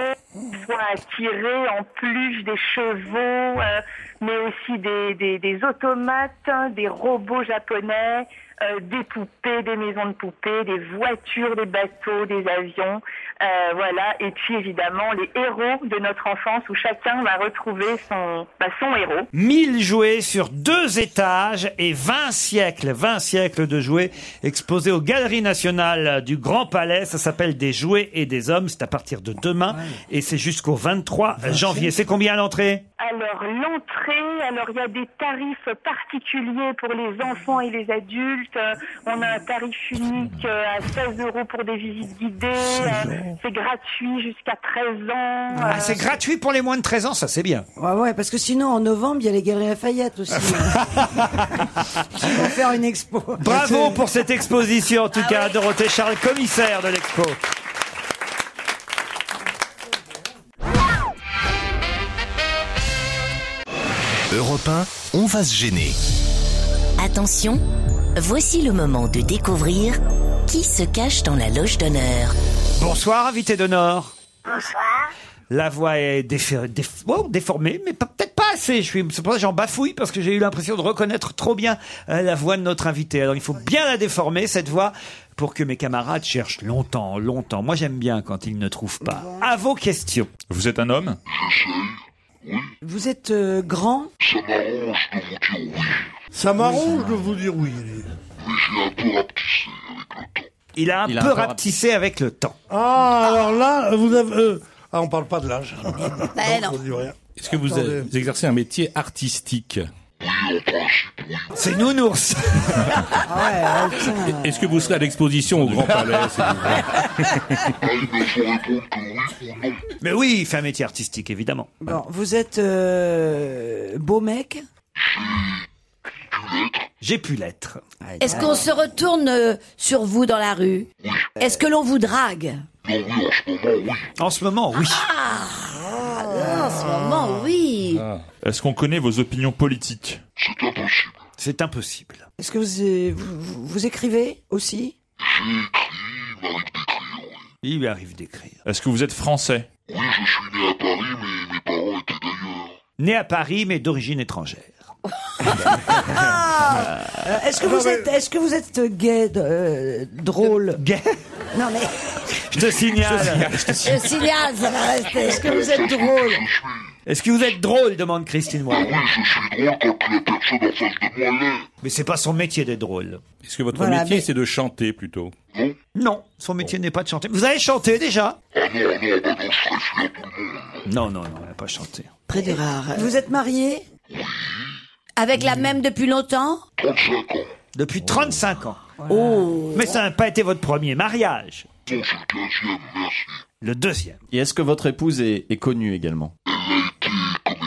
Speaker 13: soient attirés en peluche des chevaux, euh, mais aussi des, des, des automates, hein, des robots japonais, euh, des poupées, des maisons de poupées, des voitures, des bateaux, des avions, euh, voilà. Et puis évidemment les héros de notre enfance où chacun va retrouver son, bah, son héros.
Speaker 3: 1000 jouets sur deux étages et 20 siècles, 20 siècles de jouets exposés aux Galeries Nationales du Grand Palais. Ça s'appelle Des jouets et des hommes. C'est à partir de demain et c'est jusqu'au 23 janvier. C'est combien à l'entrée
Speaker 13: Alors l'entrée, alors il y a des tarifs particuliers pour les enfants et les adultes. Euh, On a un tarif unique euh, à 16 euros pour des visites guidées. Euh, C'est gratuit jusqu'à 13 ans. Euh,
Speaker 3: Ah, c'est gratuit pour les moins de 13 ans, ça c'est bien.
Speaker 10: Ouais, ouais, parce que sinon, en novembre, il y a les Galeries Lafayette aussi. hein.
Speaker 5: <laughs>
Speaker 10: Qui vont faire une expo.
Speaker 3: Bravo pour cette exposition, en tout cas, Dorothée Charles, commissaire de l'expo.
Speaker 2: Europe 1, on va se gêner.
Speaker 1: Attention, voici le moment de découvrir qui se cache dans la loge d'honneur.
Speaker 3: Bonsoir, invité d'honneur.
Speaker 1: Bonsoir.
Speaker 3: La voix est défer- déf- oh, déformée, mais pas- peut-être pas assez. Je suis, c'est pour ça que j'en bafouille parce que j'ai eu l'impression de reconnaître trop bien euh, la voix de notre invité. Alors il faut bien la déformer cette voix pour que mes camarades cherchent longtemps, longtemps. Moi j'aime bien quand ils ne trouvent pas. À vos questions.
Speaker 6: Vous êtes un homme
Speaker 10: Vous êtes euh, grand
Speaker 5: Ça m'arrange de vous dire oui.
Speaker 3: Il a un
Speaker 5: Il a
Speaker 3: peu
Speaker 5: un peu
Speaker 3: rapetissé avec le temps.
Speaker 5: Ah, alors là, vous avez... euh, ah, on parle pas de
Speaker 10: <laughs>
Speaker 5: l'âge.
Speaker 10: Ben non.
Speaker 5: on dit rien.
Speaker 4: Est-ce que vous,
Speaker 5: Attendez.
Speaker 4: vous exercez un métier artistique
Speaker 3: C'est
Speaker 4: <laughs>
Speaker 3: nounours.
Speaker 10: Ah ouais,
Speaker 4: Est-ce que vous serez à l'exposition au
Speaker 3: <laughs>
Speaker 4: Grand Palais s'il vous plaît
Speaker 3: Mais oui, il fait un métier artistique évidemment.
Speaker 10: Bon, vous êtes euh, beau mec
Speaker 3: J'ai pu l'être.
Speaker 8: Est-ce qu'on se retourne euh, sur vous dans la rue Est-ce que l'on vous drague
Speaker 3: En ce moment, oui.
Speaker 8: Ah, en ce moment, oui.
Speaker 6: Ah. Est-ce qu'on connaît vos opinions politiques
Speaker 3: C'est impossible.
Speaker 10: Est-ce que vous, euh, vous, vous- vous écrivez aussi
Speaker 3: Il lui arrive d'écrire.
Speaker 6: Est-ce que vous êtes français
Speaker 3: Né à Paris, mais d'origine étrangère.
Speaker 10: <laughs> Ah Euh, Est-ce que, vous êtes, est que vous êtes gay, de- euh, drôle
Speaker 3: Gay
Speaker 10: Non mais...
Speaker 3: Je te signale.
Speaker 8: Le signal, Euh, ça va rester.
Speaker 10: Est-ce que vous êtes drôle
Speaker 3: Est-ce que vous êtes drôle demande Christine Moore. Mais c'est pas son métier d'être drôle.
Speaker 4: Est-ce que votre
Speaker 3: Voilà,
Speaker 4: métier
Speaker 3: mais-
Speaker 4: c'est de chanter plutôt
Speaker 3: Non, son métier n'est pas de chanter. Vous avez chanté déjà Non, non, non, elle n'a pas chanté.
Speaker 8: Très rare.
Speaker 10: Vous êtes marié
Speaker 8: Avec la même depuis longtemps
Speaker 3: Depuis 35 ans. Oh. Mais ça n'a pas été votre premier mariage. Le deuxième.
Speaker 7: Et est-ce que votre épouse est, est connue également
Speaker 13: <laughs>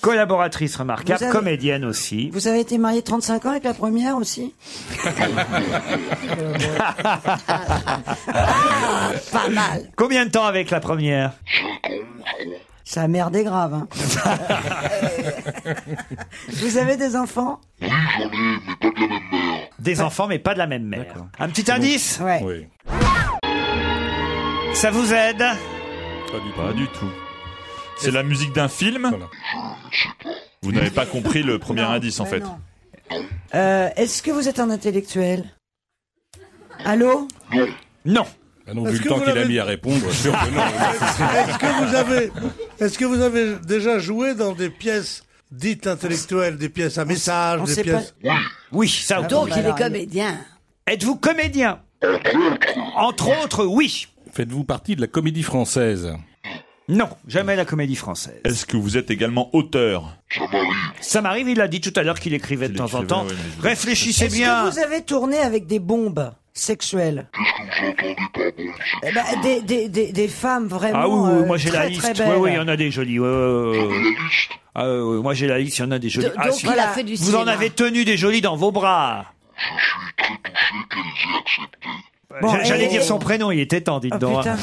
Speaker 3: Collaboratrice remarquable,
Speaker 10: Vous avez-
Speaker 3: comédienne aussi.
Speaker 10: Vous
Speaker 3: <laughs>
Speaker 10: avez été marié 35 ans avec la première aussi
Speaker 3: pas
Speaker 10: mal.
Speaker 3: Combien de temps avec la première
Speaker 10: Ça a merdé grave. hein. <laughs> vous avez des enfants
Speaker 3: Des enfants, mais pas de la même mère. Un petit indice
Speaker 4: Oui.
Speaker 3: Ça vous aide
Speaker 4: Pas du tout.
Speaker 6: Pas du tout. C'est la musique d'un film Vous n'avez pas compris le premier indice en fait.
Speaker 10: Euh, Est-ce que vous êtes un intellectuel Allô
Speaker 3: Non.
Speaker 4: Ah non,
Speaker 5: Est-ce
Speaker 4: vu le
Speaker 5: que
Speaker 4: temps
Speaker 5: vous
Speaker 4: qu'il a
Speaker 5: l'avez-
Speaker 4: mis à
Speaker 3: <laughs>
Speaker 4: répondre, sûr que non.
Speaker 5: Est-ce que vous avez, est-ce que vous avez déjà joué dans des pièces dites intellectuelles, des pièces à message,
Speaker 8: on
Speaker 5: des
Speaker 8: sait
Speaker 5: pièces
Speaker 3: Oui, ça.
Speaker 8: Ah, Donc il est comédien.
Speaker 3: Êtes-vous comédien Entre autres, oui.
Speaker 4: Faites-vous partie de la comédie française
Speaker 3: Non, jamais la comédie française.
Speaker 6: Est-ce que vous êtes également auteur
Speaker 3: Ça m'arrive, il a dit tout à l'heure qu'il écrivait de temps en temps.
Speaker 6: ouais, mais
Speaker 3: Réfléchissez
Speaker 10: Est-ce
Speaker 3: bien.
Speaker 10: que vous avez tourné avec des bombes sexuelles Eh ben, des, des, des, des femmes vraiment
Speaker 3: Ah oui, oui, moi
Speaker 10: euh,
Speaker 3: j'ai la
Speaker 10: très,
Speaker 3: liste.
Speaker 10: très
Speaker 3: Oui,
Speaker 10: belles.
Speaker 3: oui, il y en a des jolies. ouais, ouais, ouais, ouais. Ah, ouais, ouais, moi j'ai la liste, il y en a des jolies.
Speaker 8: Donc,
Speaker 3: Ah, si.
Speaker 8: il a fait du
Speaker 3: Vous
Speaker 8: cinéma.
Speaker 3: en avez tenu des jolies dans vos bras.
Speaker 10: Bon,
Speaker 3: J'a- J'allais
Speaker 10: Bah, et-
Speaker 3: dire son prénom, il était temps, dites
Speaker 10: Ah,
Speaker 3: donc.
Speaker 10: putain.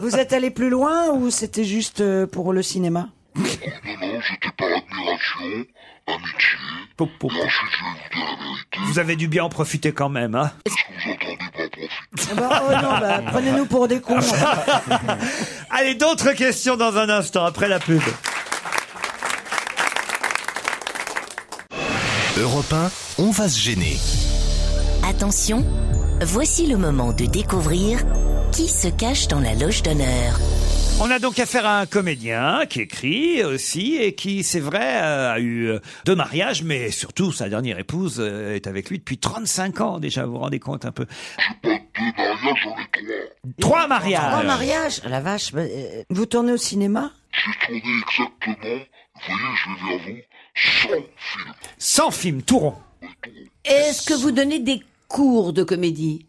Speaker 10: Vous êtes allé plus loin ou c'était juste euh, pour le cinéma
Speaker 3: Pou, pou, pou. Vous avez dû bien en profiter quand même, hein
Speaker 10: Ah bah, oh non,
Speaker 3: <laughs>
Speaker 10: bah, Prenez-nous pour des cons.
Speaker 3: Allez, d'autres questions dans un instant, après la pub.
Speaker 2: Europe 1, on va se gêner.
Speaker 1: Attention, voici le moment de découvrir qui se cache dans la loge d'honneur.
Speaker 3: On a donc affaire à un comédien qui écrit aussi et qui, c'est vrai, euh, a eu euh, deux mariages, mais surtout sa dernière épouse euh, est avec lui depuis 35 ans déjà, vous vous rendez compte un peu. Trois mariages
Speaker 10: Trois mariages La vache. bah, euh, vous tournez au cinéma
Speaker 3: Sans film, tout rond.
Speaker 12: Est-ce que vous donnez des cours de comédie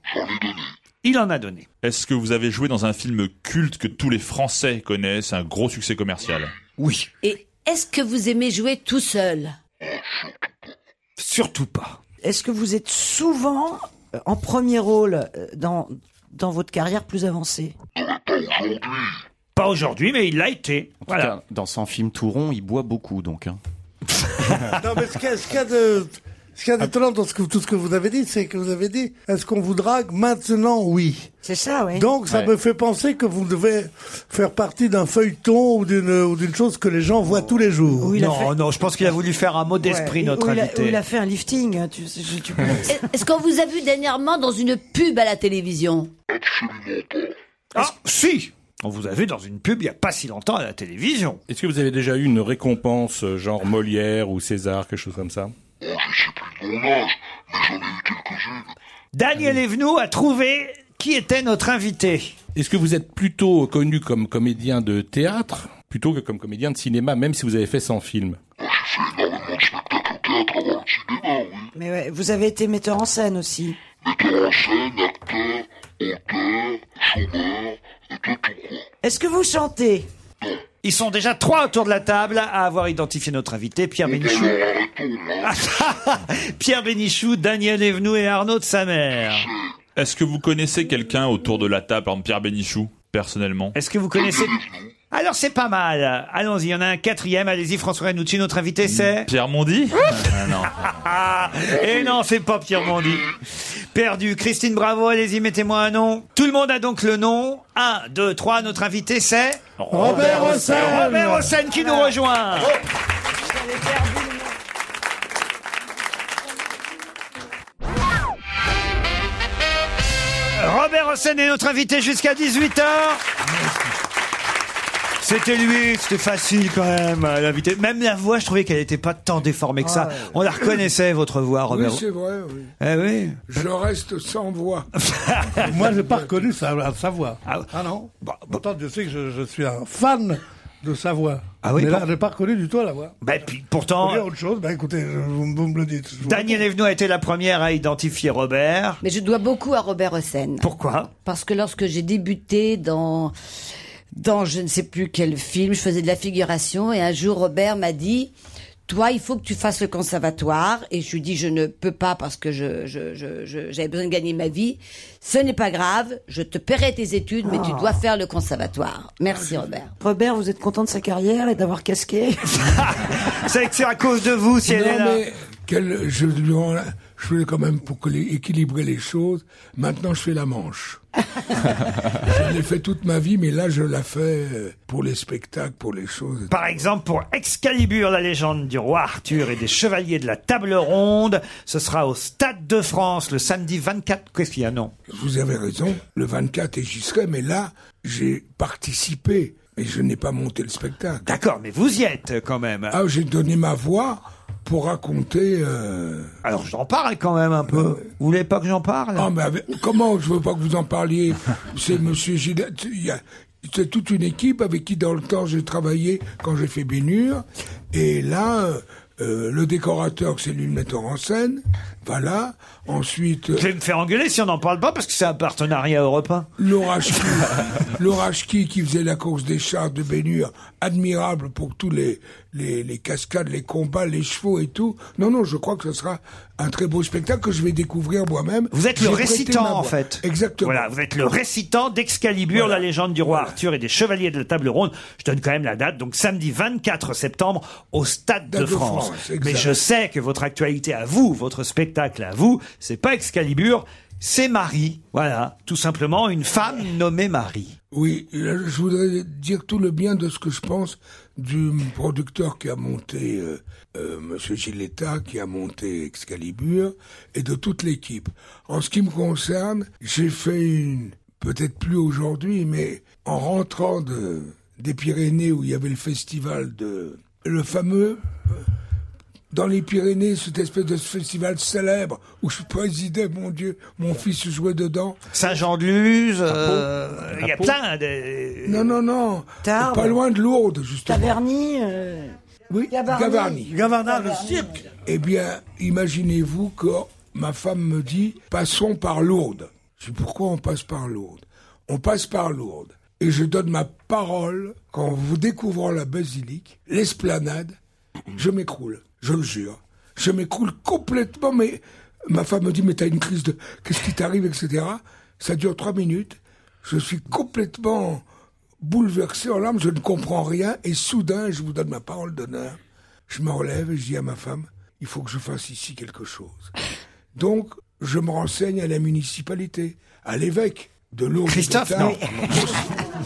Speaker 3: Il en a donné.
Speaker 6: Est-ce que vous avez joué dans un film culte que tous les Français connaissent, un gros succès commercial
Speaker 3: Oui.
Speaker 12: Et est-ce que vous aimez jouer tout seul
Speaker 3: Surtout pas.
Speaker 10: Est-ce que vous êtes souvent euh, en premier rôle euh, dans, dans votre carrière plus avancée
Speaker 3: Pas aujourd'hui, mais il l'a été.
Speaker 7: En tout cas, dans son film Touron, il boit beaucoup donc. hein.
Speaker 5: Non, mais ce qu'il y a- ce qu'il y a de, ce qu'il y a d'étonnant dans ce que- tout ce que vous avez dit, c'est que vous avez dit, est-ce qu'on vous drague maintenant Oui.
Speaker 10: C'est ça, oui.
Speaker 5: Donc, ça
Speaker 10: Ouais.
Speaker 5: me fait penser que vous devez faire partie d'un feuilleton ou d'une, ou d'une chose que les gens voient tous les jours.
Speaker 10: Oui, il a
Speaker 3: non, <laughs> non, je pense qu'il a voulu faire un mot d'esprit,
Speaker 10: Ouais,
Speaker 3: notre
Speaker 10: où il a- où
Speaker 3: invité.
Speaker 10: il a fait un lifting. hein, tu sais, je-
Speaker 3: <laughs>
Speaker 10: tu peux-
Speaker 12: Est-ce qu'on vous a vu dernièrement dans une pub à la télévision
Speaker 3: Ah, si On vous a vu dans une pub il n'y a pas si longtemps à la télévision.
Speaker 4: Est-ce que vous avez déjà eu une récompense euh, genre Molière ou César, quelque chose comme ça
Speaker 3: Daniel Evenou a trouvé qui était notre invité.
Speaker 4: Est-ce que vous êtes plutôt connu comme comédien de théâtre plutôt que comme comédien de cinéma, même si vous avez fait 100 films
Speaker 10: Mais ouais, vous avez été metteur en scène aussi. Est-ce que vous chantez
Speaker 3: Ils sont déjà trois autour de la table à avoir identifié notre invité, Pierre Bénichou.
Speaker 14: ben
Speaker 5: Ah,
Speaker 3: Pierre Bénichou, Daniel Evenou et Arnaud de sa mère.
Speaker 6: Est-ce que vous connaissez quelqu'un autour de la table, par exemple Pierre Bénichou, personnellement
Speaker 3: Est-ce que vous connaissez Alors c'est pas mal. Allons-y, il y en a un quatrième. Allez-y, François Renucci, notre invité, c'est...
Speaker 6: Pierre Mondy
Speaker 3: Ah,
Speaker 14: <laughs>
Speaker 3: Et non, c'est pas Pierre Mondy. Perdu. Christine Bravo, allez-y, mettez-moi un nom. Tout le monde a donc le nom. 1, 2, 3, notre invité c'est...
Speaker 5: Robert Hossein.
Speaker 3: Robert Hossein qui nous rejoint Robert Hossein est notre invité jusqu'à 18h. C'était lui, c'était facile quand même, euh, l'invité. Même la voix, je trouvais qu'elle n'était pas tant déformée que ça.
Speaker 14: Ah ouais.
Speaker 3: On la reconnaissait, votre voix, Robert.
Speaker 14: Oui, c'est vrai, oui.
Speaker 3: Eh oui.
Speaker 14: Je reste sans voix.
Speaker 5: Moi, j'ai pas reconnu sa, à sa voix.
Speaker 3: Ah,
Speaker 5: non Bah, Pourtant, Dieu sait que je, je suis un fan de sa voix.
Speaker 3: Ah oui,
Speaker 5: Mais là,
Speaker 3: bon.
Speaker 5: j'ai pas reconnu du tout la voix.
Speaker 3: Ben, puis,
Speaker 5: Vous
Speaker 3: pourtant,
Speaker 5: voulez autre chose, ben écoutez, je- vous, vous me le dites. Je vous-
Speaker 3: Daniel Evenou a été la première à identifier Robert.
Speaker 12: Mais je dois beaucoup à Robert Hossein.
Speaker 3: Pourquoi
Speaker 12: Parce que lorsque j'ai débuté dans dans je ne sais plus quel film, je faisais de la figuration et un jour Robert m'a dit toi, il faut que tu fasses le conservatoire. Et je lui dis, je ne peux pas parce que je, je, je, je- j'avais besoin de gagner ma vie. Ce n'est pas grave. Je te paierai tes études, mais tu
Speaker 10: Ah.
Speaker 12: dois faire le conservatoire. Merci, Robert.
Speaker 10: Robert, vous êtes content de sa carrière et d'avoir casqué <laughs>
Speaker 3: C'est à cause de vous si elle
Speaker 14: Non,
Speaker 3: est là.
Speaker 14: mais quel- je, lui en- hein, je voulais quand même pour que les- équilibrer les choses. Maintenant, je fais la manche. <laughs> je l'ai fait toute ma vie, mais là, je la fais euh, pour les spectacles, pour les choses.
Speaker 3: Par exemple, pour Excalibur, la légende du roi Arthur et des chevaliers de la table ronde, ce sera au Stade de France le samedi 24. Qu'est-ce qu'il y a, non
Speaker 14: Vous avez raison, le 24 et j'y serai, mais là, j'ai participé, mais je n'ai pas monté le spectacle.
Speaker 3: D'accord, mais vous y êtes quand même.
Speaker 14: Ah, j'ai donné ma voix pour raconter. euh,
Speaker 3: Alors j'en parle quand même un peu. Vous voulez pas que j'en parle
Speaker 14: Ah, mais avec- comment je veux pas que vous en parliez C'est Monsieur Gillet. il y a- C'est toute une équipe avec qui, dans le temps, j'ai travaillé quand j'ai fait Bénure. Et là, euh, euh, le décorateur, que c'est lui le metteur en scène. Voilà. Ensuite. euh,
Speaker 3: Je vais me faire engueuler si on n'en parle pas parce que c'est un partenariat européen.
Speaker 14: Laura Schki, <laughs> Laura Schki qui faisait la course des chars de Bénure, admirable pour tous les, les, les cascades, les combats, les chevaux et tout. Non, non, je crois que ce sera un très beau spectacle que je vais découvrir moi-même.
Speaker 3: Vous êtes le
Speaker 14: J'ai prêté ma
Speaker 3: récitant
Speaker 14: voix.
Speaker 3: en fait.
Speaker 14: Exactement.
Speaker 3: Voilà, vous êtes le récitant d'Excalibur, la légende du roi Arthur et des chevaliers de la table ronde. Je donne quand même la date, donc samedi 24 septembre au Stade de,
Speaker 14: Stade de
Speaker 3: France.
Speaker 14: France, exact.
Speaker 3: Mais je sais que votre actualité à vous, votre spectacle à vous, c'est pas Excalibur, c'est Marie. Voilà, tout simplement une femme nommée Marie.
Speaker 14: Oui, là, je voudrais dire tout le bien de ce que je pense du producteur qui a monté euh, euh, Monsieur Gilletta, qui a monté Excalibur, et de toute l'équipe. En ce qui me concerne, j'ai fait une, peut-être plus aujourd'hui, mais en rentrant de, des Pyrénées où il y avait le festival de, le fameux dans les Pyrénées, cette espèce de festival célèbre où je présidais, mon Dieu, mon fils jouait dedans.
Speaker 3: Saint-Jean-de-Luz, euh,
Speaker 14: Pau.
Speaker 3: il y a
Speaker 14: À Pau.
Speaker 3: plein de...
Speaker 14: Non, non, non.
Speaker 3: Tarbes.
Speaker 14: Pas loin de Lourdes, justement.
Speaker 10: Taverny. euh,
Speaker 14: Oui,
Speaker 10: Gavarni.
Speaker 14: Gavarni.
Speaker 10: Gavarna, le Gavarni. cirque.
Speaker 14: Eh bien, imaginez-vous que ma femme me dit passons par Lourdes. Je dis pourquoi on passe par Lourdes On passe par Lourdes. Et je donne ma parole qu'en vous découvrant la basilique, l'esplanade, je m'écroule. Je le jure. Je m'écroule complètement, mais ma femme me dit mais t'as une crise de. Qu'est-ce qui t'arrive, etc. Ça dure trois minutes. Je suis complètement bouleversé en larmes, je ne comprends rien, et soudain, je vous donne ma parole d'honneur, je me relève et je dis à ma femme, il faut que je fasse ici quelque chose. Donc, je me renseigne à la municipalité, à l'évêque de Lourdes.
Speaker 3: Christophe,
Speaker 14: Pétard,
Speaker 3: non.
Speaker 14: <laughs>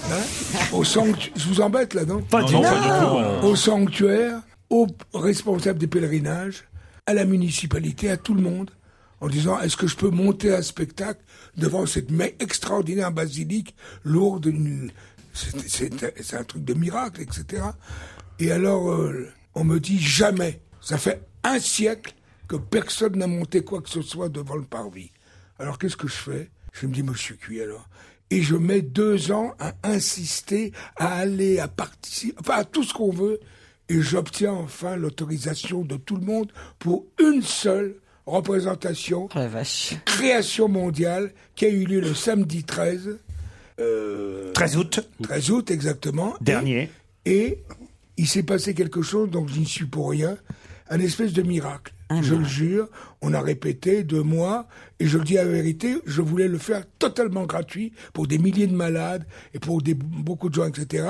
Speaker 14: Hein <laughs> au sanctu- Je vous embête là, non
Speaker 3: Pas du Non, non, tout. pas du tout, euh.
Speaker 14: Au sanctuaire, au responsable des pèlerinages, à la municipalité, à tout le monde, en disant est-ce que je peux monter un spectacle devant cette ma- extraordinaire basilique lourde une- c'est- C'est c'est un truc de miracle, etc. Et alors, euh, on me dit jamais. Ça fait un siècle que personne n'a monté quoi que ce soit devant le parvis. Alors qu'est-ce que je fais Je me dis, moi je suis cuit alors. Et je mets deux ans à insister, à aller, à participer, enfin à tout ce qu'on veut. Et j'obtiens enfin l'autorisation de tout le monde pour une seule représentation, création mondiale, qui a eu lieu le samedi 13. euh,
Speaker 3: 13 août.
Speaker 14: 13 août, exactement.
Speaker 3: Dernier.
Speaker 14: Et il s'est passé quelque chose, donc je n'y suis pour rien. Un espèce de miracle. je le jure, on a répété deux mois, et je le dis la vérité, je voulais le faire totalement gratuit pour des milliers de malades et pour des, beaucoup de gens, etc.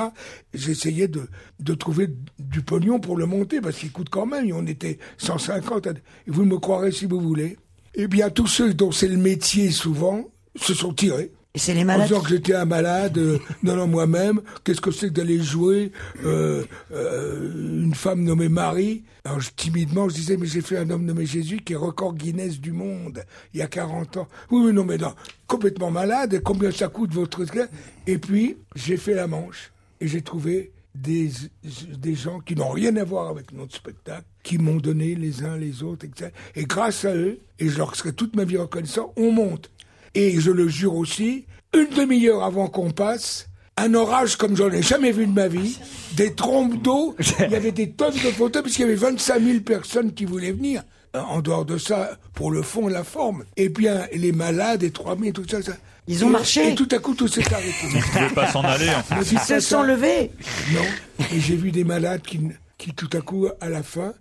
Speaker 14: J'essayais de, de trouver du pognon pour le monter, parce qu'il coûte quand même, et on était 150, à- et vous me croirez si vous voulez. Eh bien, tous ceux dont c'est le métier souvent se sont tirés.
Speaker 10: Et c'est les
Speaker 14: En
Speaker 10: malades.
Speaker 14: disant que j'étais un malade, euh, non, non, moi-même, qu'est-ce que c'est que d'aller jouer euh, euh, une femme nommée Marie Alors, je- timidement, je disais, mais j'ai fait un homme nommé Jésus qui est record Guinness du monde, il y a 40 ans. Oui, oui, non, mais non, complètement malade, et combien ça coûte votre... hein? Et puis, j'ai fait la manche, et j'ai trouvé des, des gens qui n'ont rien à voir avec notre spectacle, qui m'ont donné les uns les autres, etc. Et grâce à eux, et je leur serai toute ma vie reconnaissant, on monte. Et je le jure aussi, une demi-heure avant qu'on passe, un orage comme j'en ai jamais vu de ma vie, des trompes d'eau, il y avait des tonnes de photos, puisqu'il y avait 25 000 personnes qui voulaient venir. Euh, En dehors de ça, pour le fond et la forme. Et bien, les malades, les 3000, tout ça, ça.
Speaker 10: Ils ont
Speaker 14: Et-
Speaker 10: marché.
Speaker 14: Et tout à coup, tout s'est arrêté. Ils ne
Speaker 6: pouvaient pas
Speaker 14: <laughs>
Speaker 6: s'en aller, en fait.
Speaker 10: Ils se sont levés.
Speaker 14: Non. Et j'ai vu des malades qui, qui, tout à coup, à la fin,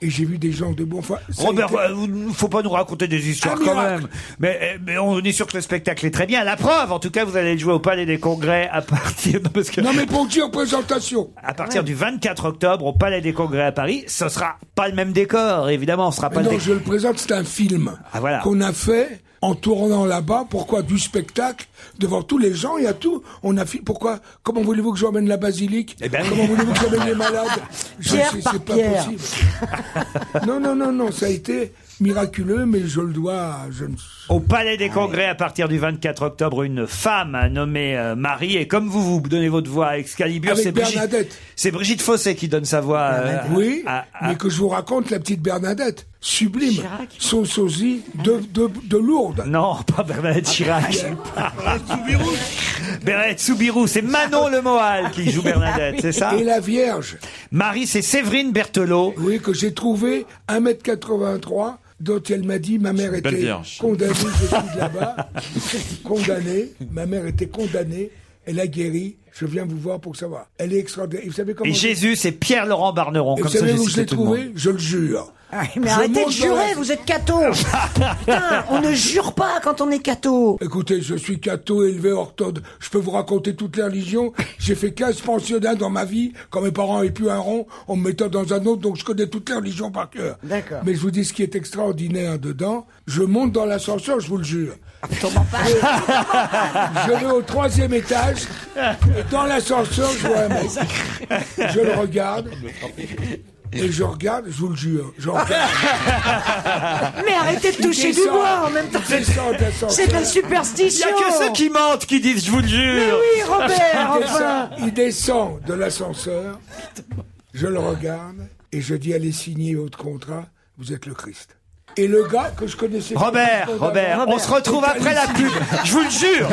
Speaker 14: et j'ai vu des gens de bon foi. Ça a
Speaker 3: Robert,
Speaker 14: été-
Speaker 3: euh, vous- faut pas nous raconter des histoires
Speaker 14: Un
Speaker 3: quand
Speaker 14: miracle.
Speaker 3: même. Mais, euh, mais on est sûr que le spectacle est très bien. La preuve, en tout cas, vous allez le jouer au Palais des Congrès à partir non, parce que-
Speaker 14: Non mais pour dire présentation.
Speaker 3: à partir du 24 octobre au Palais des Congrès à Paris. Ce sera pas le même décor, évidemment. On sera pas
Speaker 14: Mais
Speaker 3: le
Speaker 14: non,
Speaker 3: décor.
Speaker 14: je le présente, c'est un film
Speaker 3: Ah, voilà.
Speaker 14: qu'on a fait en tournant là-bas. Pourquoi du spectacle devant tous les gens Il y a tout. On a fait. Pourquoi Comment voulez-vous que j'emmène la basilique
Speaker 3: ben-
Speaker 14: Comment voulez-vous que j'emmène les
Speaker 3: <laughs>
Speaker 14: malades Je-
Speaker 10: Pierre
Speaker 14: c'est-
Speaker 10: par
Speaker 14: c'est pas
Speaker 10: pierre.
Speaker 14: possible. non, non, non, non. Ça a été miraculeux, mais je le dois. à- Je ne
Speaker 3: Au Palais
Speaker 14: Ah,
Speaker 3: des Congrès, à partir du 24 octobre, une femme nommée euh, Marie. Et comme vous, vous donnez votre voix à Excalibur,
Speaker 14: Avec
Speaker 3: c'est Brigitte,
Speaker 14: Bernadette.
Speaker 3: c'est Brigitte Fossé qui donne sa voix. euh,
Speaker 14: oui,
Speaker 3: à- à-
Speaker 14: mais que je vous raconte la petite Bernadette, sublime, son sosie de, de, de Lourdes.
Speaker 3: Non, pas Bernadette
Speaker 14: Ah,
Speaker 3: Chirac.
Speaker 5: <laughs>
Speaker 3: Bernadette Soubirou, c'est
Speaker 14: Ah
Speaker 3: Manon Le Moal qui joue Bernadette, c'est ça
Speaker 14: Et la Vierge.
Speaker 3: Marie, c'est Séverine Berthelot.
Speaker 14: Oui, que j'ai trouvé 1m83, dont elle m'a dit ma mère
Speaker 3: belle
Speaker 14: était
Speaker 3: Vierge.
Speaker 14: condamnée, je suis
Speaker 3: <laughs>
Speaker 14: de là-bas, condamnée, ma mère était condamnée, elle a guéri, je viens vous voir pour savoir. Elle est extraordinaire. Et vous savez comment
Speaker 3: Et
Speaker 14: je-
Speaker 3: Jésus, c'est Pierre-Laurent Barneron.
Speaker 14: Et
Speaker 3: Comme
Speaker 14: vous
Speaker 3: ça,
Speaker 14: savez
Speaker 3: j'ai
Speaker 14: où je
Speaker 3: cité
Speaker 14: l'ai
Speaker 3: tout le monde.
Speaker 14: trouvé Je le jure.
Speaker 10: Ah, Mais
Speaker 14: Je
Speaker 10: arrêtez de
Speaker 14: monte dans la-
Speaker 10: jurer, vous êtes catho Putain, on ne jure pas quand on est catho
Speaker 14: Écoutez, je suis catho élevé orthodoxe. Je peux vous raconter toutes les religions. J'ai fait 15 pensionnats dans ma vie. Quand mes parents n'avaient plus un rond, on me mettait dans un autre, donc je connais toutes les religions par cœur.
Speaker 10: D'accord.
Speaker 14: Mais je vous dis ce qui est extraordinaire dedans. Je monte dans l'ascenseur, je vous le jure. Je vais au troisième étage. Et dans l'ascenseur, je vois un mec. Je le regarde. Et je regarde, je vous le jure. Je regarde.
Speaker 10: Mais arrêtez de
Speaker 14: Il
Speaker 10: toucher du
Speaker 14: descend.
Speaker 10: bois en même temps
Speaker 14: Il descend de l'ascenseur.
Speaker 10: C'est de la superstition
Speaker 3: Il n'y a que ceux qui mentent qui disent, je vous le jure.
Speaker 10: Mais oui,
Speaker 14: il,
Speaker 10: Robert,
Speaker 14: descend,
Speaker 10: enfin
Speaker 14: il descend de l'ascenseur, je le regarde et je dis allez signer votre contrat, vous êtes le Christ. Et le gars que je connaissais.
Speaker 3: Robert, Robert, on se retrouve
Speaker 14: est
Speaker 3: après la
Speaker 14: halluciné.
Speaker 3: pub. Je vous le jure.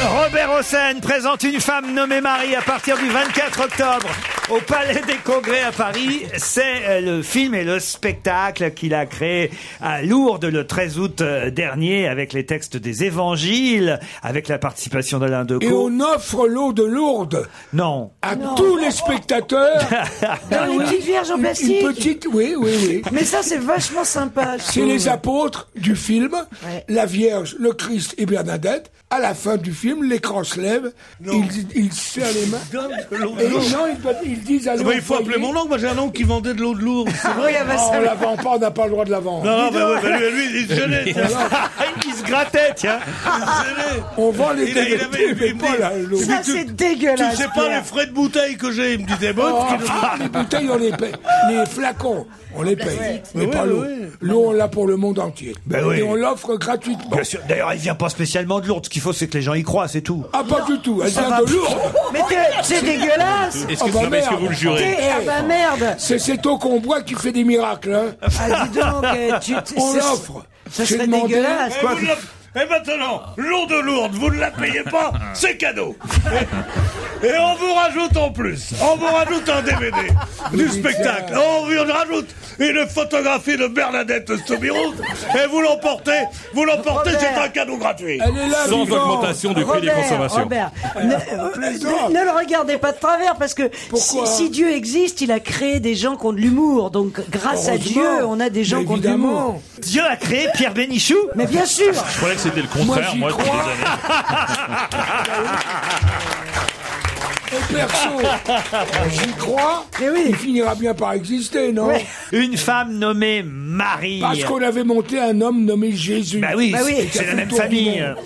Speaker 3: Robert Hossein présente une femme nommée Marie à partir du 24 octobre au Palais des Congrès à Paris. C'est euh, le film et le spectacle qu'il a créé à Lourdes le 13 août euh, dernier avec les textes des évangiles, avec la participation d'Alain Decaux.
Speaker 14: Et on offre l'eau de Lourdes
Speaker 3: Non.
Speaker 14: à tous les spectateurs.
Speaker 10: Dans les petites vierges en
Speaker 14: Une-
Speaker 10: plastique.
Speaker 14: Une petite, oui, oui, oui.
Speaker 10: Mais ça, c'est vachement sympa. je
Speaker 14: C'est
Speaker 10: trouve.
Speaker 14: les apôtres du film,
Speaker 10: Ouais.
Speaker 14: la Vierge, le Christ et Bernadette. À la fin du film, l'écran se lève, ils, ils se serrent les mains. Et non, ils, doivent- ils disent à
Speaker 15: Ah
Speaker 14: l'eau
Speaker 15: bah, il faut
Speaker 14: employée,
Speaker 15: appeler mon oncle, moi j'ai un oncle qui vendait de l'eau de Lourdes.
Speaker 14: Ah, on la vend pas, on n'a pas le droit de la vendre.
Speaker 15: Non, non, bah, ouais, bah, lui, lui, il se
Speaker 14: <laughs>
Speaker 15: gênait. tiens. <laughs>
Speaker 3: il se grattait, tiens.
Speaker 14: On vend les
Speaker 15: Il a- il
Speaker 14: DVD,
Speaker 15: avait-
Speaker 14: mais pas la- l'eau.
Speaker 10: Ça,
Speaker 15: Tu-
Speaker 10: c'est dégueulasse,
Speaker 15: Tu sais pas
Speaker 10: Pierre.
Speaker 15: les frais de bouteille que j'ai, il me disait, bon,
Speaker 14: Oh,
Speaker 15: tu nous-
Speaker 14: ah, les bouteilles, on les paye. Les flacons, on les paye. Mais
Speaker 15: Ouais,
Speaker 14: pas
Speaker 15: ouais,
Speaker 14: l'eau.
Speaker 15: ouais.
Speaker 14: L'eau, on l'a pour le monde entier.
Speaker 3: Ben oui.
Speaker 14: Et on l'offre gratuitement.
Speaker 3: Bien sûr. D'ailleurs, elle vient pas spécialement de Lourdes. Ce qu'il faut, c'est que les gens y croient, c'est tout.
Speaker 14: Ah, pas du tout. Elle vient de Lourdes.
Speaker 10: Mais t'es- c'est dégueulasse
Speaker 14: Est-ce que- Ah bah non, mais est-ce que merde. vous le jurez
Speaker 10: T'es- Ah bah merde
Speaker 14: C'est cette eau qu'on boit qui fait des miracles. hein.
Speaker 10: Ah, dis donc, eh, tu- tu-
Speaker 14: On
Speaker 10: c'est-
Speaker 14: l'offre.
Speaker 10: Ça
Speaker 14: J'ai
Speaker 10: serait
Speaker 14: demandé-
Speaker 10: dégueulasse.
Speaker 15: Eh, vous la- eh, maintenant, l'eau de Lourdes, vous ne la payez pas, c'est cadeau. Et, et on vous rajoute en plus, on vous rajoute un DVD du spectacle, on vous rajoute une photographie de Bernadette Soubirous, et vous l'emportez, vous l'emportez, c'est un cadeau gratuit.
Speaker 14: Elle est là,
Speaker 4: Sans
Speaker 14: vivante.
Speaker 4: augmentation du prix des
Speaker 15: <laughs>
Speaker 4: consommations.
Speaker 10: Robert, ne,
Speaker 14: Ah,
Speaker 10: euh,
Speaker 14: plaisante.
Speaker 10: ne- ne le regardez pas de travers parce que si,
Speaker 14: Pourquoi
Speaker 10: si Dieu existe, il a créé des gens qui ont de l'humour. Donc grâce à
Speaker 14: Heureusement.
Speaker 10: Dieu, on a des gens
Speaker 14: Mais
Speaker 10: qui ont de l'humour.
Speaker 14: évidemment.
Speaker 3: Dieu a créé Pierre Bénichou.
Speaker 10: Mais bien sûr
Speaker 6: Je croyais que c'était le
Speaker 14: Moi,
Speaker 6: contraire,
Speaker 14: j'y
Speaker 6: moi, depuis
Speaker 14: crois.
Speaker 6: des années.
Speaker 14: Et perso, j'y crois.
Speaker 10: Eh
Speaker 14: Il finira bien par exister, non
Speaker 3: Une femme nommée Marie.
Speaker 14: Parce qu'on avait monté un homme nommé Jésus.
Speaker 3: Bah oui, c'est-
Speaker 14: Qui a
Speaker 3: c'est la
Speaker 14: fait
Speaker 3: même
Speaker 14: le tour du
Speaker 3: famille.
Speaker 14: monde.
Speaker 10: <laughs>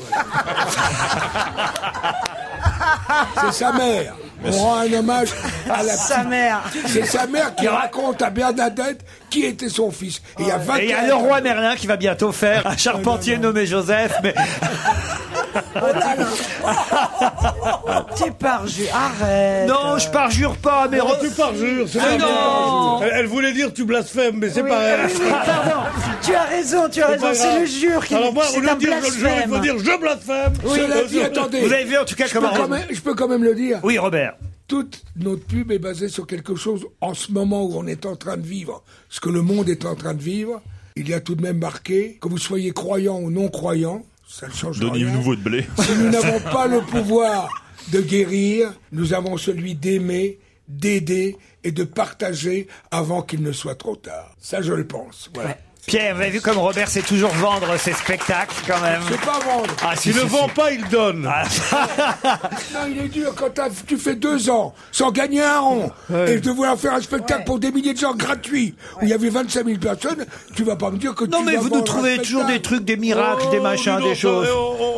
Speaker 14: C'est sa mère. On rend un hommage à la
Speaker 10: Sa
Speaker 14: petite-
Speaker 10: mère.
Speaker 14: C'est sa mère qui raconte à Bernadette qui était son fils. Et il y a 20
Speaker 3: Et il y a le roi Merlin qui va bientôt faire un charpentier nommé Joseph. Mais
Speaker 10: T'es parjure, arrête
Speaker 3: non, je parjure pas, mais
Speaker 15: Oh,
Speaker 3: re-
Speaker 15: tu parjures, c'est
Speaker 3: Mais
Speaker 15: la
Speaker 3: non.
Speaker 15: merde. Elle, elle voulait dire tu blasphèmes, mais c'est
Speaker 10: Oui,
Speaker 15: pareil.
Speaker 10: oui, oui, pardon.
Speaker 5: <laughs>
Speaker 10: tu as raison, tu as
Speaker 15: pas
Speaker 10: raison, c'est
Speaker 15: grave.
Speaker 10: le jure qui
Speaker 15: Alors moi,
Speaker 10: c'est
Speaker 15: au lieu
Speaker 10: un
Speaker 15: de dire je le jure, il faut
Speaker 10: blasphème.
Speaker 15: dire je blasphème.
Speaker 14: Cela
Speaker 15: Euh,
Speaker 14: dit, attendez.
Speaker 3: vous avez vu en tout cas
Speaker 14: Je peux,
Speaker 3: comment.
Speaker 14: quand même, je peux quand même le dire.
Speaker 3: Oui, Robert.
Speaker 14: Toute notre pub est basée sur quelque chose en ce moment où on est en train de vivre, ce que le monde est en train de vivre. Il y a tout de même marqué, que vous soyez croyant ou non croyant, ça ne change
Speaker 6: Donnez
Speaker 14: rien.
Speaker 6: une nouveau de blé.
Speaker 14: Si nous n'avons pas le pouvoir de guérir, nous avons celui d'aimer, d'aider et de partager avant qu'il ne soit trop tard. Ça, je le pense. Voilà.
Speaker 3: Pierre, vous avez vu comme Robert sait toujours vendre ses spectacles quand même.
Speaker 14: C'est pas vendre.
Speaker 3: Ah, si,
Speaker 14: Il ne
Speaker 3: si, Ah,
Speaker 14: vend
Speaker 3: si.
Speaker 14: pas,
Speaker 3: il donne.
Speaker 14: Non, il est dur quand t'as- tu fais deux ans sans gagner un rond et de vouloir faire un spectacle pour des milliers de gens gratuits où il y avait 25 000 personnes, tu vas pas me dire que
Speaker 3: Non,
Speaker 14: tu
Speaker 3: mais
Speaker 14: vas
Speaker 3: vous nous
Speaker 14: vendre un
Speaker 3: trouvez toujours
Speaker 14: spectacle. Oh,
Speaker 3: des trucs, des miracles, des machins, des choses.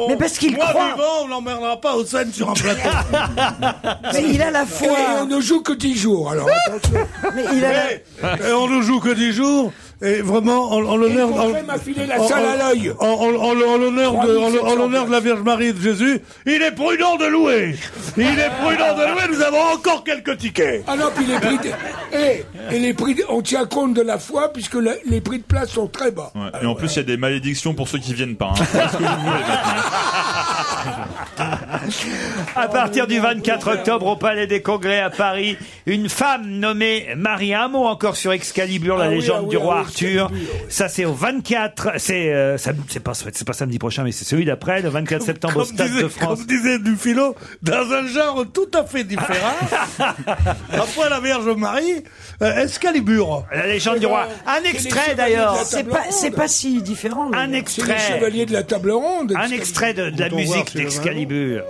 Speaker 14: Mais parce qu'il
Speaker 5: Moi,
Speaker 14: croit.
Speaker 5: vivant, on l'emmerdera pas au scène sur un plateau.
Speaker 14: Mais il a la foi. on ne joue que 10 jours, alors attention.
Speaker 5: Mais Eh, Et on ne joue que 10 jours. Et vraiment, en, en l'honneur,
Speaker 14: Et
Speaker 5: en,
Speaker 14: Coffret m'a filé la salle à l'œil.
Speaker 5: en- en- en- en l'honneur de, en- en l'honneur de la Vierge Marie et de Jésus, il est prudent de louer. Il est prudent de louer. Nous avons encore quelques tickets.
Speaker 14: Ah non, puis les prix.
Speaker 5: <laughs>
Speaker 14: De... Eh, et les prix, de- on tient compte de la foi puisque la- les prix de place sont très bas.
Speaker 6: Ouais. Et en plus, il y a des malédictions pour ceux qui viennent pas.
Speaker 14: <laughs>
Speaker 6: hein.
Speaker 3: <laughs> À partir
Speaker 14: Oh,
Speaker 3: du 24 octobre au Palais des Congrès à Paris, une femme nommée Marie un mot encore sur Excalibur, la
Speaker 14: Ah oui,
Speaker 3: légende
Speaker 14: ah oui,
Speaker 3: du
Speaker 14: ah
Speaker 3: roi
Speaker 14: oui,
Speaker 3: Arthur. Ça c'est au 24, c'est euh, sam- c'est pas c'est pas samedi prochain mais c'est celui d'après, le 24 septembre au Stade de France.
Speaker 5: Comme disait du philo, dans un genre tout à fait différent.
Speaker 3: <laughs>
Speaker 5: Après la Vierge Marie, euh, Excalibur.
Speaker 3: La légende du roi.
Speaker 14: Oh,
Speaker 3: Un extrait d'ailleurs.
Speaker 10: C'est pas, c'est pas si différent.
Speaker 3: Un extrait.
Speaker 14: de la table ronde.
Speaker 3: Un extrait de, de la
Speaker 14: Peut-on voir
Speaker 3: musique
Speaker 14: si le
Speaker 3: d'Excalibur.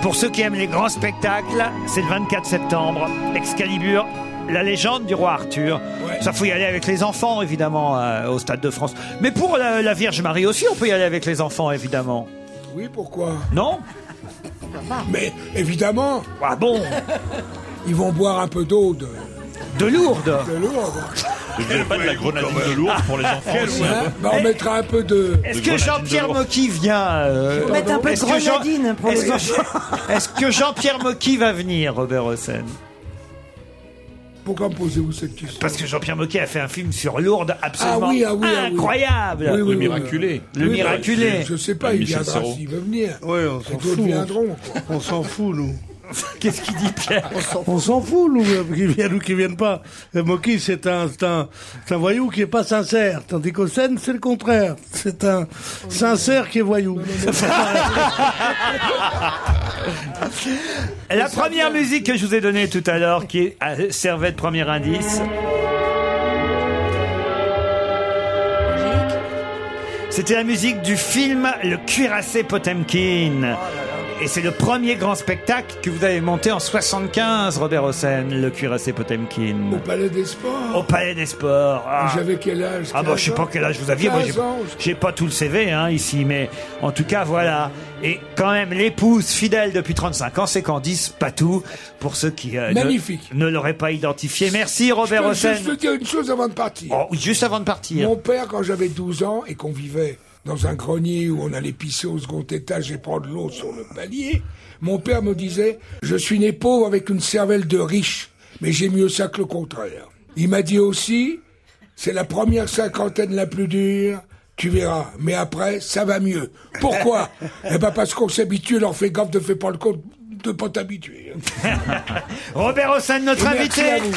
Speaker 3: Pour ceux qui aiment les grands spectacles, c'est le 24 septembre. Excalibur, la légende du roi Arthur. Ça faut y aller avec les enfants, évidemment, euh, au Stade de France. Mais pour la, la Vierge Marie aussi, on peut y aller avec les enfants, évidemment.
Speaker 14: Oui, pourquoi
Speaker 3: Non
Speaker 14: Mais évidemment.
Speaker 3: Ah bon
Speaker 14: Ils vont boire un peu d'eau de.
Speaker 3: De Lourdes
Speaker 14: De Lourdes.
Speaker 6: Ne viennent pas de la grenadine de Lourdes pour les enfants.
Speaker 14: Quel
Speaker 6: aussi. hein.
Speaker 14: ouais. Bah, on mettra un peu de.
Speaker 3: Eh, Est-ce que Jean-Pierre Mocky vient euh,
Speaker 10: Mettre un peu de
Speaker 3: est-ce que Jean-
Speaker 10: grenadine pour
Speaker 3: Est-ce
Speaker 10: les
Speaker 3: que-
Speaker 10: enfants.
Speaker 3: est-ce que Jean-Pierre Mocky va venir, Robert Hossein
Speaker 14: Pourquoi me posez-vous cette question
Speaker 3: Parce que Jean-Pierre Mocky a fait un film sur Lourdes absolument
Speaker 14: Ah oui, ah oui, ah oui.
Speaker 3: incroyable.
Speaker 14: Oui, oui, oui, oui.
Speaker 3: Le
Speaker 14: Oui, bah,
Speaker 3: miraculé.
Speaker 14: Je sais pas, il viendra s'il veut venir.
Speaker 5: Ouais, on s'en
Speaker 14: D'autres
Speaker 5: fout.
Speaker 14: viendront.
Speaker 5: On s'en fout, nous.
Speaker 3: <laughs> Qu'est-ce qu'il dit, Pierre
Speaker 5: On s'en fout, nous, euh, qu'ils viennent ou qu'ils viennent pas. Euh, Moki, c'est un, c'est un, c'est un voyou qui est pas sincère. Tandis qu'Osen, c'est le contraire. C'est un sincère qui est voyou. <laughs>
Speaker 14: <laughs>
Speaker 3: La première musique que je vous ai donnée tout à l'heure, qui est- ah, servait de premier indice. C'était la musique du film Le cuirassé Potemkin. Et c'est le premier grand spectacle que vous avez monté en 75, Robert Hossein, Le cuirassé Potemkin.
Speaker 14: Au Palais des Sports.
Speaker 3: Au Palais des Sports. Ah.
Speaker 14: J'avais quel âge
Speaker 3: Ah bah je sais
Speaker 14: 15
Speaker 3: pas
Speaker 14: ans
Speaker 3: quel âge vous aviez, moi j'ai-
Speaker 14: 15 ans,
Speaker 3: j'ai pas tout le CV hein, ici, mais en tout cas voilà. Et quand même l'épouse fidèle depuis 35 ans, c'est Candice Patou, pour ceux qui euh, ne-
Speaker 14: Magnifique.
Speaker 3: ne, l'auraient pas identifié. Merci Robert
Speaker 14: Je peux
Speaker 3: Hossein.
Speaker 14: juste vous dire une chose avant de partir.
Speaker 3: Oh, oui, juste avant de partir. <laughs>
Speaker 14: Mon père, quand j'avais 12 ans et qu'on vivait dans un grenier où on allait pisser au second étage et prendre l'eau sur le palier, mon père me disait Je suis né pauvre avec une cervelle de riche, mais j'ai mieux ça que le contraire. Il m'a dit aussi C'est la première cinquantaine la plus dure. Tu verras, mais après, ça va mieux. Pourquoi Eh ben parce qu'on s'habitue, alors fais gaffe, ne fais pas le compte de pas t'habituer.
Speaker 3: Robert Hossein, notre
Speaker 14: Et merci
Speaker 3: invité.
Speaker 14: à vous.